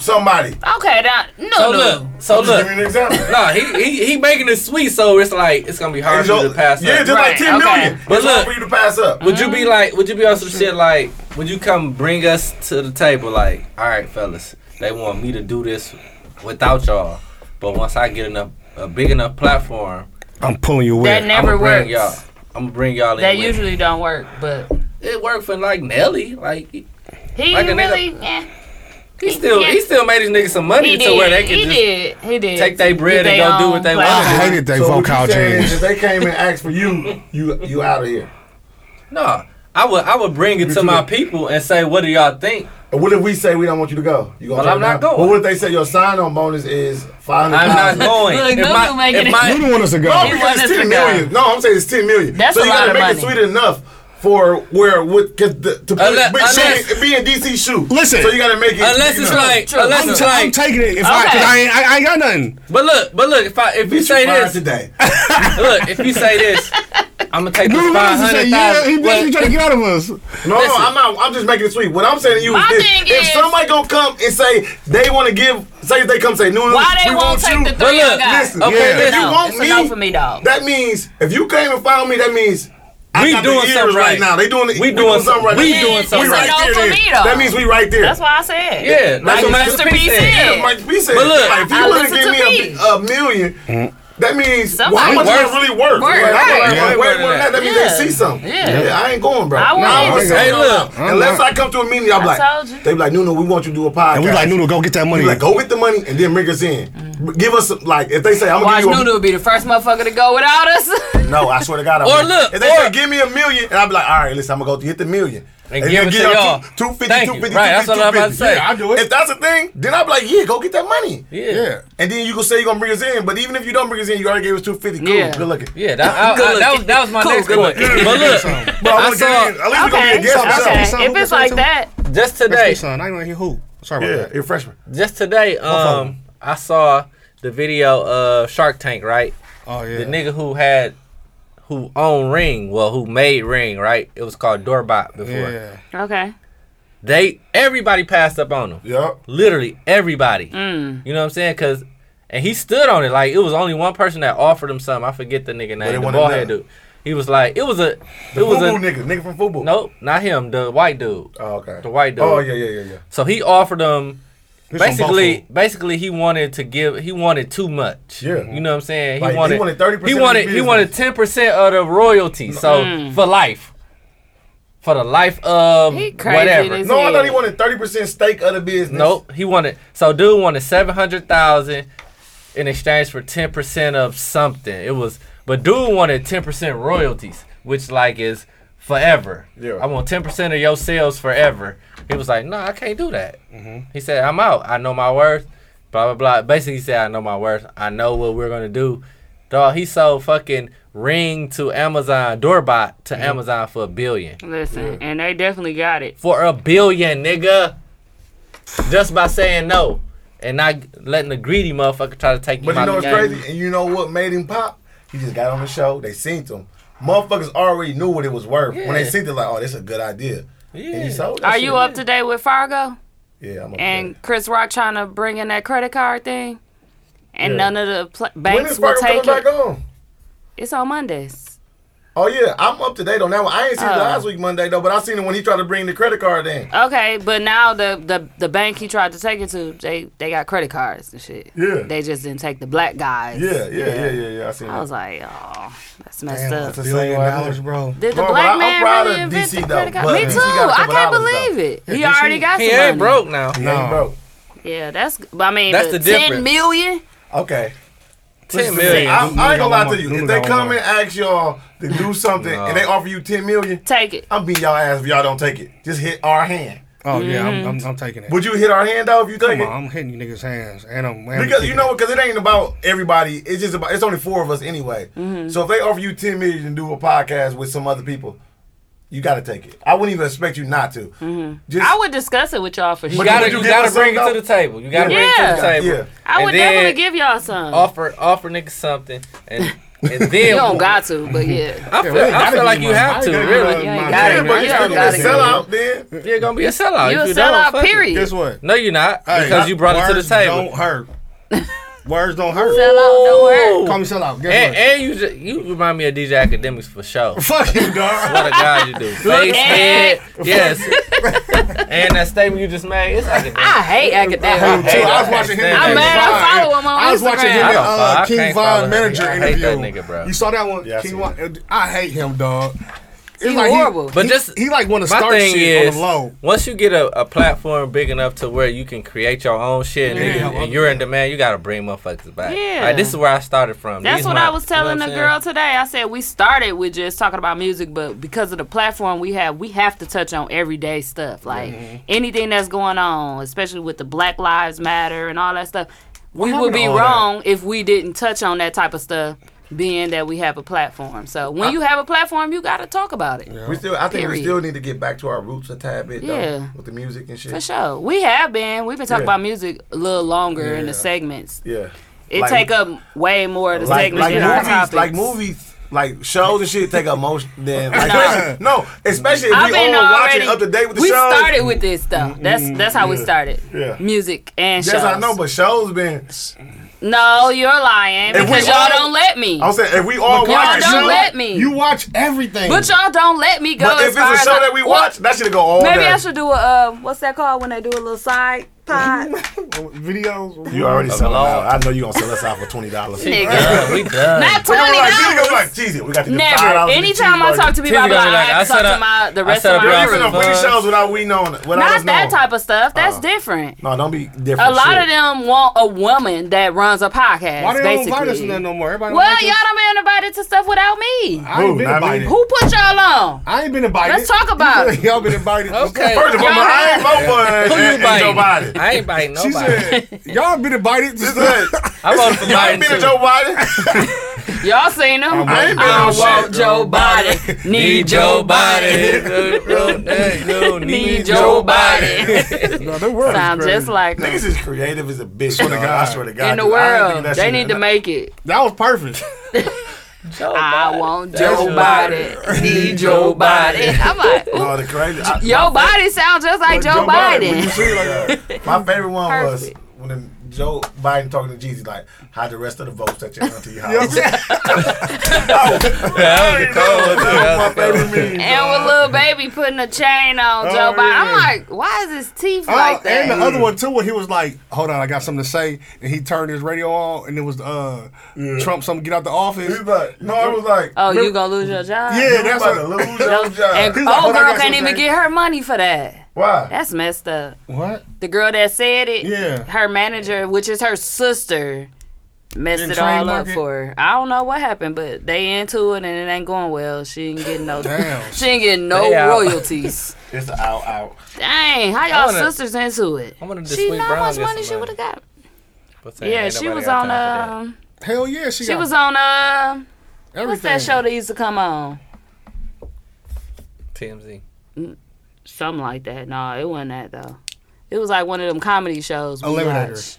E: somebody.
D: Okay, that no,
A: So
D: no.
A: look, so
E: I'm just
A: look.
E: giving an example.
A: Nah, he, he he making it sweet, so it's like it's gonna be hard for you to pass
E: yeah,
A: up.
E: just like 10 Right, okay. million.
A: But
E: It's
A: look,
E: hard for you to pass up.
A: Would you
D: Mm-hmm.
A: be like? Would you be on some shit like? Would you come bring us to the table? Like, all right, fellas, they want me to do this without y'all, but once I get enough a big enough platform,
S: I'm pulling you away.
D: That never
A: I'ma bring
D: works.
A: Y'all, I'm gonna bring y'all in.
D: That
A: with
D: usually don't work, but
A: me. it worked for like Nelly, like.
D: he
A: Like a nigga-
D: really, yeah.
A: He still, he still made his niggas some money
D: He
A: to
D: did.
A: where they
D: he
A: can just
D: did. He did.
A: take they bread
D: Get
A: and go do what they
D: own
A: want.
D: platform.
S: I hated they
E: So what you
S: vocal
E: saying is
S: change.
E: If they came and asked for you, you you out of here.
A: No, I would, I would bring it to my people and say, what do y'all think?
E: And what if we say we don't want you to go? You
A: Well, I'm
E: turn
A: not
E: down?
A: going.
E: Well, what if they say your sign-on bonus is five hundred?
A: I'm not going. Look, If my- Nunu making if it- my-
E: Nunu want us to go.
A: He
E: No,
A: want
E: because
A: us
E: it's
A: to
E: ten
A: go.
E: million. No, I'm saying it's ten million.
A: That's
E: so
A: a
E: you
A: lot
E: gotta
A: of
E: make it
A: money.
E: sweet enough for where with cause the, to put
A: Unless-
E: but
A: unless-
E: shoe- be in DC shoe.
S: Listen.
E: so you gotta make it.
A: Unless
E: you
A: it's
E: know.
A: like, unless
S: I'm,
A: it's
S: I'm
A: like,
S: taking it. If I, 'cause I, ain't, I, I ain't got nothing.
A: But look, but look, if I if you
S: Bitch,
A: say
S: you fired
A: this
E: today,
A: [LAUGHS] look, if you say this, I'm gonna take
S: No,
A: this
S: what
A: five
S: else to say?
A: hundred
S: Yeah, he
A: thousand.
S: basically trying to get out of us.
E: No, no, I'm not. I'm just making it sweet. What I'm saying to you
S: My
E: is this:
S: thing
E: if
S: is-
E: somebody gonna come and say they want to give, say if they come say, no, no,
D: Why they
E: we
D: won't
E: want
D: take
E: you.
D: the three But of look, God?
E: Listen,
D: okay,
E: if
D: listen.
E: you
D: No,
E: want
D: it's a
E: me,
D: no for me, dog.
E: That means if you came and found me, that means. I
A: We
E: got
A: doing
E: the ears
A: something
E: right.
A: right.
E: now. They doing it.
A: We doing
E: something
A: something-
E: right.
A: we
E: now.
A: doing something
E: we
A: right.
E: right
A: It's a
E: there.
A: no for
E: then.
A: me, though.
E: That means we right there.
D: That's why I said.
A: Yeah, that's
E: Like
A: what Master P said.
E: Yeah, Mike P said.
A: But look,
E: like, if you
A: I
E: want to
A: listen
E: give me
A: to P.
E: a, a million, that means
A: Something
E: well, how much
A: worth-
E: that really worth?
A: worth,
E: Like, I'm
A: right.
E: like,
A: Yeah.
E: way more than that. That means
A: Yeah.
E: they see something.
A: Yeah.
E: Yeah, I ain't going, bro.
A: I wouldn't
E: Nah,
A: either.
E: listen,
A: Hey,
E: no,
A: look.
E: no. unless I come to a meeting, y'all be
A: I
E: like,
A: told you.
E: they be like, Nuno, we want you to do a podcast,
S: And we like, Nuno, go get that
E: We
S: money.
E: like, go get the money and then bring us in.
A: Mm.
E: Give us some- like if they say I'm gonna
D: Watch
E: give you
D: Nunu
E: a
D: would be the first motherfucker to go without us.
E: no, I swear to God, I
D: Or
E: wouldn't.
D: look,
E: if they say give me a million, and I'll be like, all right, listen, I'm gonna go get the million.
A: And give
E: then
A: it to
E: y'all
A: y'all.
E: two- 250,
A: Thank you.
E: 250,
A: Right, that's what I'm about
E: 250.
A: to say.
E: Yeah, I do it. If that's a thing, then I'll be like, yeah, go get that money.
A: Yeah. Yeah.
E: And then you can say you're gonna bring us in, but even if you don't bring us in, you already gave us 250. Cool,
A: Yeah.
E: good looking.
A: Yeah,
E: [LAUGHS]
A: that, I, I, that, was, that was my next point. But look,
E: Bro, I
A: I
E: wanna get in. At least we gonna be a guest or
A: saw
E: something.
D: [LAUGHS] If it's like that,
A: just today.
S: son. I ain't want to hear who. Sorry
E: yeah,
S: about that.
E: you're a freshman.
A: Just today, um, I saw the video of Shark Tank, right?
S: Oh yeah.
A: The nigga who had who owned Ring, well, who made Ring, right? It was called Doorbot before.
S: Yeah.
D: okay.
A: They everybody passed up on him.
E: Yep.
A: Literally everybody.
D: Mm.
A: You know what I'm saying? Cause and he stood on it like it was only one person that offered him something. I forget the nigga
E: they
A: name. The
E: wanted
A: bald head
E: nothing.
A: dude. He was like, it was a,
E: The
A: it was a
E: Fubu nigga, nigga from Fubu.
A: Nope, not him. The white dude.
E: Oh okay.
A: The white dude.
E: Oh yeah, yeah, yeah, yeah.
A: So he offered him.
E: This on
A: Basically, basically, he wanted to give. He wanted too much.
E: Yeah.
A: you know what I'm saying.
E: Like,
A: he
E: he
A: wanted
E: wanted 30%
A: He
E: of
A: wanted
E: his
A: he wanted ten percent of the royalty. So
E: Mm.
A: for life, for the life of whatever.
E: No, I thought he wanted thirty percent stake of the business.
A: Nope, he wanted so dude wanted seven hundred thousand in exchange for ten percent of something. It was but dude wanted ten percent royalties, which like is forever.
T: Yeah.
A: I want ten percent of your sales forever. He was like, no, I can't do that.
E: Mm-hmm.
A: He said, I'm out. I know my worth. Blah blah blah. Basically, he said, I know my worth. I know what we're gonna do. Dog, he sold fucking ring to Amazon doorbot to Amazon for a billion.
D: Mm-hmm. Listen, and they definitely got it.
A: For a billion, nigga. Just by saying no and not letting the greedy motherfucker try to take you
E: But you
A: out
E: know what's
A: the game.
E: crazy? And you know what made him pop? He just got on the show. They seen him. Motherfuckers already knew what it was worth. When they
D: Yeah.
E: seen it, like, oh, this is a good idea. And he sold that
D: Are
E: shit.
D: you up to date with Fargo
E: Yeah, I'm up.
D: and Chris Rock trying to bring in that credit card thing? And
E: Yeah.
D: none of the pl-
E: When
D: banks
E: is
D: will
E: Fargo
D: take it.
E: coming back on?
D: It's on Mondays.
E: Oh yeah, I'm up to date on that one. I ain't seen it
D: Oh.
E: last week Monday though, but I seen it when he tried to bring the credit card in.
D: Okay, but now the, the the bank he tried to take it to, they they got credit cards and shit.
E: Yeah.
D: They just didn't take the black guys.
E: Yeah, yeah, yeah, yeah, yeah. I seen
D: I
E: that.
D: was like, oh, that's messed
E: Damn,
D: up.
E: that's a billion dollars,
B: bro.
D: Did the
E: Bro, but I-
D: black
E: I'm
D: man
E: proud
D: really
E: of
D: invent
E: DC
D: the
E: though,
D: credit card?
E: but-
D: Me
E: Yeah,
D: too.
E: DC got a
D: I
E: couple
D: can't
E: dollars, though.
D: believe it.
E: Yeah,
D: he
E: DC
D: already got
A: He
D: some
A: ain't
D: money.
A: broke now.
E: Yeah, he broke.
D: Yeah, that's. but I mean,
A: That's
D: but
A: the difference.
D: ten million.
E: Okay.
A: Ten
E: Listen,
A: million.
E: I, I ain't gonna lie to
A: Numerous
E: you.
A: got
E: If
A: one
E: they
A: more.
E: come and ask y'all to do something and they offer you ten million,
D: take it.
E: I'm beating y'all ass if y'all don't take it. Just hit our hand. Mm-hmm.
B: Oh yeah, I'm, I'm, I'm taking it.
E: Would you hit our hand though if you take
B: Come
E: it?
B: on, I'm hitting you niggas' hands, and I'm and I'm
E: Because you
B: taking
E: know what? Because it ain't about everybody. It's just about. It's only four of us anyway. So if they offer you ten million to do a podcast with some other people, you got to take it. I wouldn't even expect you not to. Just-
D: I would discuss it with y'all for
A: You
D: sure.
A: gotta, you gotta bring it to the table. You gotta
D: Yeah.
A: bring it to the table.
D: I would
A: And then
D: definitely give y'all some.
A: Offer, offer niggas something, and,
D: [LAUGHS]
A: and then
D: you don't got to, but yeah.
A: I feel, I feel like you have to, really.
D: Yeah, you gotta give- you don't gotta give.
E: then.
A: You're gonna be a sellout.
D: You
A: if
D: a
A: don't,
D: sellout,
A: fuck it.
D: period. Guess
B: what?
A: No, you're not.
B: Hey,
A: because you brought it to the
B: words
A: table.
B: Don't hurt. Words don't hurt.
D: Sell out, don't hurt.
B: Call me sell out. Guess
A: And,
B: what?
A: and you just, you remind me of DJ Academics for
B: [LAUGHS]
A: sure.
B: Fuck you, dog.
A: Swear to God, you do. Face head, yes. and that statement you just made, it's academic.
D: I hate academic.
A: I
B: [LAUGHS]
A: hate
B: I was
A: that
B: watching him.
A: statement.
B: at
D: I'm mad I
B: Vine.
D: follow him on
B: I was watching
D: Instagram.
B: him
A: I
B: at
A: don't follow-
B: uh,
A: I
B: King
A: can't follow
B: Von
A: that
B: manager
A: nigga. I hate
B: interview.
A: that nigga, bro.
B: You saw that one?
A: Yeah, I
B: King
A: seen
B: Von. I hate him, dog. It's
A: He
B: like
A: horrible. But
B: he,
A: just-
B: he like want to
A: My
B: start
A: thing
B: shit
A: is,
B: on the low.
A: once you get a, a platform big enough to where you can create your own shit nigga,
B: Yeah.
A: and, you're in demand, you gotta bring motherfuckers back.
D: Yeah.
A: Like, this is where I started from.
D: That's
A: These
D: what
A: my-
D: I was telling
A: you know
D: the
A: what
D: girl
A: I'm
D: today. I said we started with just talking about music, but because of the platform we have, we have to touch on everyday stuff, like
E: Mm-hmm.
D: anything that's going on, especially with the Black Lives Matter and all that stuff.
U: What
D: we
U: happened
D: would
U: to
D: be
U: all that?
D: wrong if we didn't touch on that type of stuff, being that we have a platform. So when you have a platform, you got to talk about it.
E: We still, I think we
D: Period.
E: still need to get back to our roots a tad bit, though,
D: Yeah.
E: with the music and shit.
D: For sure, we have been. We've been talking
E: Yeah.
D: about music a little longer in
E: Yeah.
D: the segments.
E: Yeah.
D: It
E: Like-
D: take up way more of the
E: like,
D: segments
E: like
D: than our
E: movies,
D: topics.
E: like movies, like shows and shit take up most.
D: [LAUGHS]
E: Then, like, no, especially if
D: I've
E: we
D: been
E: all
D: already
E: watching up to date with the
D: We
E: shows.
D: started with this though. That's that's how we
E: mm, Yeah.
D: started.
E: Yeah.
D: Music and
E: yes,
D: shows.
E: I know, but shows been.
D: No, you're lying
E: If we
D: because y'all
E: all-
D: don't let me.
E: I'm saying if we all
D: Y'all
E: watch a
D: don't
E: show,
D: let me.
E: you watch everything.
D: but y'all don't let me go.
E: But
D: as
E: if it's
D: far
E: a
D: as
E: show
D: I-
E: that we
D: Well,
E: watch, that should go all
D: Maybe
E: day.
D: I should do a uh, what's that called when they do a little side
E: [LAUGHS]
D: pod?
B: Videos.
E: You already selling out. I know you gonna sell us out for twenty dollars.
D: Nigga.
E: [LAUGHS]
A: we done.
D: Not
E: We're
D: twenty
E: like,
D: dollars.
E: nigga, like, "Jeez, we got to do
D: Never.
E: $5 for the
D: Anytime I
E: cheeseburger."
D: talk to people,
E: Nigga
D: I'm
E: gonna
D: like,
E: be
D: I have to
E: "I
D: talk
E: set
D: to
E: up-
D: my the
E: I
D: rest
E: set
D: of
E: up
D: my
E: y'all for the
D: friends.
E: free shows without we knowing, without us
D: Not that
E: knowing.
D: type of stuff. That's
E: Uh-uh.
D: different.
E: No, don't be different.
D: A lot
E: shit.
D: of them want a woman that runs a podcast.
B: Why they don't
D: basically.
B: invite us in there no more? Everybody don't
D: Well,
B: like
D: y'all
B: us?
D: done been invited to stuff without me.
B: I ain't been invited.
D: Who put y'all on?
B: I ain't been invited.
D: Let's talk
B: [LAUGHS]
D: about it.
B: Y'all been invited.
D: Okay.
E: First of all, I ain't vote for
B: Who you
E: it.
B: biting?
E: Nobody.
A: I ain't biting
B: She said, y'all been invited. to stuff."
A: I voted
E: [LAUGHS]
A: for
E: Y'all ain't been to Joe Biden.
D: Y'all seen him?
E: I ain't been
D: I
E: on
D: don't
E: shit.
D: want Joe
A: [LAUGHS]
D: Biden. Need Joe
A: Biden.
D: Need Joe
E: [LAUGHS]
D: Biden. [LAUGHS]
B: no, the world.
D: Sound just like him.
E: Niggas is creative as a bitch. Swear to God, I swear to God.
D: in the
E: dude. I ain't
D: world.
E: thinking that
D: They
E: shit.
D: need to make it.
B: That was perfect.
D: I want
E: That's
D: Joe
E: right.
D: Biden.
E: [LAUGHS]
D: Need Joe Biden. I'm like,
E: No, the crazy. I-
D: Yo Biden sounds just like Joe,
E: Joe Biden, when you
D: Biden.
E: see it like that. My favorite one was when the Joe Biden talking to Jeezy like, hide the rest of the votes at your
D: [LAUGHS]
E: auntie house.
D: [LAUGHS] And with little baby putting a chain on
B: Oh,
D: Joe Biden,
B: yeah.
D: I'm like, why is his teeth
B: Oh,
D: like that?
B: and the other one too, where he was like, "Hold on, I got something to say," and he turned his radio on, and it was uh, Trump. Something get out the office. He's
E: like, "No, I was like,
D: Oh, you gonna lose your job?
B: Yeah, that's
D: what.
B: what- [LAUGHS]
D: And
B: He's like,
D: old
B: "Hold on, I
D: girl
B: got
D: can't
B: something
D: even
B: to say."
D: get her money for that.
E: Why?
D: That's messed up.
B: What?
D: The girl that said it,
B: Yeah.
D: her manager, which is her sister, messed
B: Didn't
D: it all up
B: trademark it?
D: for her. I don't know what happened, but they into it and it ain't going well. She ain't getting no.
B: Damn.
D: [LAUGHS] she ain't getting no
A: They out.
E: [LAUGHS]
D: royalties.
A: It's out, out.
D: Dang, how
A: I
D: y'all
A: wanna-
D: sisters into it?
A: I wanna just
D: she
A: Sweet
D: know how
A: Brown
D: much
A: get
D: money
A: some
D: she
A: money.
D: would have got.
A: But say,
D: Yeah,
A: ain't
D: she
A: nobody
D: was
A: got
D: on.
A: time for that.
D: Um,
B: Hell yeah, she.
D: she
B: got
D: was on. Um, what's
B: everything.
D: that show that used to come on?
A: TMZ.
D: Something like that. No, it wasn't that though. It was like one of them comedy shows. we watched.
B: Eliminators.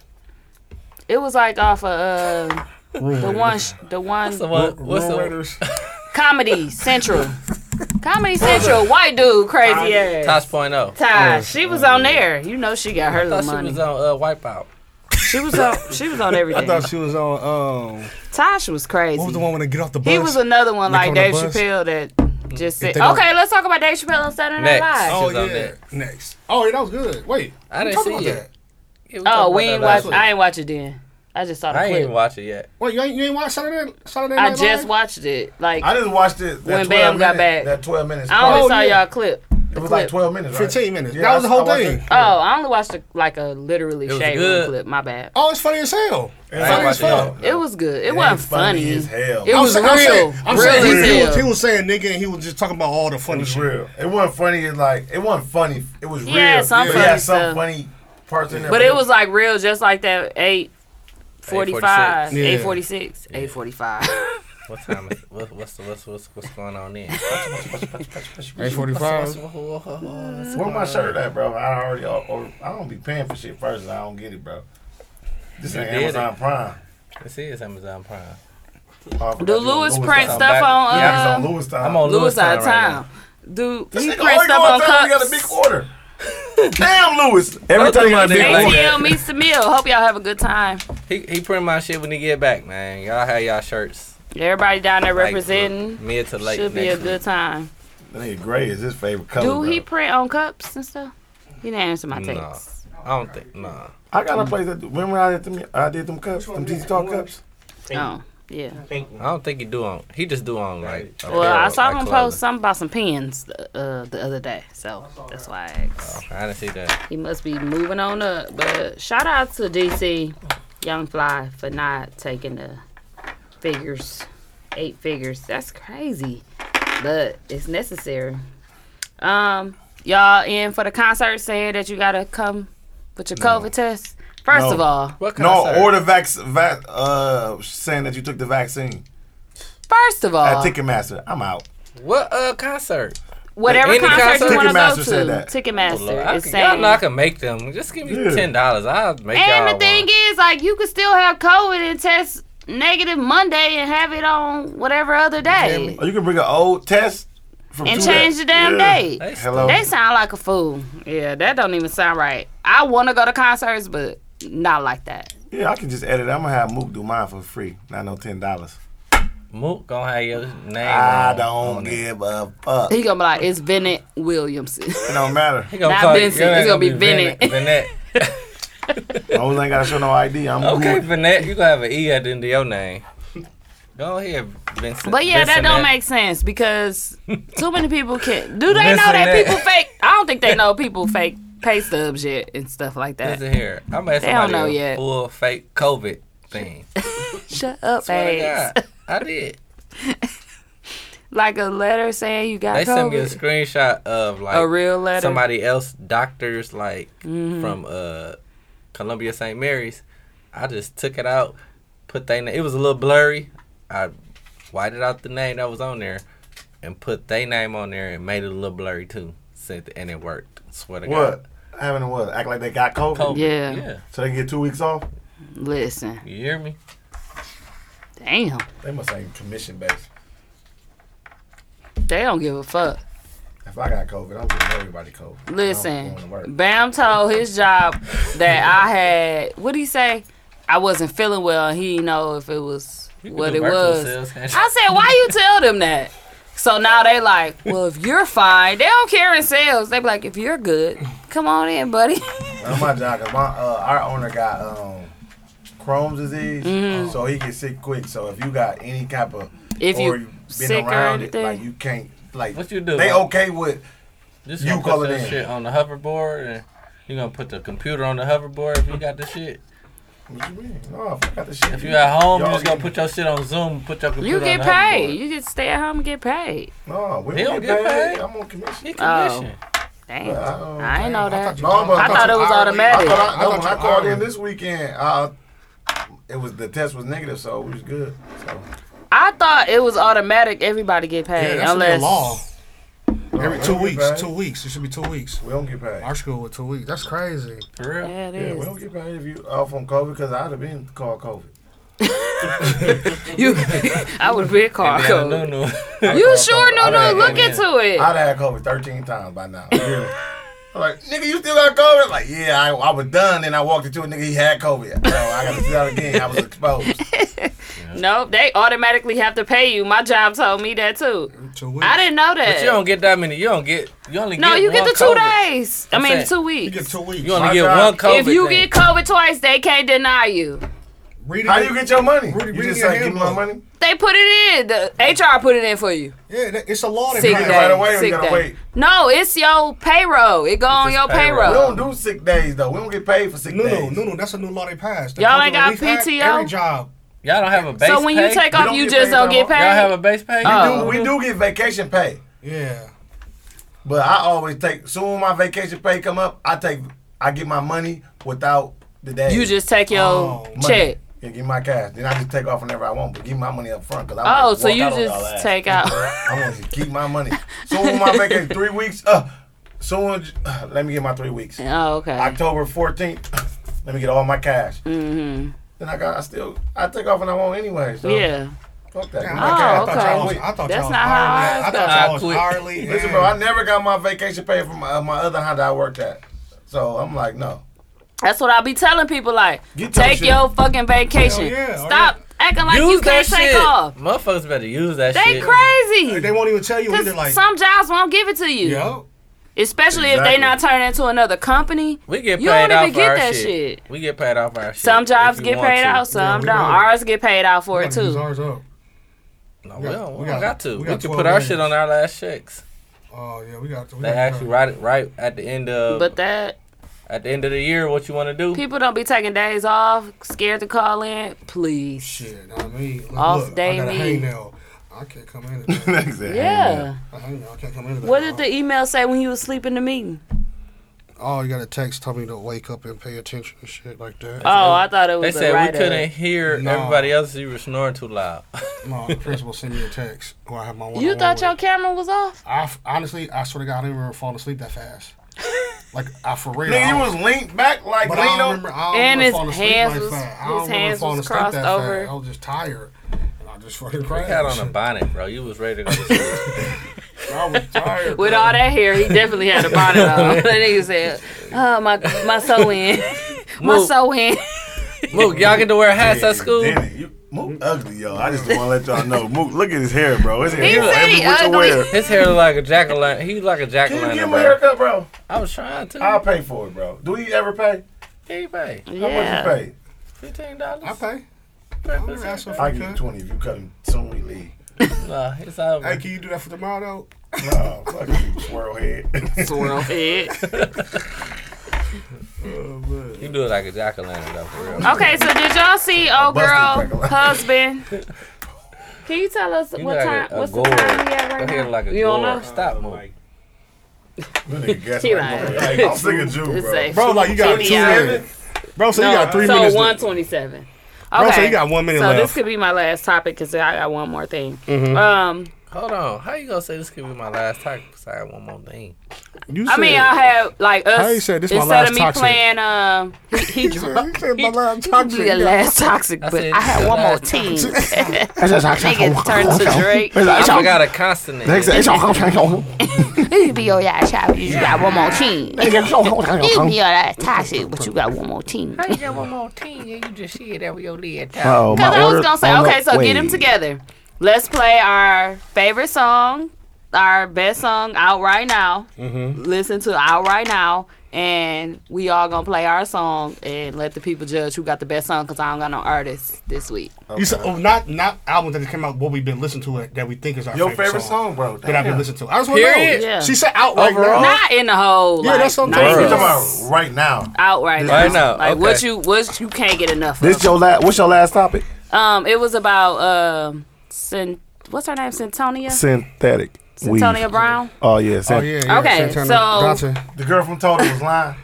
D: It was like off of uh,
B: Room
D: the one, sh- the one,
A: What's the one? What's the
D: Comedy Central. Comedy Central. White dude, crazy ass.
A: Tosh point oh.
D: Ty, she was on there. You know she got her
A: I
D: little
A: thought
D: money.
A: she was on uh, Wipeout.
D: She was on. She was on everything.
B: [LAUGHS] I thought she was on. Um,
D: Tosh was crazy.
B: What was the one when they get off the bus?
D: He was another one
B: Nick
D: like
B: on the
D: Dave
B: bus?
D: Chappelle that
E: Mm.
D: just
B: If
D: said,
B: they don't-
D: "Okay, let's talk about Dave Chappelle on Saturday Night Live."
B: Oh
A: was on
B: yeah,
A: there.
B: next. Oh, yeah, that was good. Wait,
A: I
B: we
A: didn't
B: talked
A: see
B: about
A: it.
B: that.
A: Yeah, we
D: Oh,
A: talked
D: we
A: about
D: ain't
A: that last
D: watch. I ain't watch it then. I just saw
A: week. I
D: the
A: ain't
D: clip.
A: even watch it yet.
B: Wait, you ain't, you ain't watch Saturday Saturday
D: I
B: Night
D: just
B: Live?
D: watched it. Like
E: I just watched it. that
D: when
E: 12
D: Bam got
E: minute-
D: back.
E: That 12 minutes.
D: I only
E: part.
D: saw y'all clip.
E: It was like 12 minutes, right?
B: 15 minutes.
E: Yeah,
B: Oh, that was the
E: I-
B: whole
E: I watched
B: thing.
E: it.
D: Oh, I only watched a, like a literally
B: It was
D: shade
B: good.
D: room clip. My bad.
B: Oh, it's funny as hell.
D: ain't
B: Funny as
D: watching it.
B: fuck.
D: It was good. It,
B: It
D: wasn't
B: ain't funny
D: funny.
B: as
E: hell.
D: It
B: I'm
D: was
B: sa-
D: real.
B: I'm saying- I'm
D: real
B: saying
D: as
B: he,
D: hell.
B: was, he was saying nigga and he was just talking about all the funny shit.
E: real. It wasn't funny. It's like it wasn't funny. It was
D: Yeah,
E: real.
D: some
E: but
D: funny
E: it had some
D: stuff.
E: funny parts in there.
D: But it was like real, just like that 845,
A: 846. Yeah.
D: 846, 845.
A: [LAUGHS] What time is what, what's the what's what's what's going on then? [LAUGHS]
B: 8:45.
E: Where my shirt at, bro? I already or, or I don't be paying for shit first. And I don't get it, bro. This
A: You
E: ain't
A: did
E: Amazon
A: it.
E: Prime.
A: This is Amazon Prime.
D: Do Lewis print stuff on? Uh,
E: Yeah, it's on Lewis time.
A: I'm on Lewis
D: out
A: time.
D: of
A: right now.
D: town. Do
E: This
D: he
E: nigga
D: print
E: already
D: stuff
E: going
D: on
E: through and we got a
D: cups?
E: big order. [LAUGHS] Damn, Lewis. Every time you got a big
A: Like
E: order.
A: that.
D: ATL meets the meal. Hope y'all have a good time.
A: He he print my shit when he get back, man. Y'all have y'all shirts.
D: Everybody down there
A: Like,
D: representing.
A: mid to late
D: Should be a
A: next
D: good time.
E: That nigga Gray is his favorite color.
D: Do
E: bro.
D: he print on cups and stuff? He didn't answer my
E: No.
D: text.
A: I don't think nah.
E: I got a place that. Remember I did them? I did them cups. Them these tall cups.
D: Oh, yeah.
A: I don't think he do on. He just do on like.
D: Well, I
A: apparel,
D: saw
A: like
D: him
A: clothing.
D: post something about some pins uh, the other day, so that's why I asked.
A: I didn't see that.
D: He must be moving on up. But shout out to DC Young Fly for not taking the figures, eight figures. That's crazy, but it's necessary. Um, y'all in for the concert saying that you gotta come with your COVID test. First
E: No.
D: of all,
E: No, or the vac, vac uh, saying that you took the vaccine
D: First of all,
E: at Ticketmaster. I'm out.
A: What uh concert?
D: Whatever
A: Like, any
D: concert, you want to go
E: Ticketmaster
D: to,
E: said that.
D: Ticketmaster
A: Lord, I
D: is
A: could-
D: saying.
A: Y'all know I can make them. Just give me
E: Yeah.
A: ten dollars. I'll make
D: and
A: y'all.
D: the thing is, like, you could still have COVID and test negative Monday and have it on whatever other day
E: Or you can bring an old test from
D: and
E: two
D: change
E: days.
D: the damn
E: Yeah.
D: date.
E: Hello.
D: They sound like a fool. Yeah, that don't even sound right. I want to go to concerts, but not like that.
E: yeah, I can just edit. it. I'm gonna have Mook do mine for free. Not no ten dollars.
A: Mook gonna have your name.
E: I
A: on-
E: don't
A: on it.
E: give a fuck.
D: He gonna be like, it's Bennett Williamson.
E: It don't matter.
A: He gonna
D: Not
A: call you-
D: Vincent,
A: your name
D: it's gonna be Bennett.
A: Vinette.
E: I only ain't gotta show no ID. [LAUGHS] I'm
A: Okay,
E: good.
A: Vinette, you gonna have an E at the end of your name. Go ahead, Vincent.
D: [LAUGHS] But yeah, that don't
A: Vincent.
D: make
A: [LAUGHS]
D: sense because too many people can. Do they
A: Listen
D: know that
A: that.
D: people fake? I don't think they know people fake pay stubs yet and stuff like that.
A: Listen here. I'm asking
D: They don't
A: somebody
D: know
A: a
D: yet.
A: full fake COVID thing.
D: Shut up,
A: Swear
D: ass.
A: to God, I did.
D: [LAUGHS] Like a letter saying you got
A: They sent me a
D: COVID.
A: screenshot of like
D: A real letter?
A: Somebody else, doctors like
D: Mhm.
A: from uh Columbia St. Mary's. I just took it out, put they name. It was a little blurry. I whited out the name that was on there and put they name on there and made it a little blurry too. Sent and it worked. Swear to God.
E: What? Having what? Act like they got COVID.
A: COVID.
D: Yeah.
A: yeah.
E: So they get two weeks off.
D: Listen,
A: You hear me?
D: damn,
E: They must ain't commission based.
D: they don't give a fuck.
E: If I got COVID, I'm getting everybody COVID. I'm
D: Listen,
E: going to work.
D: Bam told his job that I had. What did he say? I wasn't feeling well. and He didn't know if it was what
U: do
D: it
U: virtual
D: was.
U: sales,
D: I
U: can't you?
D: said, why you tell them that? So now they like, well, if you're fine, they don't care in sales. They be like, if you're good, come on in, buddy.
E: Well, my job, 'cause my uh, our owner got um, Crohn's disease,
D: Mhm.
E: so he gets sick quick. So if you got any type of
D: If
E: or
D: you
E: been
D: sick or
E: around it,
D: anything.
E: like you can't like
A: What you do?
E: They okay with
A: Just
E: you
A: you put
E: calling
A: this
E: in.
A: shit on the hoverboard, and you gonna put the computer on the hoverboard if you got the shit.
E: What you mean? No, I got the shit.
A: If you at home, you
E: Y'all
A: just gonna put your shit on Zoom, put your computer.
D: You get
A: on the hoverboard.
D: paid. You just stay at home and get paid.
E: No, we
A: He don't get paid.
E: I'm on commission.
D: Oh, dang. I ain't know that.
E: No, but
D: I thought it was
E: you hourly.
D: automatic.
E: I thought, I, no, when I called in this weekend, uh, it was the test was negative, so we was good. So
D: I thought it was automatic. Everybody get paid
B: that's
D: unless
B: the law. Every
E: Oh, we
B: two
E: don't get
B: weeks,
E: paid.
B: two weeks. It should be two weeks.
E: We don't get paid.
B: Our school with two weeks. That's crazy.
A: For real?
D: Yeah, it
E: yeah, we
D: is.
E: don't get paid if you off on COVID because I'd have been called COVID.
D: [LAUGHS] You, I would be car
E: Indiana
D: code.
A: Nunu.
D: You sure,
E: I'd
D: no, no,
E: have
D: look
E: had
D: into it.
E: I'd have had COVID 13 times by now. I'm like, nigga, you still got COVID? Like, yeah, I, I was done. Then I walked into a nigga, he had COVID. So I got to sit out again. I was exposed.
D: Nope, they automatically have to pay you. My job told me that too. I didn't know that.
A: But you don't get that many. You don't get. You only
D: no,
A: get
D: you get
A: one
D: the two
A: COVID.
D: days. I
A: I'm
D: mean,
A: saying-
D: two weeks. You get
B: two weeks.
A: You only
E: My
A: get
E: job-
A: one COVID.
D: if you
A: thing.
D: get COVID twice, they can't deny you.
E: How you get your money?
B: Rudy,
E: you
B: read
E: just
B: your
E: say, give me my
B: handbook.
E: money?
D: They put it in. The HR put it in for you.
B: Yeah, that- it's a law that
D: Sick
B: passed.
D: day. sick day. No, it's your payroll. It go on your payroll.
E: We don't do sick days, though. We don't get paid for sick
B: No, no,
E: days.
B: no, no. That's a new law they passed.
D: Y'all
B: COVID
D: ain't got
B: relief act,
D: PTO?
B: Every job.
A: Y'all don't have a base
D: so when you
A: pay?
D: take
E: We
D: off,
E: don't
D: you
E: get
D: just
E: paid
D: don't
E: no
D: get
E: more.
D: paid.
A: Y'all have a base pay?
D: Oh.
E: We, do, we do get vacation pay,
B: Yeah.
E: but I always take, soon my vacation pay come up, I take, I get my money without the day.
D: You just take your
B: Oh.
E: money.
D: check.
E: Yeah, give me my cash. Then I just take off whenever I want, but give me my money up front. Cause I
D: Oh,
E: wanna
D: so
E: walk
D: you
E: out on y'all
D: just
E: ass.
D: take
E: [LAUGHS]
D: out.
E: I want to keep my [LAUGHS] money. Soon as my vacation, three weeks. Uh, soon, uh, let me get my three weeks.
D: Oh, okay.
E: October 14th, [CLEARS THROAT] let me get all my cash.
D: Mm-hmm.
E: Then I got, I still, I take off when I want anyway. So
D: Yeah.
E: Fuck that. Give
B: Damn,
E: me
B: I
E: my
B: thought
E: cash.
B: y'all was- I thought That's y'all was not how hourly. ours I thought y'all go. was hourly and-
E: Listen, bro, I never got my vacation pay from my, uh, my other Honda I worked at. So I'm like, no.
D: That's what I be telling people. Like,
E: Get your
D: take
E: shit.
D: your fucking vacation.
E: Hell yeah,
D: Stop acting like you can't take
A: shit.
D: off.
A: Motherfuckers better use that
D: They
A: shit.
D: crazy.
B: They won't even tell you
D: Cause
B: either. Like,
D: some jobs won't give it to you.
B: yeah.
D: Especially if
A: Exactly.
D: they not turning into another company.
A: We get paid
D: You don't
A: off
D: even
A: for
D: get
A: our
D: that
A: shit.
D: shit.
A: We get paid off our shit.
D: Some jobs
A: if you
D: get
A: want
D: paid
A: to.
D: out, some
B: we
D: don't.
B: do.
D: Ours get paid out for it
B: Gotta use
D: too.
B: ours up. We
A: No, we,
B: got-
A: don't.
B: we
A: We,
B: got-
A: got, to.
B: we
A: We,
B: got
A: can
B: 12
A: put our
B: minutes.
A: shit on our last checks.
B: Oh yeah, we got. We
A: They
B: got
A: ask you right, right at the end of
D: But that
A: at the end of the year what you want to do.
D: people don't be taking days off, scared to call in. Please.
B: Shit, I mean, look,
D: Off
B: look,
D: day
B: I got a
D: me.
B: hangnail. I can't come
E: [LAUGHS]
B: in. Today.
E: Exactly.
D: Yeah.
B: A hangnail. I can't come in. Today.
D: What did the email say when you was sleeping in the meeting?
B: Oh, you got a text told me to wake up and pay attention and shit like that.
D: Oh, I thought it
A: They
D: was a
A: said
D: write-up.
A: we couldn't hear
B: No.
A: everybody else. You were snoring too loud. [LAUGHS]
B: No, the principal sent me a text. Where I have my one.
D: You thought your camera was off?
B: I f- honestly, I swear to God, I didn't remember falling asleep that
D: [LAUGHS]
B: fast. Like I for
E: Nigga,
B: real. I
E: you
B: don't-
E: was linked back like
B: but I don't
E: Lino.
B: remember. I don't
D: And
B: remember
D: his
B: falling asleep
D: hands
B: like
D: was-
B: that. I
D: his
B: don't remember
D: hands
B: falling
D: was
B: asleep that
D: crossed
B: fast.
D: over.
B: I was just tired. And I just fucking
A: You
B: crashed.
A: got on a bonnet, bro. You was ready to go. To sleep.
B: [LAUGHS] I was
A: [LAUGHS]
B: tired.
D: With all that hair, he definitely had a bonnet on. [LAUGHS] that nigga said, "Oh my, my sew in, [LAUGHS] my
A: Move.
D: sew in."
A: Mook, y'all get to wear hats
E: Yeah,
A: at school.
E: Denny, you- Mook ugly, yo. I just want to let y'all know. Mook, look at his hair, bro. His hair
D: He
E: is
D: said he
E: everywhere to
D: ugly.
E: wear.
A: His hair look like a jack o' lantern. He like a jack o'
E: Can you give him
A: lantern,
E: a
A: bro.
E: haircut, bro?
A: I was trying to.
E: I'll pay for it, bro. Do he ever pay?
A: He pay
E: How
D: Yeah.
E: much you pay?
A: fifteen dollars.
B: I pay. I'm never asking
A: Nah,
B: for
E: I
B: you.
E: give you twenty if you cut him soon we leave.
A: it's over.
B: Hey, can you do that for tomorrow? [LAUGHS]
E: No, fuck you, swirl head.
D: Swirl head.
A: [LAUGHS]
B: though? Oh man.
A: You do it like a jack o' lantern, though, for real.
D: Okay, so did y'all see old
E: busted
D: girl
E: pickle.
D: husband?
B: [LAUGHS]
D: Can you tell us
A: You
D: what
A: look
D: time?
A: like a
D: What's the
A: gourd.
D: time he at
A: Your
D: right
A: hair
D: now?
A: look like a
D: you don't know.
A: gourd. Stop, Mook.
E: That nigga guess
D: He
E: like,
D: [LAUGHS] like-
E: like, I'm sick of you,
D: It's
E: bro.
D: safe.
B: Bro, like you got
D: Two
B: two
D: hours.
B: minutes. Bro, so you got three
D: so
B: minutes. to-
D: one twenty-seven. Okay.
B: Bro, so you got one minute
D: So
B: left.
D: this could be my last topic because I got one more thing.
B: Mhm.
D: Um,
R: Hold on. How you gonna say this could be my last talk? Cause I have one more thing.
B: You
D: I mean, I have like us.
R: How you said this my
D: instead
R: last
D: of me
R: toxic?
D: playing, um,
B: [LAUGHS]
D: he, he, drunk.
B: said my last
D: He-
B: toxic.
D: He your last toxic, but I,
R: said
D: had
R: your
D: one more
R: last
D: team.
R: toxic.
D: [LAUGHS] Nigga turned to Drake.
R: I forgot a consonant.
D: You be your last toxic, you got one more team. You be your last toxic, but you got one more team.
R: How you got one more team? Yeah, you just shit that we only had time.
D: Because I was gonna
B: oh,
D: say, okay, so get them together. Let's play our favorite song, our best song out right now.
R: Mm-hmm.
D: Listen to out right now, and we all gonna play our song and let the people judge who got the best song. Because I don't got no artists this week.
B: You said, oh, not not albums that just came out. What we've been listening to that we think is our
D: Your
B: favorite
D: favorite
B: song,
H: bro.
B: That I've been listening to. I just want to know.
D: Yeah.
B: She said out right now.
D: Not in the whole.
B: Yeah,
D: like,
B: that's what I'm
D: not
B: talking
D: even
B: about.
E: About right now.
D: Out right,
E: Right
D: now.
E: now,
D: Like what
E: okay.
D: you what you can't get enough of.
E: This your last. What's your last topic?
D: Um, it was about um, Sin- what's her name? Centonia.
E: Synthetic. weed.
D: Centonia Brown.
E: Oh yeah.
D: Oh, yeah, yeah, Okay, Santana so-
E: the girl from Total was lying.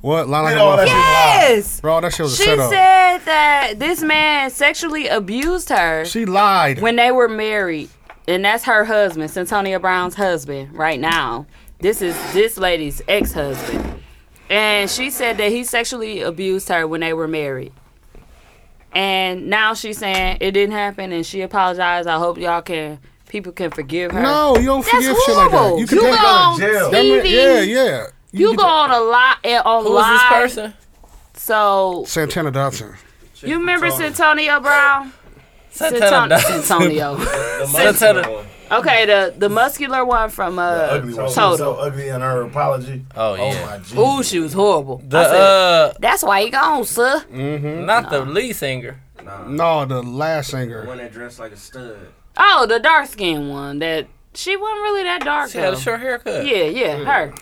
B: What? Lying
E: all that
D: Yes.
B: Bro, that shit was
D: She
B: a
D: said
B: setup.
D: that this man sexually abused her.
B: She lied.
D: When they were married. And that's her husband, Santonia Brown's husband, right now. This is this lady's ex husband. And she said that he sexually abused her when they were married. And now she's saying it didn't happen and she apologized. I hope y'all can people can forgive her.
B: No, you don't
D: That's
B: forgive shit like that.
D: horrible.
B: You can
D: you
B: take-
D: go
B: go to
D: on
B: jail. That mean-
D: TV.
B: yeah, yeah.
D: You, go on a lot on
B: Who is this
D: live.
B: person?
D: So
B: Santana Dotson.
D: you remember Santonio
R: [LAUGHS]
D: Brown?
B: Santana
D: Santon-
B: Dotson.
D: Santonio.
B: The
D: Santon-
B: muscular one.
D: Okay, the the muscular one from uh
E: Ugly one. She was so
D: Total.
E: ugly in her apology.
R: Oh yeah.
E: my
D: Ooh, she was horrible.
R: The
D: I said,
R: uh,
D: That's why he gone, sir.
R: mm-hmm. not the lead singer.
B: No, the last singer.
Q: One that dressed like a stud.
D: Oh, the dark skinned one that she wasn't really that dark.
R: She had a
D: though.
R: short haircut. Mm.
D: Yeah, yeah, her.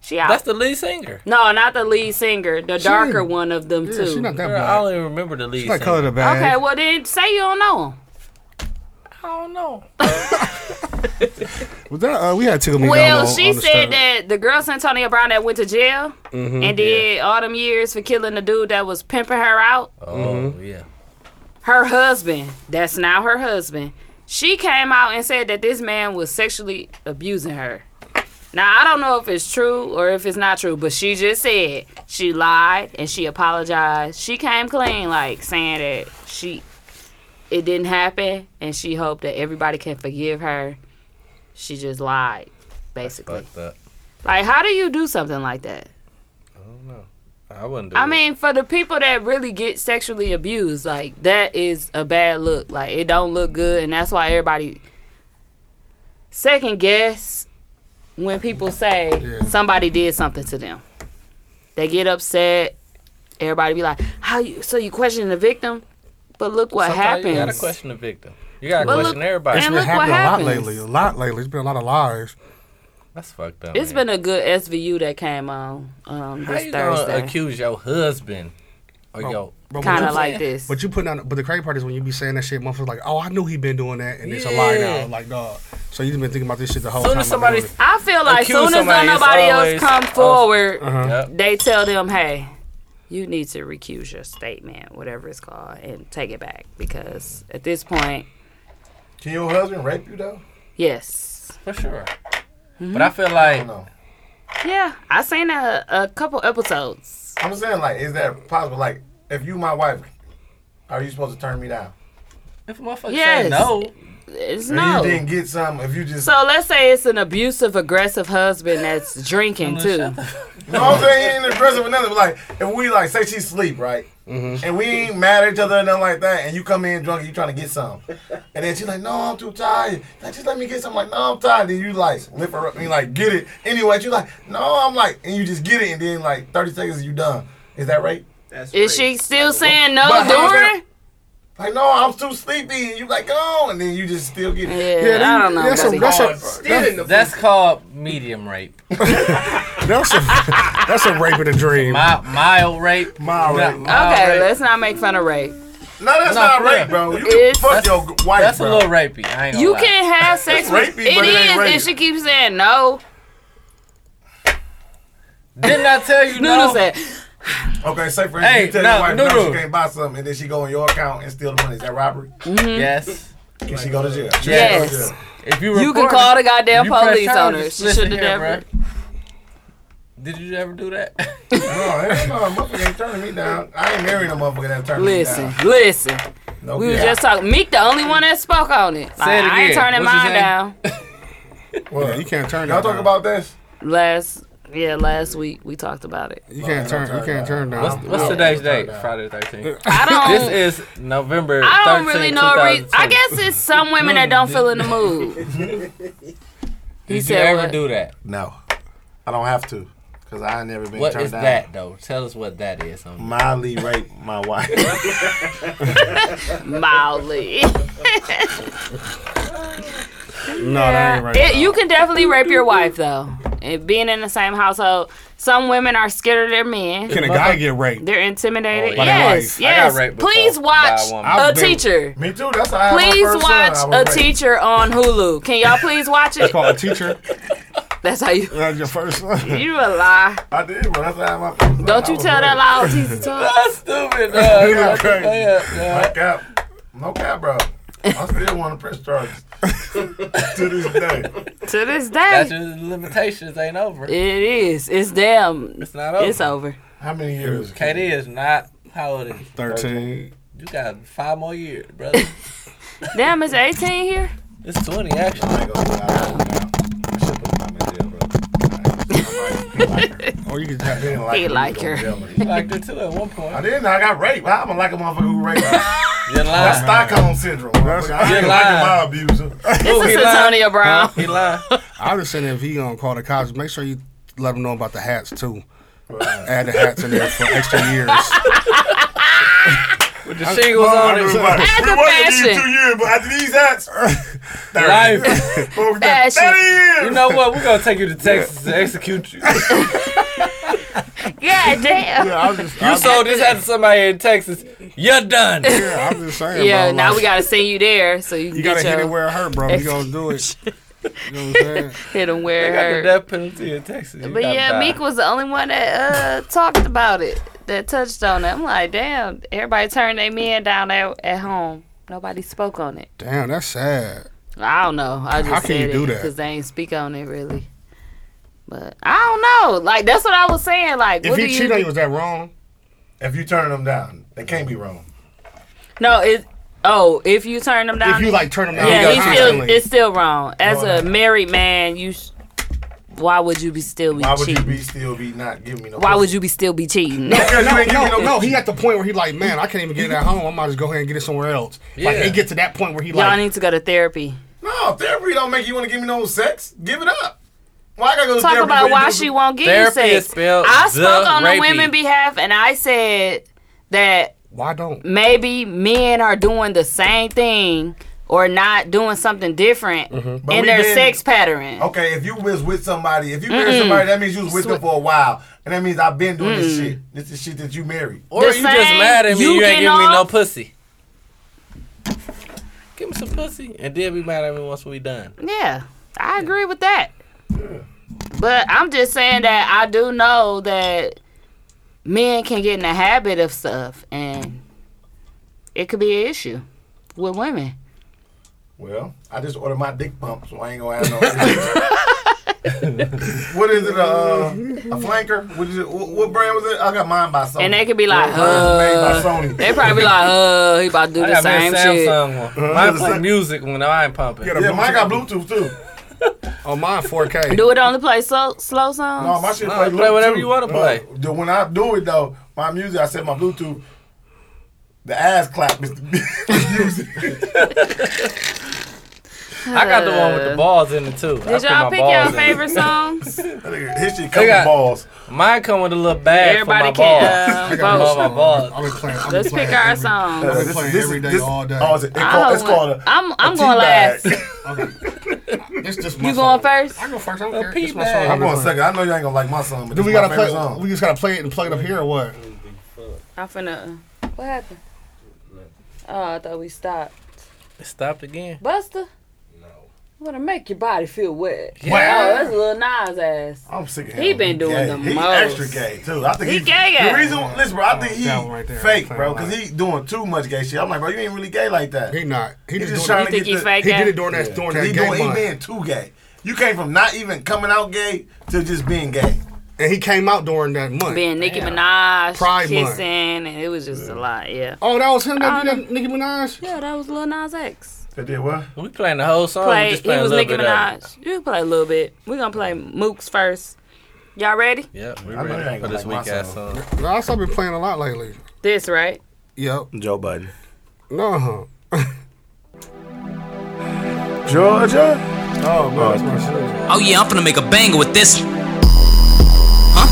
D: She out.
R: That's the lead singer.
D: no, not the lead singer, the
R: She
D: darker
R: ain't-
D: one of them
R: Yeah,
D: two.
R: she not that Girl, I black. don't even remember the lead.
B: like Color the Bag.
D: Okay, well then say you don't know him.
R: I don't know.
B: [LAUGHS] Was that, uh, we had Tickle Me
D: well,
B: Down on-
D: she
B: on the
D: said
B: start.
D: that the girl Santonia Brown that went to jail
B: Mhm.
D: and did all them years for killing the dude that was pimping her out.
R: Oh
B: Mm-hmm.
R: yeah.
D: Her husband, that's now her husband. She came out and said that this man was sexually abusing her. Now I don't know if it's true or if it's not true, but she just said she lied and she apologized. She came clean, like saying that she it didn't happen, and she hoped that everybody can forgive her. She just lied, basically.
R: Fucked up.
D: Like, how do you do something like that?
R: I don't know. I wouldn't do
D: I
R: it.
D: mean, for the people that really get sexually abused, like that is a bad look. Like it don't look good, and that's why everybody second guess when people say somebody did something to them. They get upset. Everybody be like, "How you?" So you question the victim, but look what
R: Sometimes You gotta
D: happens.
R: question the victim. You gotta
D: But look-
R: question everybody.
B: It's
D: And
B: been
D: look what
B: happening a lot
D: happens.
B: lately. A lot lately. It's been a lot of lies.
R: That's fucked up.
D: It's
R: man.
D: been a good SVU that came on um,
R: How
D: this
R: you
D: Thursday.
R: gonna accuse your husband or
B: Bro,
R: your
B: bro,
D: Kinda
B: but you-
D: like this.
B: But you put on. But the crazy part is when you be saying that shit, motherfuckers like, oh, I knew he been doing that, and it's a lie
R: Yeah.
B: now. Like, dog. So you just been thinking about this shit the whole
R: Soon
B: time.
R: as somebody-
D: I feel like
R: accuse
D: soon as
R: somebody,
D: don't
R: it's
D: nobody else
R: always
D: come
R: us.
D: forward,
B: Uh-huh.
R: Yep.
D: they tell them, "Hey, you need to recuse your statement, whatever it's called, and take it back because at this point,
E: Can your husband rape you though?
D: yes, Mm-hmm.
R: for sure."
E: But I feel like-
D: yeah, I seen a, a couple episodes.
E: I'm saying like, is that possible? Like, if you my wife, are you supposed to turn me down?
R: If a motherfucker
D: Yes.
R: say no,
D: It's
E: If
D: no.
E: You didn't get some. If you just
D: So let's say it's an abusive, aggressive husband that's drinking too.
E: You know what I'm saying? He ain't aggressive or nothing. But like, if we like say she sleep, right? And we ain't mad at each other or nothing like that, and you come in drunk and you trying to get some. And then she's like, No, I'm too tired. Like, just let me get some. like, no, I'm tired. Then you like lift her up and you, like get it. Anyway, you like, no, I'm like, and you just get it, and then like 30 seconds you done. Is that right?
Q: That's
D: Is she still saying
E: But
D: no
E: how's that-
D: during?
E: Like, no, I'm too sleepy, and you like, go, and then you just still get it.
D: Yeah, I don't know. buddy.
R: that's, that's called medium
A: [LAUGHS]
R: rape.
B: that's a that's a rape in a dream.
R: Mild, mild rape.
B: Mild
R: rape.
D: okay, let's not make fun of rape.
E: No, that's
R: No,
E: not
R: for
E: rape,
R: real.
E: bro. You can
D: It's-
E: fuck your wife.
R: That's
E: bro.
R: a little rapey. I ain't gonna
D: You
R: lie.
D: can have sex
E: It's
D: with
E: rapey, but it ain't
D: is,
E: rape.
D: and she keeps saying no.
R: Didn't I tell you
D: Noodle
R: no?
D: said,
E: Okay, say for instance,
R: Hey,
E: you tell
R: now,
E: your wife no,
R: Noodle.
E: she can't buy something, and
D: Mm-hmm.
E: then she go in your account and steal the money. Is that robbery?
R: Yes.
E: Can she go to jail?
R: Yes.
E: She can go to jail.
A: If you
D: You can
A: report
D: call
A: it,
D: the goddamn
A: you press
D: police
A: charges.
D: on her. She
A: Listen
D: shoulda
A: here,
D: never-
A: bruh. Did you ever do that?
E: [LAUGHS] no, hell no, motherfucker ain't turning me down. I ain't marrying a motherfucker that turned
D: Listen,
E: me down.
D: listen.
E: No,
D: we was
E: yeah.
D: just talking. Meek, the only one that spoke on it. Like,
E: Say it
D: I ain't
E: again.
D: turning
E: What you
D: mine
E: say?
D: down.
B: Yeah, you can't turn.
E: Y'all
B: that
E: talk
B: down.
E: about this?
D: Last, yeah, last week we talked about it.
B: You can't turn. You can't turn down.
A: What's, what's
B: No.
A: today's date? Friday the
B: [LAUGHS]
A: 13th.
D: I don't-
A: This is November
D: I don't really
A: 13th,
D: know. A re-
A: 2020.
D: I guess it's some women that don't feel in the mood.
R: [LAUGHS]
A: Did you
D: said
A: ever
D: what?
A: do that?
E: No, I don't have to, cause I ain't never been
A: What
E: turned
A: is
E: down.
A: that though? Tell us what that is. homie.
E: Mildly rape my wife. [LAUGHS]
D: Mildly.
B: No, that ain't right.
D: It- you can definitely rape your wife though. And being in the same household, some women are scared of their men.
B: Can a guy get raped?
D: They're intimidated.
B: Oh, By their
D: yes,
B: wife. I got
D: yes.
B: raped before
D: Please
B: by a
D: watch
B: woman.
D: a
B: I've been-
D: teacher.
E: Me too. That's how I had my
D: Please
E: first
D: watch
E: son, I
D: a
E: was raped.
D: teacher on Hulu. Can y'all please watch
B: It's
D: it?
B: called a teacher. [LAUGHS]
D: That's how you.
B: That's your first one. [LAUGHS]
D: [LAUGHS] You a lie.
E: I did, but that's how my first
D: Don't you tell that loud teacher.
B: [LAUGHS]
D: That's
E: [LAUGHS]
A: stupid.
E: Yeah,
D: dog.
E: crazy.
D: Hurry
E: No
D: up, dog.
E: cap, no cap, bro. I still want to press charges to this day.
D: To this day.
A: That's your limitations ain't over.
D: It is. It's damn.
A: It's not over.
D: It's over.
E: How many
A: years? KD is not how old is he?
B: 13.
A: You got five more years, brother.
D: Damn, it's 18 here?
A: It's 20, actually.
B: Or Oh, you can tap
E: in
A: He like her.
E: He
A: liked her too at one point.
E: I didn't. I got raped. How am I like a motherfucker who raped me?
A: [LAUGHS] You're lying.
E: That's Stockholm syndrome. motherfucker. I
B: You're
E: ain't liking
B: lying.
E: my abuser.
A: Oh, He lied.
B: [LAUGHS] I was saying if he gonna call the cops, make sure you let him know about the hats too. Add the hats in there for extra years.
A: With
B: the shingles on it. Add the
E: we wasn't these
B: fashion.
E: two years, but after these
B: [LAUGHS]
E: hats, [LAUGHS]
A: Life.
E: Fashion.
A: You know what? We're going to take you to Texas to execute you.
D: God damn.
A: [LAUGHS] you sold this hat to somebody in Texas. You're done.
B: Yeah, I'm just saying.
D: Yeah,
B: bro,
D: now
B: like,
D: we gotta send you there so you can
B: You gotta
D: get
B: hit
D: your,
B: it where it hurt, bro. You gonna do
D: [LAUGHS]
B: it. You know what I'm saying?
D: hit him where
A: They
D: it
A: got the
D: hurt.
A: death penalty in Texas. You
D: But
A: gotta
D: yeah,
A: die.
D: Meek was the only one that uh, talked about it, that touched on it. I'm like, damn, everybody turned their men down at, at home. Nobody spoke on it.
B: Damn, that's sad.
D: I don't know. I just
B: How can
D: said
B: you do that?
D: because they ain't speak on it really. But I don't know. Like that's what I was saying. Like,
E: If
D: what
E: he
D: do
E: cheat
D: you
E: on you,
B: was that wrong?
E: If you turning them down, they can't be wrong.
D: No, it. Oh, if you turn them down,
E: If you, like, turn them down
D: yeah, he's still
E: constantly.
D: it's still wrong. As
E: No,
D: a married man, you. Sh- why would you be still be
E: Why would
D: cheating?
E: you be still be not giving me no?
D: why would you be still be cheating?
B: No, no, no, no. He at the point where he like, man, I can't even get it at home. I might just go ahead and get it somewhere else. Like
E: Yeah.
B: it get to that point where he
D: Y'all
B: like,
D: need to go to therapy.
E: No, Oh, therapy don't make you want to give me no sex. Give it up. Why I gotta go to
D: Talk
E: therapy
D: about
E: before
D: why
E: you do-
D: she won't give you sex. I spoke on the women behalf, and I said that
B: why don't
D: maybe men are doing the same thing or not doing something different
E: But
D: in
E: we
D: their
E: been-
D: sex pattern.
E: Mm-hmm. Okay, if you was with somebody, if you married
D: Mm-mm. Mm.
E: somebody, that means you was with them for a while, and that means I've been doing this
D: Mm-mm.
E: shit. This is shit that you married.
A: Or you just mad at me, you, ain't giving me no pussy. Give me some pussy. And then be mad at me once we done.
D: Yeah, I agree with that. But I'm just saying that I do know that men can get in the habit of stuff, and it could be an issue with women.
E: Well, I just ordered my dick pump, so I ain't gonna have
D: [LAUGHS]
E: no. what is it? Uh, a flanker? What is it? What, what brand was it? I got mine by Sony.
D: And they could be like,
E: Mine was made by
D: uh,
E: Sony.
D: They probably like, uh, he about to do
A: I
D: the
A: got me a
D: same
A: Samsung
D: shit.
A: one. Mine play music when I ain't pumping.
E: Uh, Yeah, mine got Bluetooth
A: [LAUGHS]
E: too.
A: Oh,
B: on mine 4K.
D: [LAUGHS] Do it only play slow, slow songs?
E: No, my shit play, Bluetooth. But the- when I do it though, my music, I set my Bluetooth. The ass clap is the music.
A: I got the one with the balls in it too. I
D: Uh, Did y'all
A: my
D: pick
A: balls in
D: y'all
A: it.
D: favorite
E: His
D: songs?
E: shit
A: They
E: come with
A: got-
E: balls.
A: Mine come with a little bag
D: Everybody
A: for my
D: can,
A: balls. [LAUGHS]
D: uh,
A: I got
D: vote.
A: all my balls.
B: I've been playing. I've been
D: Let's
B: playing
D: pick our
B: every-
E: [LAUGHS]
D: songs.
B: I've
E: This-
B: been playing
E: this-
B: every day,
E: this-
B: all day.
E: oh, is it- it
D: I
E: called-
D: hold
E: it's called
D: one.
E: a-
D: I'm I'm
E: a
D: going
E: tea bag.
D: last.
E: [LAUGHS]
B: This just
D: You going first? I
B: go first.
D: I
B: don't care. This my song.
E: I'm going second. I know you ain't gonna like my song, but
B: Do
E: this
B: we
E: is my
B: gotta play?
E: favorite song.
B: We just gotta play it and plug it up here or what?
D: I'm finna. What happened? Oh, I thought we stopped.
A: It stopped again.
D: Buster.
V: Well, to make your body feel wet.
E: Yeah.
V: Oh, that's Lil Nas ass.
E: I'm sick of him.
V: He been doing
E: Gay.
V: the
E: He
V: most.
E: extra gay too. I think
V: He
E: he's-
V: gay, gay.
E: The reason, listen, bro, I think he
B: Oh, that one right there.
E: fake, bro, because he doing too much gay shit. I'm like, bro, you ain't really gay like that. He
B: not. He,
E: just,
B: just doing-
E: trying
B: You
E: to
B: think
E: get
B: he's
E: the,
B: fake He gay? did it during that- during that
E: he
B: gay
E: doing,
B: month.
E: He being too gay. You came from not even coming out gay to just being gay.
B: And he came out during that month.
C: Being Nicki Minaj,
B: Pride
C: kissing,
B: month.
C: and it was just a lot. Yeah.
B: Oh, that was him that
C: did
B: Nicki Minaj.
C: Yeah, that was Lil Nas X.
E: That did what?
R: We playing the whole song.
C: Play.
R: we just
C: He
R: playing
C: was
R: a
C: Nicki
R: little bit of it.
C: Minaj. You play a little bit. We're gonna play Mooks first. Y'all ready?
R: Yep, we
B: I know that
R: ready
B: ain't
R: for
B: gonna
R: this
B: like my
R: week ass song.
B: No, I've been playing a lot lately.
C: This right?
B: Yep.
E: Joe Budden.
B: No. huh.
E: Georgia. Oh, bro.
U: Oh yeah, I'm finna make a banger with this. Huh?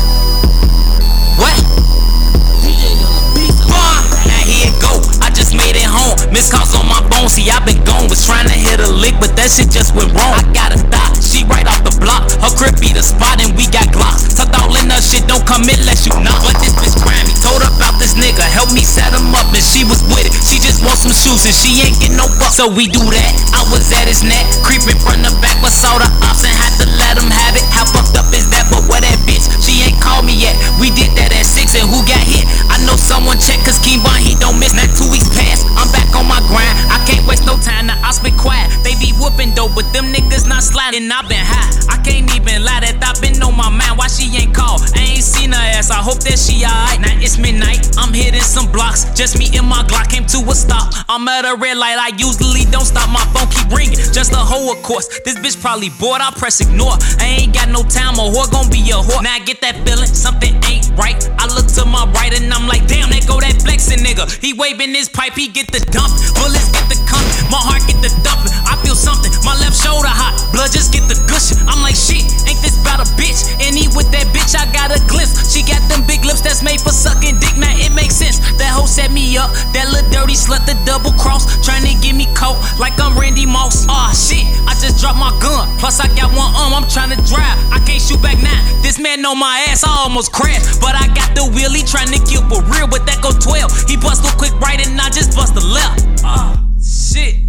U: What? Bah! uh, Now here it go. I just made it home. Miss calls on my phone. See, i been gone. Was trying to hit a lick, but that shit just went wrong. I gotta stop. She right off the block. Her crib be the spot, and we got glocks. Tucked all in her shit. Don't come in unless you not. But this bitch Grammy told her about this nigga. Help me set him up, and she was with it. She just wants some shoes, and she ain't get no fuck. So we do that. I was at his neck, creeping from the back. But saw the ops and had to let him have it. How fucked up is that? But what that bitch? She ain't called me yet. We did that at six, and who got hit? I know someone check, cause Kevon, he don't miss. Now two weeks past, I'm back on my grind. I can't waste no time, now I spit quiet. They be whooping though, but them niggas not sliding. i been high. I can't even lie that I been on my mind. Why she ain't called? I ain't seen her ass. I hope that she alright. Now it's midnight. I'm hitting some blocks. Just me and my Glock came to a stop. I'm at a red light. I usually don't stop. My phone keep ringing. Just a hoe, of course. This bitch probably bored. I press ignore. I ain't got no time. A whore gon' be a whore. Now I get that feeling something ain't right. I look to my right and I'm like, damn, there go that flexing nigga. He waving his pipe. He get the dump. Bullets get the cunt. My heart get the thumping. I feel something. My left shoulder hot. Blood just get the gushing. I'm like, shit, ain't this about a bitch? And he with that bitch, I got a glimpse. She got them big lips that's made for sucking dick. Now it makes sense. That hoe set me up. That little dirty slut, the double cross. Trying to get me caught like I'm Randy Moss. Ah, shit, I just dropped my gun. Plus, I got one arm, I'm trying to drive. I can't shoot back now. This man on my ass, I almost crashed. But I got the wheelie trying to kill for real. But that go 12. He bust real quick right and I just bust the left. Ah, shit.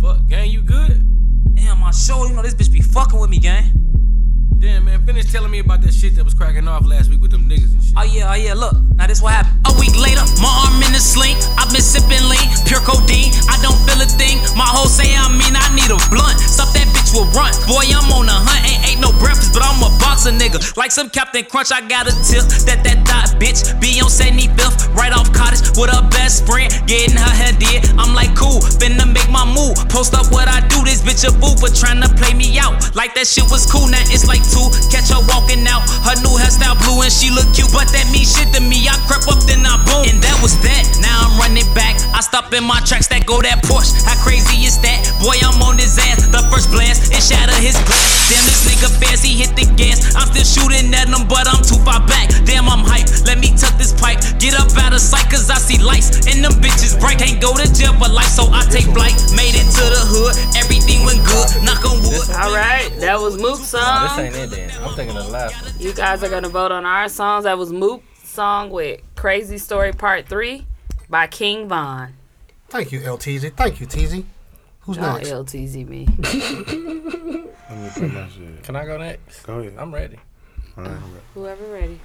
U: Fuck, gang, you good? Damn, my shoulder, you know this bitch be fucking with me, gang. Damn, man, finish telling me about that shit that was cracking off last week with them niggas and shit. Oh, yeah, oh, yeah, look. Now, this what happened. A week later, my arm in a sling. I've been sipping lean, pure codeine. I don't feel a thing. My whole say I mean I need a blunt. Stuff that bitch will run. Boy, I'm on a hunt. Ain't ate no breakfast, but I'm a boxer nigga. Like some Captain Crunch, I got a tip that that thought bitch be on 75th, right off cottage with her best friend. Getting her head did. I'm like, cool, finna make my move. Post up what I do. This bitch a boo, but tryna play me out. Like that shit was cool. Now it's like two. Catch her walking out. Her new hairstyle blue and she look cute, but that mean shit to me. I crept up, then I boom. And that was that. Now I'm running back. I stop in my tracks that go that Porsche. How crazy is that? Boy, I'm on his ass. The first blast, it shattered his glass. Damn, this nigga fancy hit the gas. I'm still shooting at him, but I'm too far back. Damn, I'm hype. Let me tuck this pipe. Get up out of sight, cause I see lights. And them bitches bright. Can't go to jail for life, so I take flight. Made it to the hood. Everything went good. Knock on wood.
C: Alright, that was Moop
R: This
C: song.
R: ain't it then. I'm thinking of the last one.
C: You guys are gonna vote on our songs. That was Moop song with Crazy Story Part Three by King Von.
B: Thank you, LTZ. Thank you, TZ. Who's
C: Y'all
B: next?
C: LTZ
B: [LAUGHS]
C: me.
R: Can I go next? Go ahead. I'm ready. All right, I'm ready.
C: Whoever ready.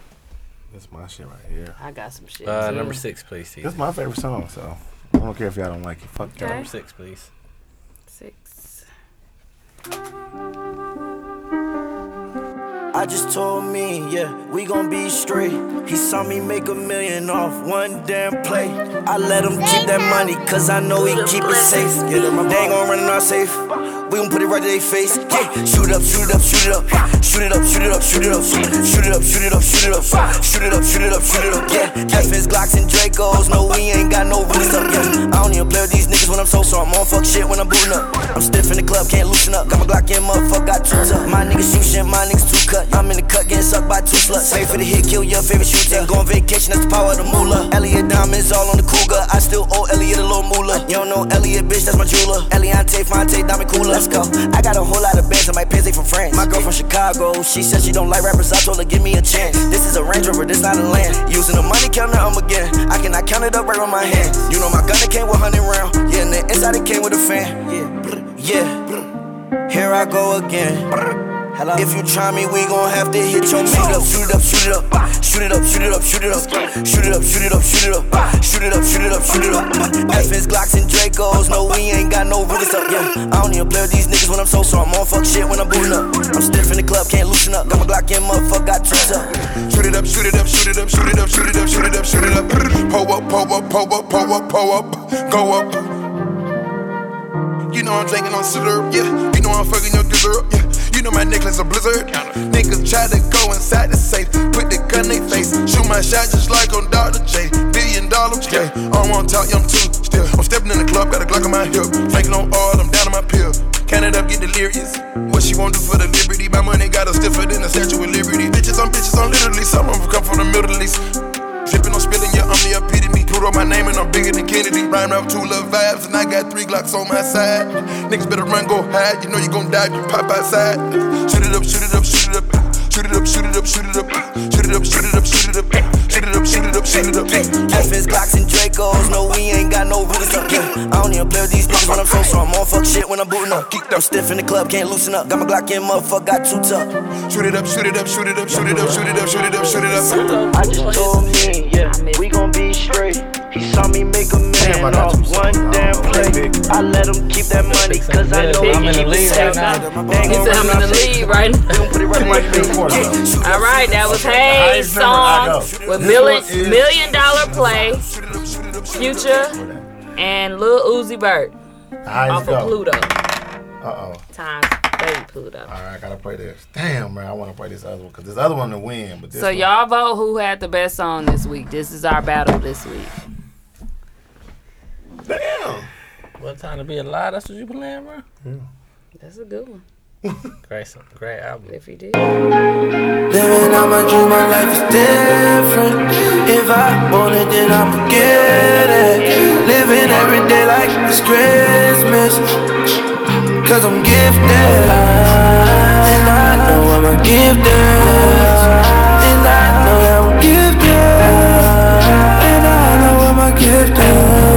E: That's my shit right here.
C: I got some shit.
R: Uh,
C: too.
R: number six, please.
E: That's my favorite song, so I don't care if y'all don't like it. Fuck
C: Okay.
E: y'all.
R: Number six, please.
C: Six.
P: I just told me, yeah, we gon' be straight. He saw me make a million off one damn play. I let him keep that money, cause I know he keep it safe. Yeah, they ain't gon' run it out safe. We gon' put it right to their face. Yeah, shoot it up, shoot it up, shoot it up. Shoot it up, shoot it up, shoot it up. Shoot it up, shoot it up, shoot it up. Shoot it up, shoot it up, shoot it up. Yeah, F is Glocks and Dracos. No, we ain't got no rules up. Yeah, I don't even play with these niggas when I'm so, so I'm on fuck shit when I'm booting up. I'm stiff in the club, can't loosen up. Got my Glock in, motherfucker, got two up. My niggas shoot shit, my niggas too cut. I'm in the cut, getting sucked by two sluts. Pay for the hit, kill your favorite shooter. Go on vacation, that's the power of the moolah. Elliot diamonds all on the cougar. I still owe Elliot a little moolah. You don't know Elliot, bitch, that's my jeweler. Eliante, Fonte, diamond cooler. Let's go. I got a whole lot of bands in my pants, they from France. My girl from Chicago, she said she don't like rappers. I told her, give me a chance. This is a Range Rover, this not a land. Using the money counter, I'm again. I cannot count it up right on my hand. You know my gunner came with 100 round. Yeah, and the inside it came with a fan. Yeah, yeah. Here I go again. If you try me, we gon' have to hit your Shoot it up, shoot it up, shoot it up. Shoot it up, shoot it up, shoot it up. Shoot it up, shoot it up, shoot it up. Shoot it up, shoot it up, shoot it up. FS Glocks and Dracos, no, we ain't got no rooters up. Yeah, I don't even play with these niggas when I'm so so. I'm on fuck shit when I'm booting up. I'm stiff in the club, can't loosen up. Got my Glock in, motherfucker, got tricks up.
W: Shoot it up, shoot it up, shoot it up, shoot it up, shoot it up, shoot it up, shoot it up. Po up, po up, po up, po up, po up, go up. You know I'm drinking on syrup, yeah. You know I'm fucking your dessert, yeah. You know my necklace a blizzard. Niggas try to go inside the safe, put the gun in their face. Shoot my shot just like on Dr. J. Billion dollars, yeah. I'm on top, yeah, I'm two, still. I'm stepping in the club, got a Glock on my hip. Drinking on oil, I'm down on my pill. Count it up, get delirious. What she won't do for the liberty, my money got her stiffer than the Statue of Liberty. Bitches on bitches, I'm literally some of 'em come from the Middle East. Drippin' on spilling, yeah, I'm the epitome. Pluto my name and I'm bigger than Kennedy. Rhyme out two love vibes and I got three Glocks on my side. Niggas better run, go hide. You know you gon' die if you pop outside. Shoot it up, shoot it up, shoot it up. Shoot it up, shoot it up, shoot it up. Shoot it up, shoot it up, shoot it up. Shoot it up, shoot it up, shoot it up.
P: FS Glocks and Dracos, no, we ain't got no rooters up. Yeah, I don't even play with these niggas when I'm so so. I'm on fuck shit when I'm booting up. I'm stiff in the club, can't loosen up. Got my Glock in, motherfucker, got two tuck.
W: Shoot it up, shoot it up, shoot it up, shoot it up, shoot it up, shoot it up, shoot it up.
P: I just told him, yeah, we gon' be straight. He saw me make a man off one damn
W: Oh,
P: play. I let him keep that money, cause I know
R: I'm in the lead right now.
D: He said I'm in the lead right now. All right, that was Hayes' song with million, million Dollar Play, Future, and Lil Uzi Vert
E: Eyes
D: off
E: go.
D: of Pluto.
E: Uh oh.
D: Times baby Pluto.
E: All right, I gotta play this. Damn, man, I want to play this other one because this other one to win, but this
D: So
E: one,
D: y'all vote who had the best song this week. This is our battle this week.
R: What time to be alive? That's what you playing, bro.
D: That's a good one.
R: [LAUGHS] Great, song- great album.
D: If you did.
P: Living out my dream, my life is different. If I want it, then I forget it. Living every day like it's Christmas. Cause I'm gifted. And I know I'm a gifted. And I know I'm gifted. And I know I'm a gifted.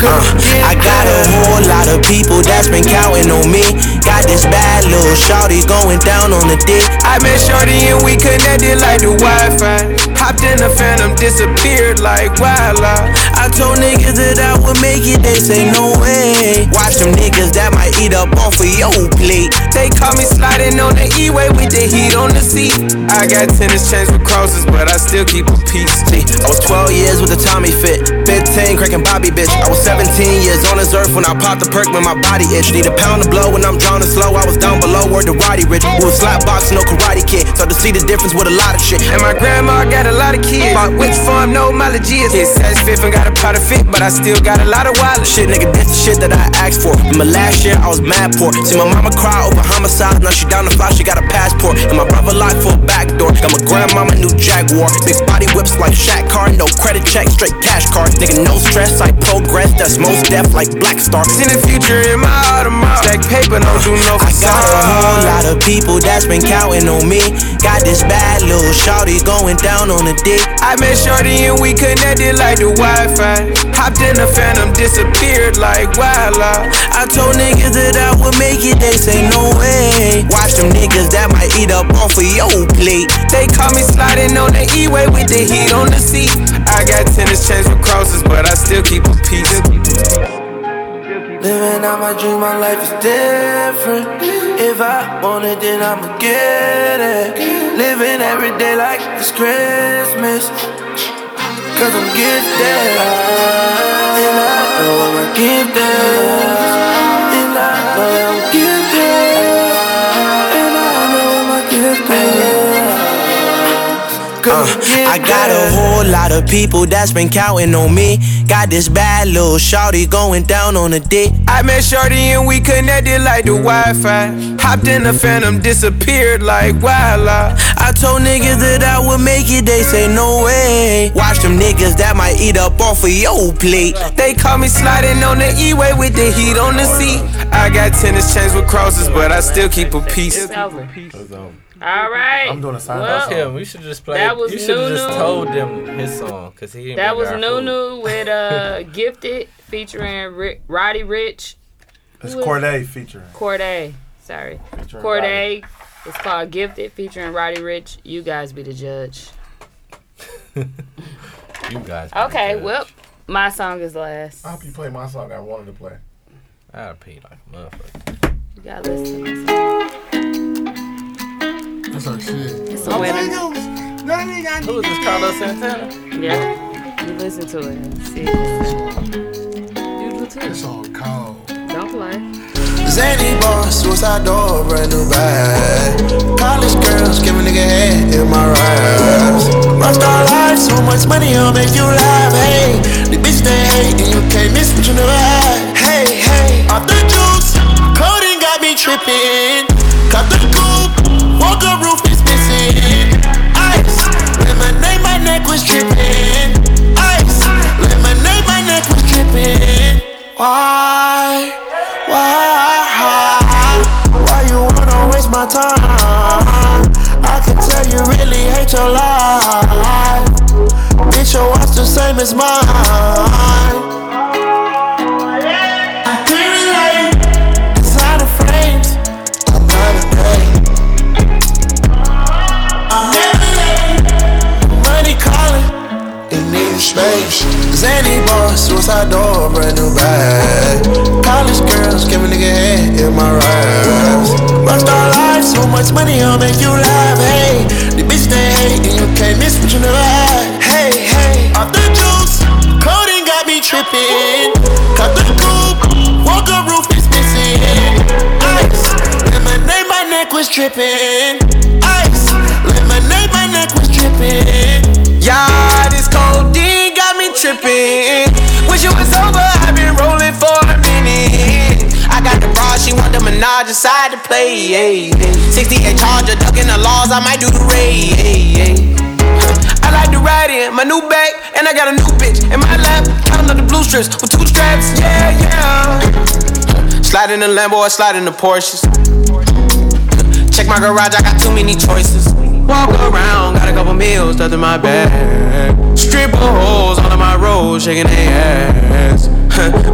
X: Uh, I got a whole lot of people that's been counting on me. Got this bad little shorty going down on the dick. I met shorty and we connected like the Wi-Fi. Hopped in a phantom, disappeared like wildlife. I told niggas that I would make it, they say no way. Watch them niggas that might eat up off of your plate. They caught me sliding on the E-way with the heat on the seat. I got tennis chains with crosses, but I still keep a piece. See, I was 12 years with a Tommy fit, 15 cracking Bobby bitch. I was 17 years on this earth when I popped the perk when my body itched. Need a pound of blow when I'm drowning slow. I was down below where the Roddy rich. We was slap boxing, no karate kid. Start to see the difference with a lot of shit. And my grandma got a lot of kids. Bought which farm, no mileage is. Hit says fifth and got a pot of fit, but I still got a lot of wild shit. Nigga, this the shit that I asked for. In my last year, I was mad poor. See my mama cry over homicide. Now she down the fly, she got a passport. And my brother locked for a back door. Got my grandmama new Jaguar. Big body whips like Shaq car. No credit check, straight cash card. Nigga, no stress, I progress. That's most deaf like Black Star. Seen the future in my automobile. Stack paper, don't do no I got a whole lot of people that's been counting on me. Got this bad little shorty going down on the dick. I met shorty and we connected like the Wi-Fi. Hopped in a phantom, disappeared like wildlife. I told niggas that I would make it, they say no way. Watch them niggas that might eat up off of your plate. They caught me sliding on the E-way with the heat on the seat. I got tennis chains with crosses, but I still keep a piece.
P: Living out my dream, my life is different. If I want it, then I'ma get it. Living every day like it's Christmas. Cause I'm gifted. And I know I'm a gifted. And I know I'm gifted. And I know I'm a gifted. Cause I'm
X: Uh, I got a whole lot of people that's been counting on me. Got this bad little shorty going down on the dick. I met shorty and we connected like the Wi-Fi. Hopped in the phantom, disappeared like wildlife. I told niggas that I would make it, they say no way. Watch them niggas that might eat up off of your plate. They caught me sliding on the E-way with the heat on the seat. I got tennis chains with crosses, but I still keep a piece.
D: It's over. All right.
E: I'm doing a sign
R: That's
D: well,
R: him. We should just play.
D: That was
R: you should have just
D: Nunu.
R: told them his song because he. Didn't
D: That
R: make
D: was
R: our [LAUGHS]
D: Nunu with uh, Gifted featuring Ri Roddy Rich
H: It's
D: who is-
H: Cordae featuring.
D: Corday, sorry.
H: Featuring
D: Corday. It's called Gifted featuring Roddy Rich. You guys be the judge.
R: You guys.
D: Okay, well, my song is last. I hope
E: you play my song I wanted to play.
R: I pee like a motherfucker.
D: You gotta listen to my song.
E: That's our shit.
D: It's a winner.
R: Who is this, Carlos Santana?
D: Yeah. You listen to it. and See if it's You do too. It's
E: all cold.
D: Don't play.
M: Zany boss, suicide door, brand new bag. College girls, give a nigga head in my raps. Rockstar life, so much money, it'll make you laugh. Hey, the bitch they hate, and you can't miss what you never had. Hey, hey, off the juice, coding got me tripping. Cut the coupe, walker roof is missing. Ice, lemonade, my neck was tripping. Ice, lemonade, my neck was tripping. Why? Why? Why you wanna waste my time? I can tell you really hate your life. Bitch, your watch the same as mine. I can relate. Inside of frames, I love the day. I can't relate. Money calling it needs space. Zany boss, suicide door, brand new bag. College girls, give a nigga head in my raps. Rockstar life, so much money, I'll make you laugh. Hey, the bitch they hate, and you can't miss what you never had. Hey, hey, off the juice, coding got me tripping. Cut the coupe, walker roof is missing. Ice, lemonade, my neck was tripping. Ice, lemonade, my neck was tripping. Yeah, this codeine got me tripping. Wish it was over, I've been rolling for a minute. I got the broad, she want the menage, decide to play. ayy, ayy. 68 Charger, ducking the laws, I might do the raid. ayy, ayy. I like to ride in my new bag, and I got a new bitch in my lap. Counting up the blue strips with two straps, yeah, yeah. Slide in the Lambo or slide in the Porsches. Check my garage, I got too many choices. Walk around, got a couple meals stuffed in my bag. Stripper holes all in my road, shaking their ass.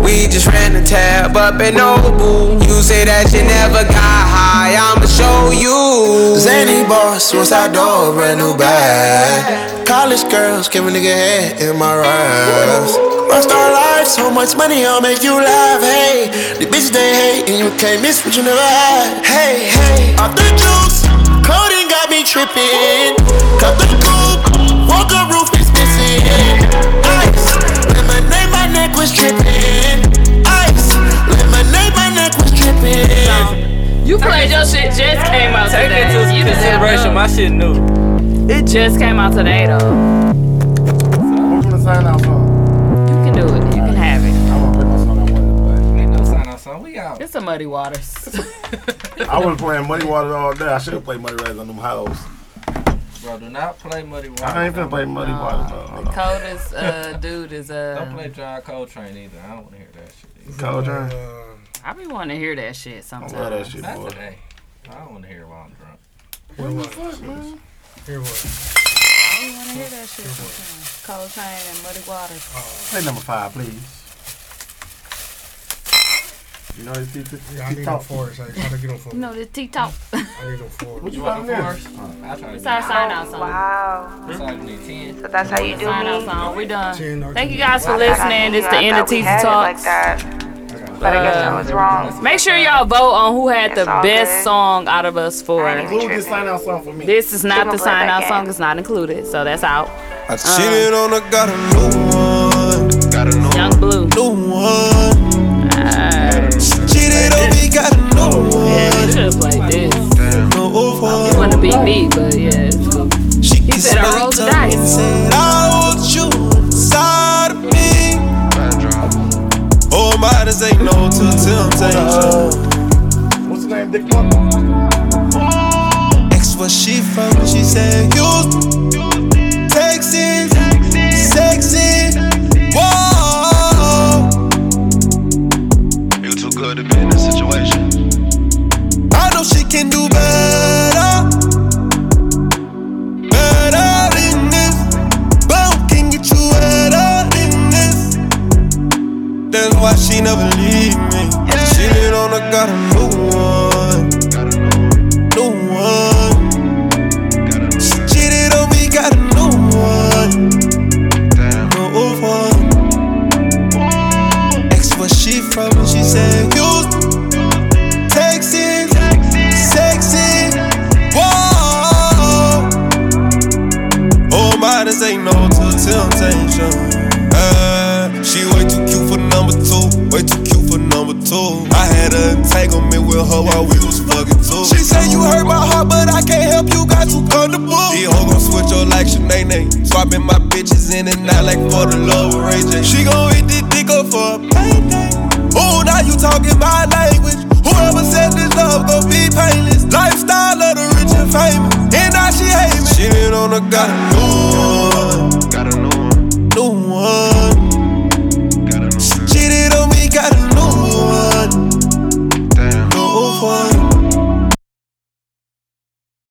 M: we just ran the tab up at Nobu. You say that you never got high, I'ma show you. Zany boss, suicide door, brand new bag. College girls, give a nigga head in my raps. Rockstar life, so much money, I'll make you laugh. Hey, the bitch they hate, and you can't miss what you never had. Hey, hey, off the juice, coding got me tripping. Cut the coupe, walker roof is missing. Ice, lemonade, my neck was tripping. Ice, lemonade, my neck was tripping.
D: You played your shit just came out
R: Take
D: today.
R: into
D: You deserve
R: consideration,
D: love.
R: my shit new.
D: It just came out today though.
E: Who's gonna sign out song?
D: You can do it. You can have it.
E: I'm gonna play my song I wanted to play.
R: Ain't no sign out song. We out.
D: It's a Muddy Waters.
E: I was playing Muddy Water all day. I should have played Muddy Waters on them hoes.
R: Bro, do not play Muddy Waters.
E: I ain't finna play Muddy Waters. though. Hold on.
D: Coldest uh, [LAUGHS] dude is uh.
R: Don't play John Coltrane either. I don't want to hear that shit. either.
E: Coldrine.
D: I be wanting to hear that shit
E: I
D: sometimes.
E: love that shit,
R: Not
E: boy.
R: today. I don't want to hear it while I'm drunk.
E: Here what?
D: I don't want to hear that shit sometimes. Cold Train and Muddy Waters.
E: Play number five, please. You know these people?
Y: Yeah, I need them fours. I gotta get them fours.
D: You know the TikTok.
Y: I need them fours.
E: What you
R: want
E: got
R: them
E: there?
R: fours? I'll try to
D: It's our sign out song.
R: do it. Sign me 10.
D: So that's how you do
R: Sign
D: sign
R: out
D: out song. We done.
R: Ten or
D: Thank you
R: ten.
D: guys for
R: Well, I thought
D: listening.
R: you-
D: It's the
R: I
D: end of
R: thought we
D: Teasy
R: had it like
D: Talks. Uh, Make sure y'all vote on who had the
E: all
D: best
E: good.
D: song out of us four.
E: Include this sign out song for me.
D: This is not the sign out song. It's not included. So that's out. Uh.
M: I cheated on her, got a new one. Got a new
D: Young Blue.
M: New one. Cheated
H: oh,
M: on me, got a new one.
D: Yeah, you should have played this. You want to beat me, but yeah. It's cool. You
M: Kissed
D: better
M: my
D: roll the
M: tongue and
D: dice.
M: said, I want you inside of me. Oh, my, this ain't no to temptation.
E: What's the name? Dick Buckle.
M: Asked what she from, and she said, You Texas, sexy. Whoa.
F: You too good to be in this situation.
M: I know she can do better. Better than this. But who can get you better than this? That's why she never leave me. She did on
H: got a new one. New one. She cheated on me, got a new one. New one. Asked where she from, and she said, You Texas, sexy. Whoa. Oh my, this ain't no to temptation. Uh, she way too cute for number two, way too cute for number two. I had a entanglement with her while we was fucking too. She said you hurt my heart, but I can't help you, got too comfortable. These hoe gon' switch up like Shanae, swapping my bitches in and out like for the love of Ray J. She gon' hit the dick up for a payday. Ooh, now you talking my language. Whoever said this love gon' be painless. Lifestyle of the rich and famous, and now she hate me. She done on her got a new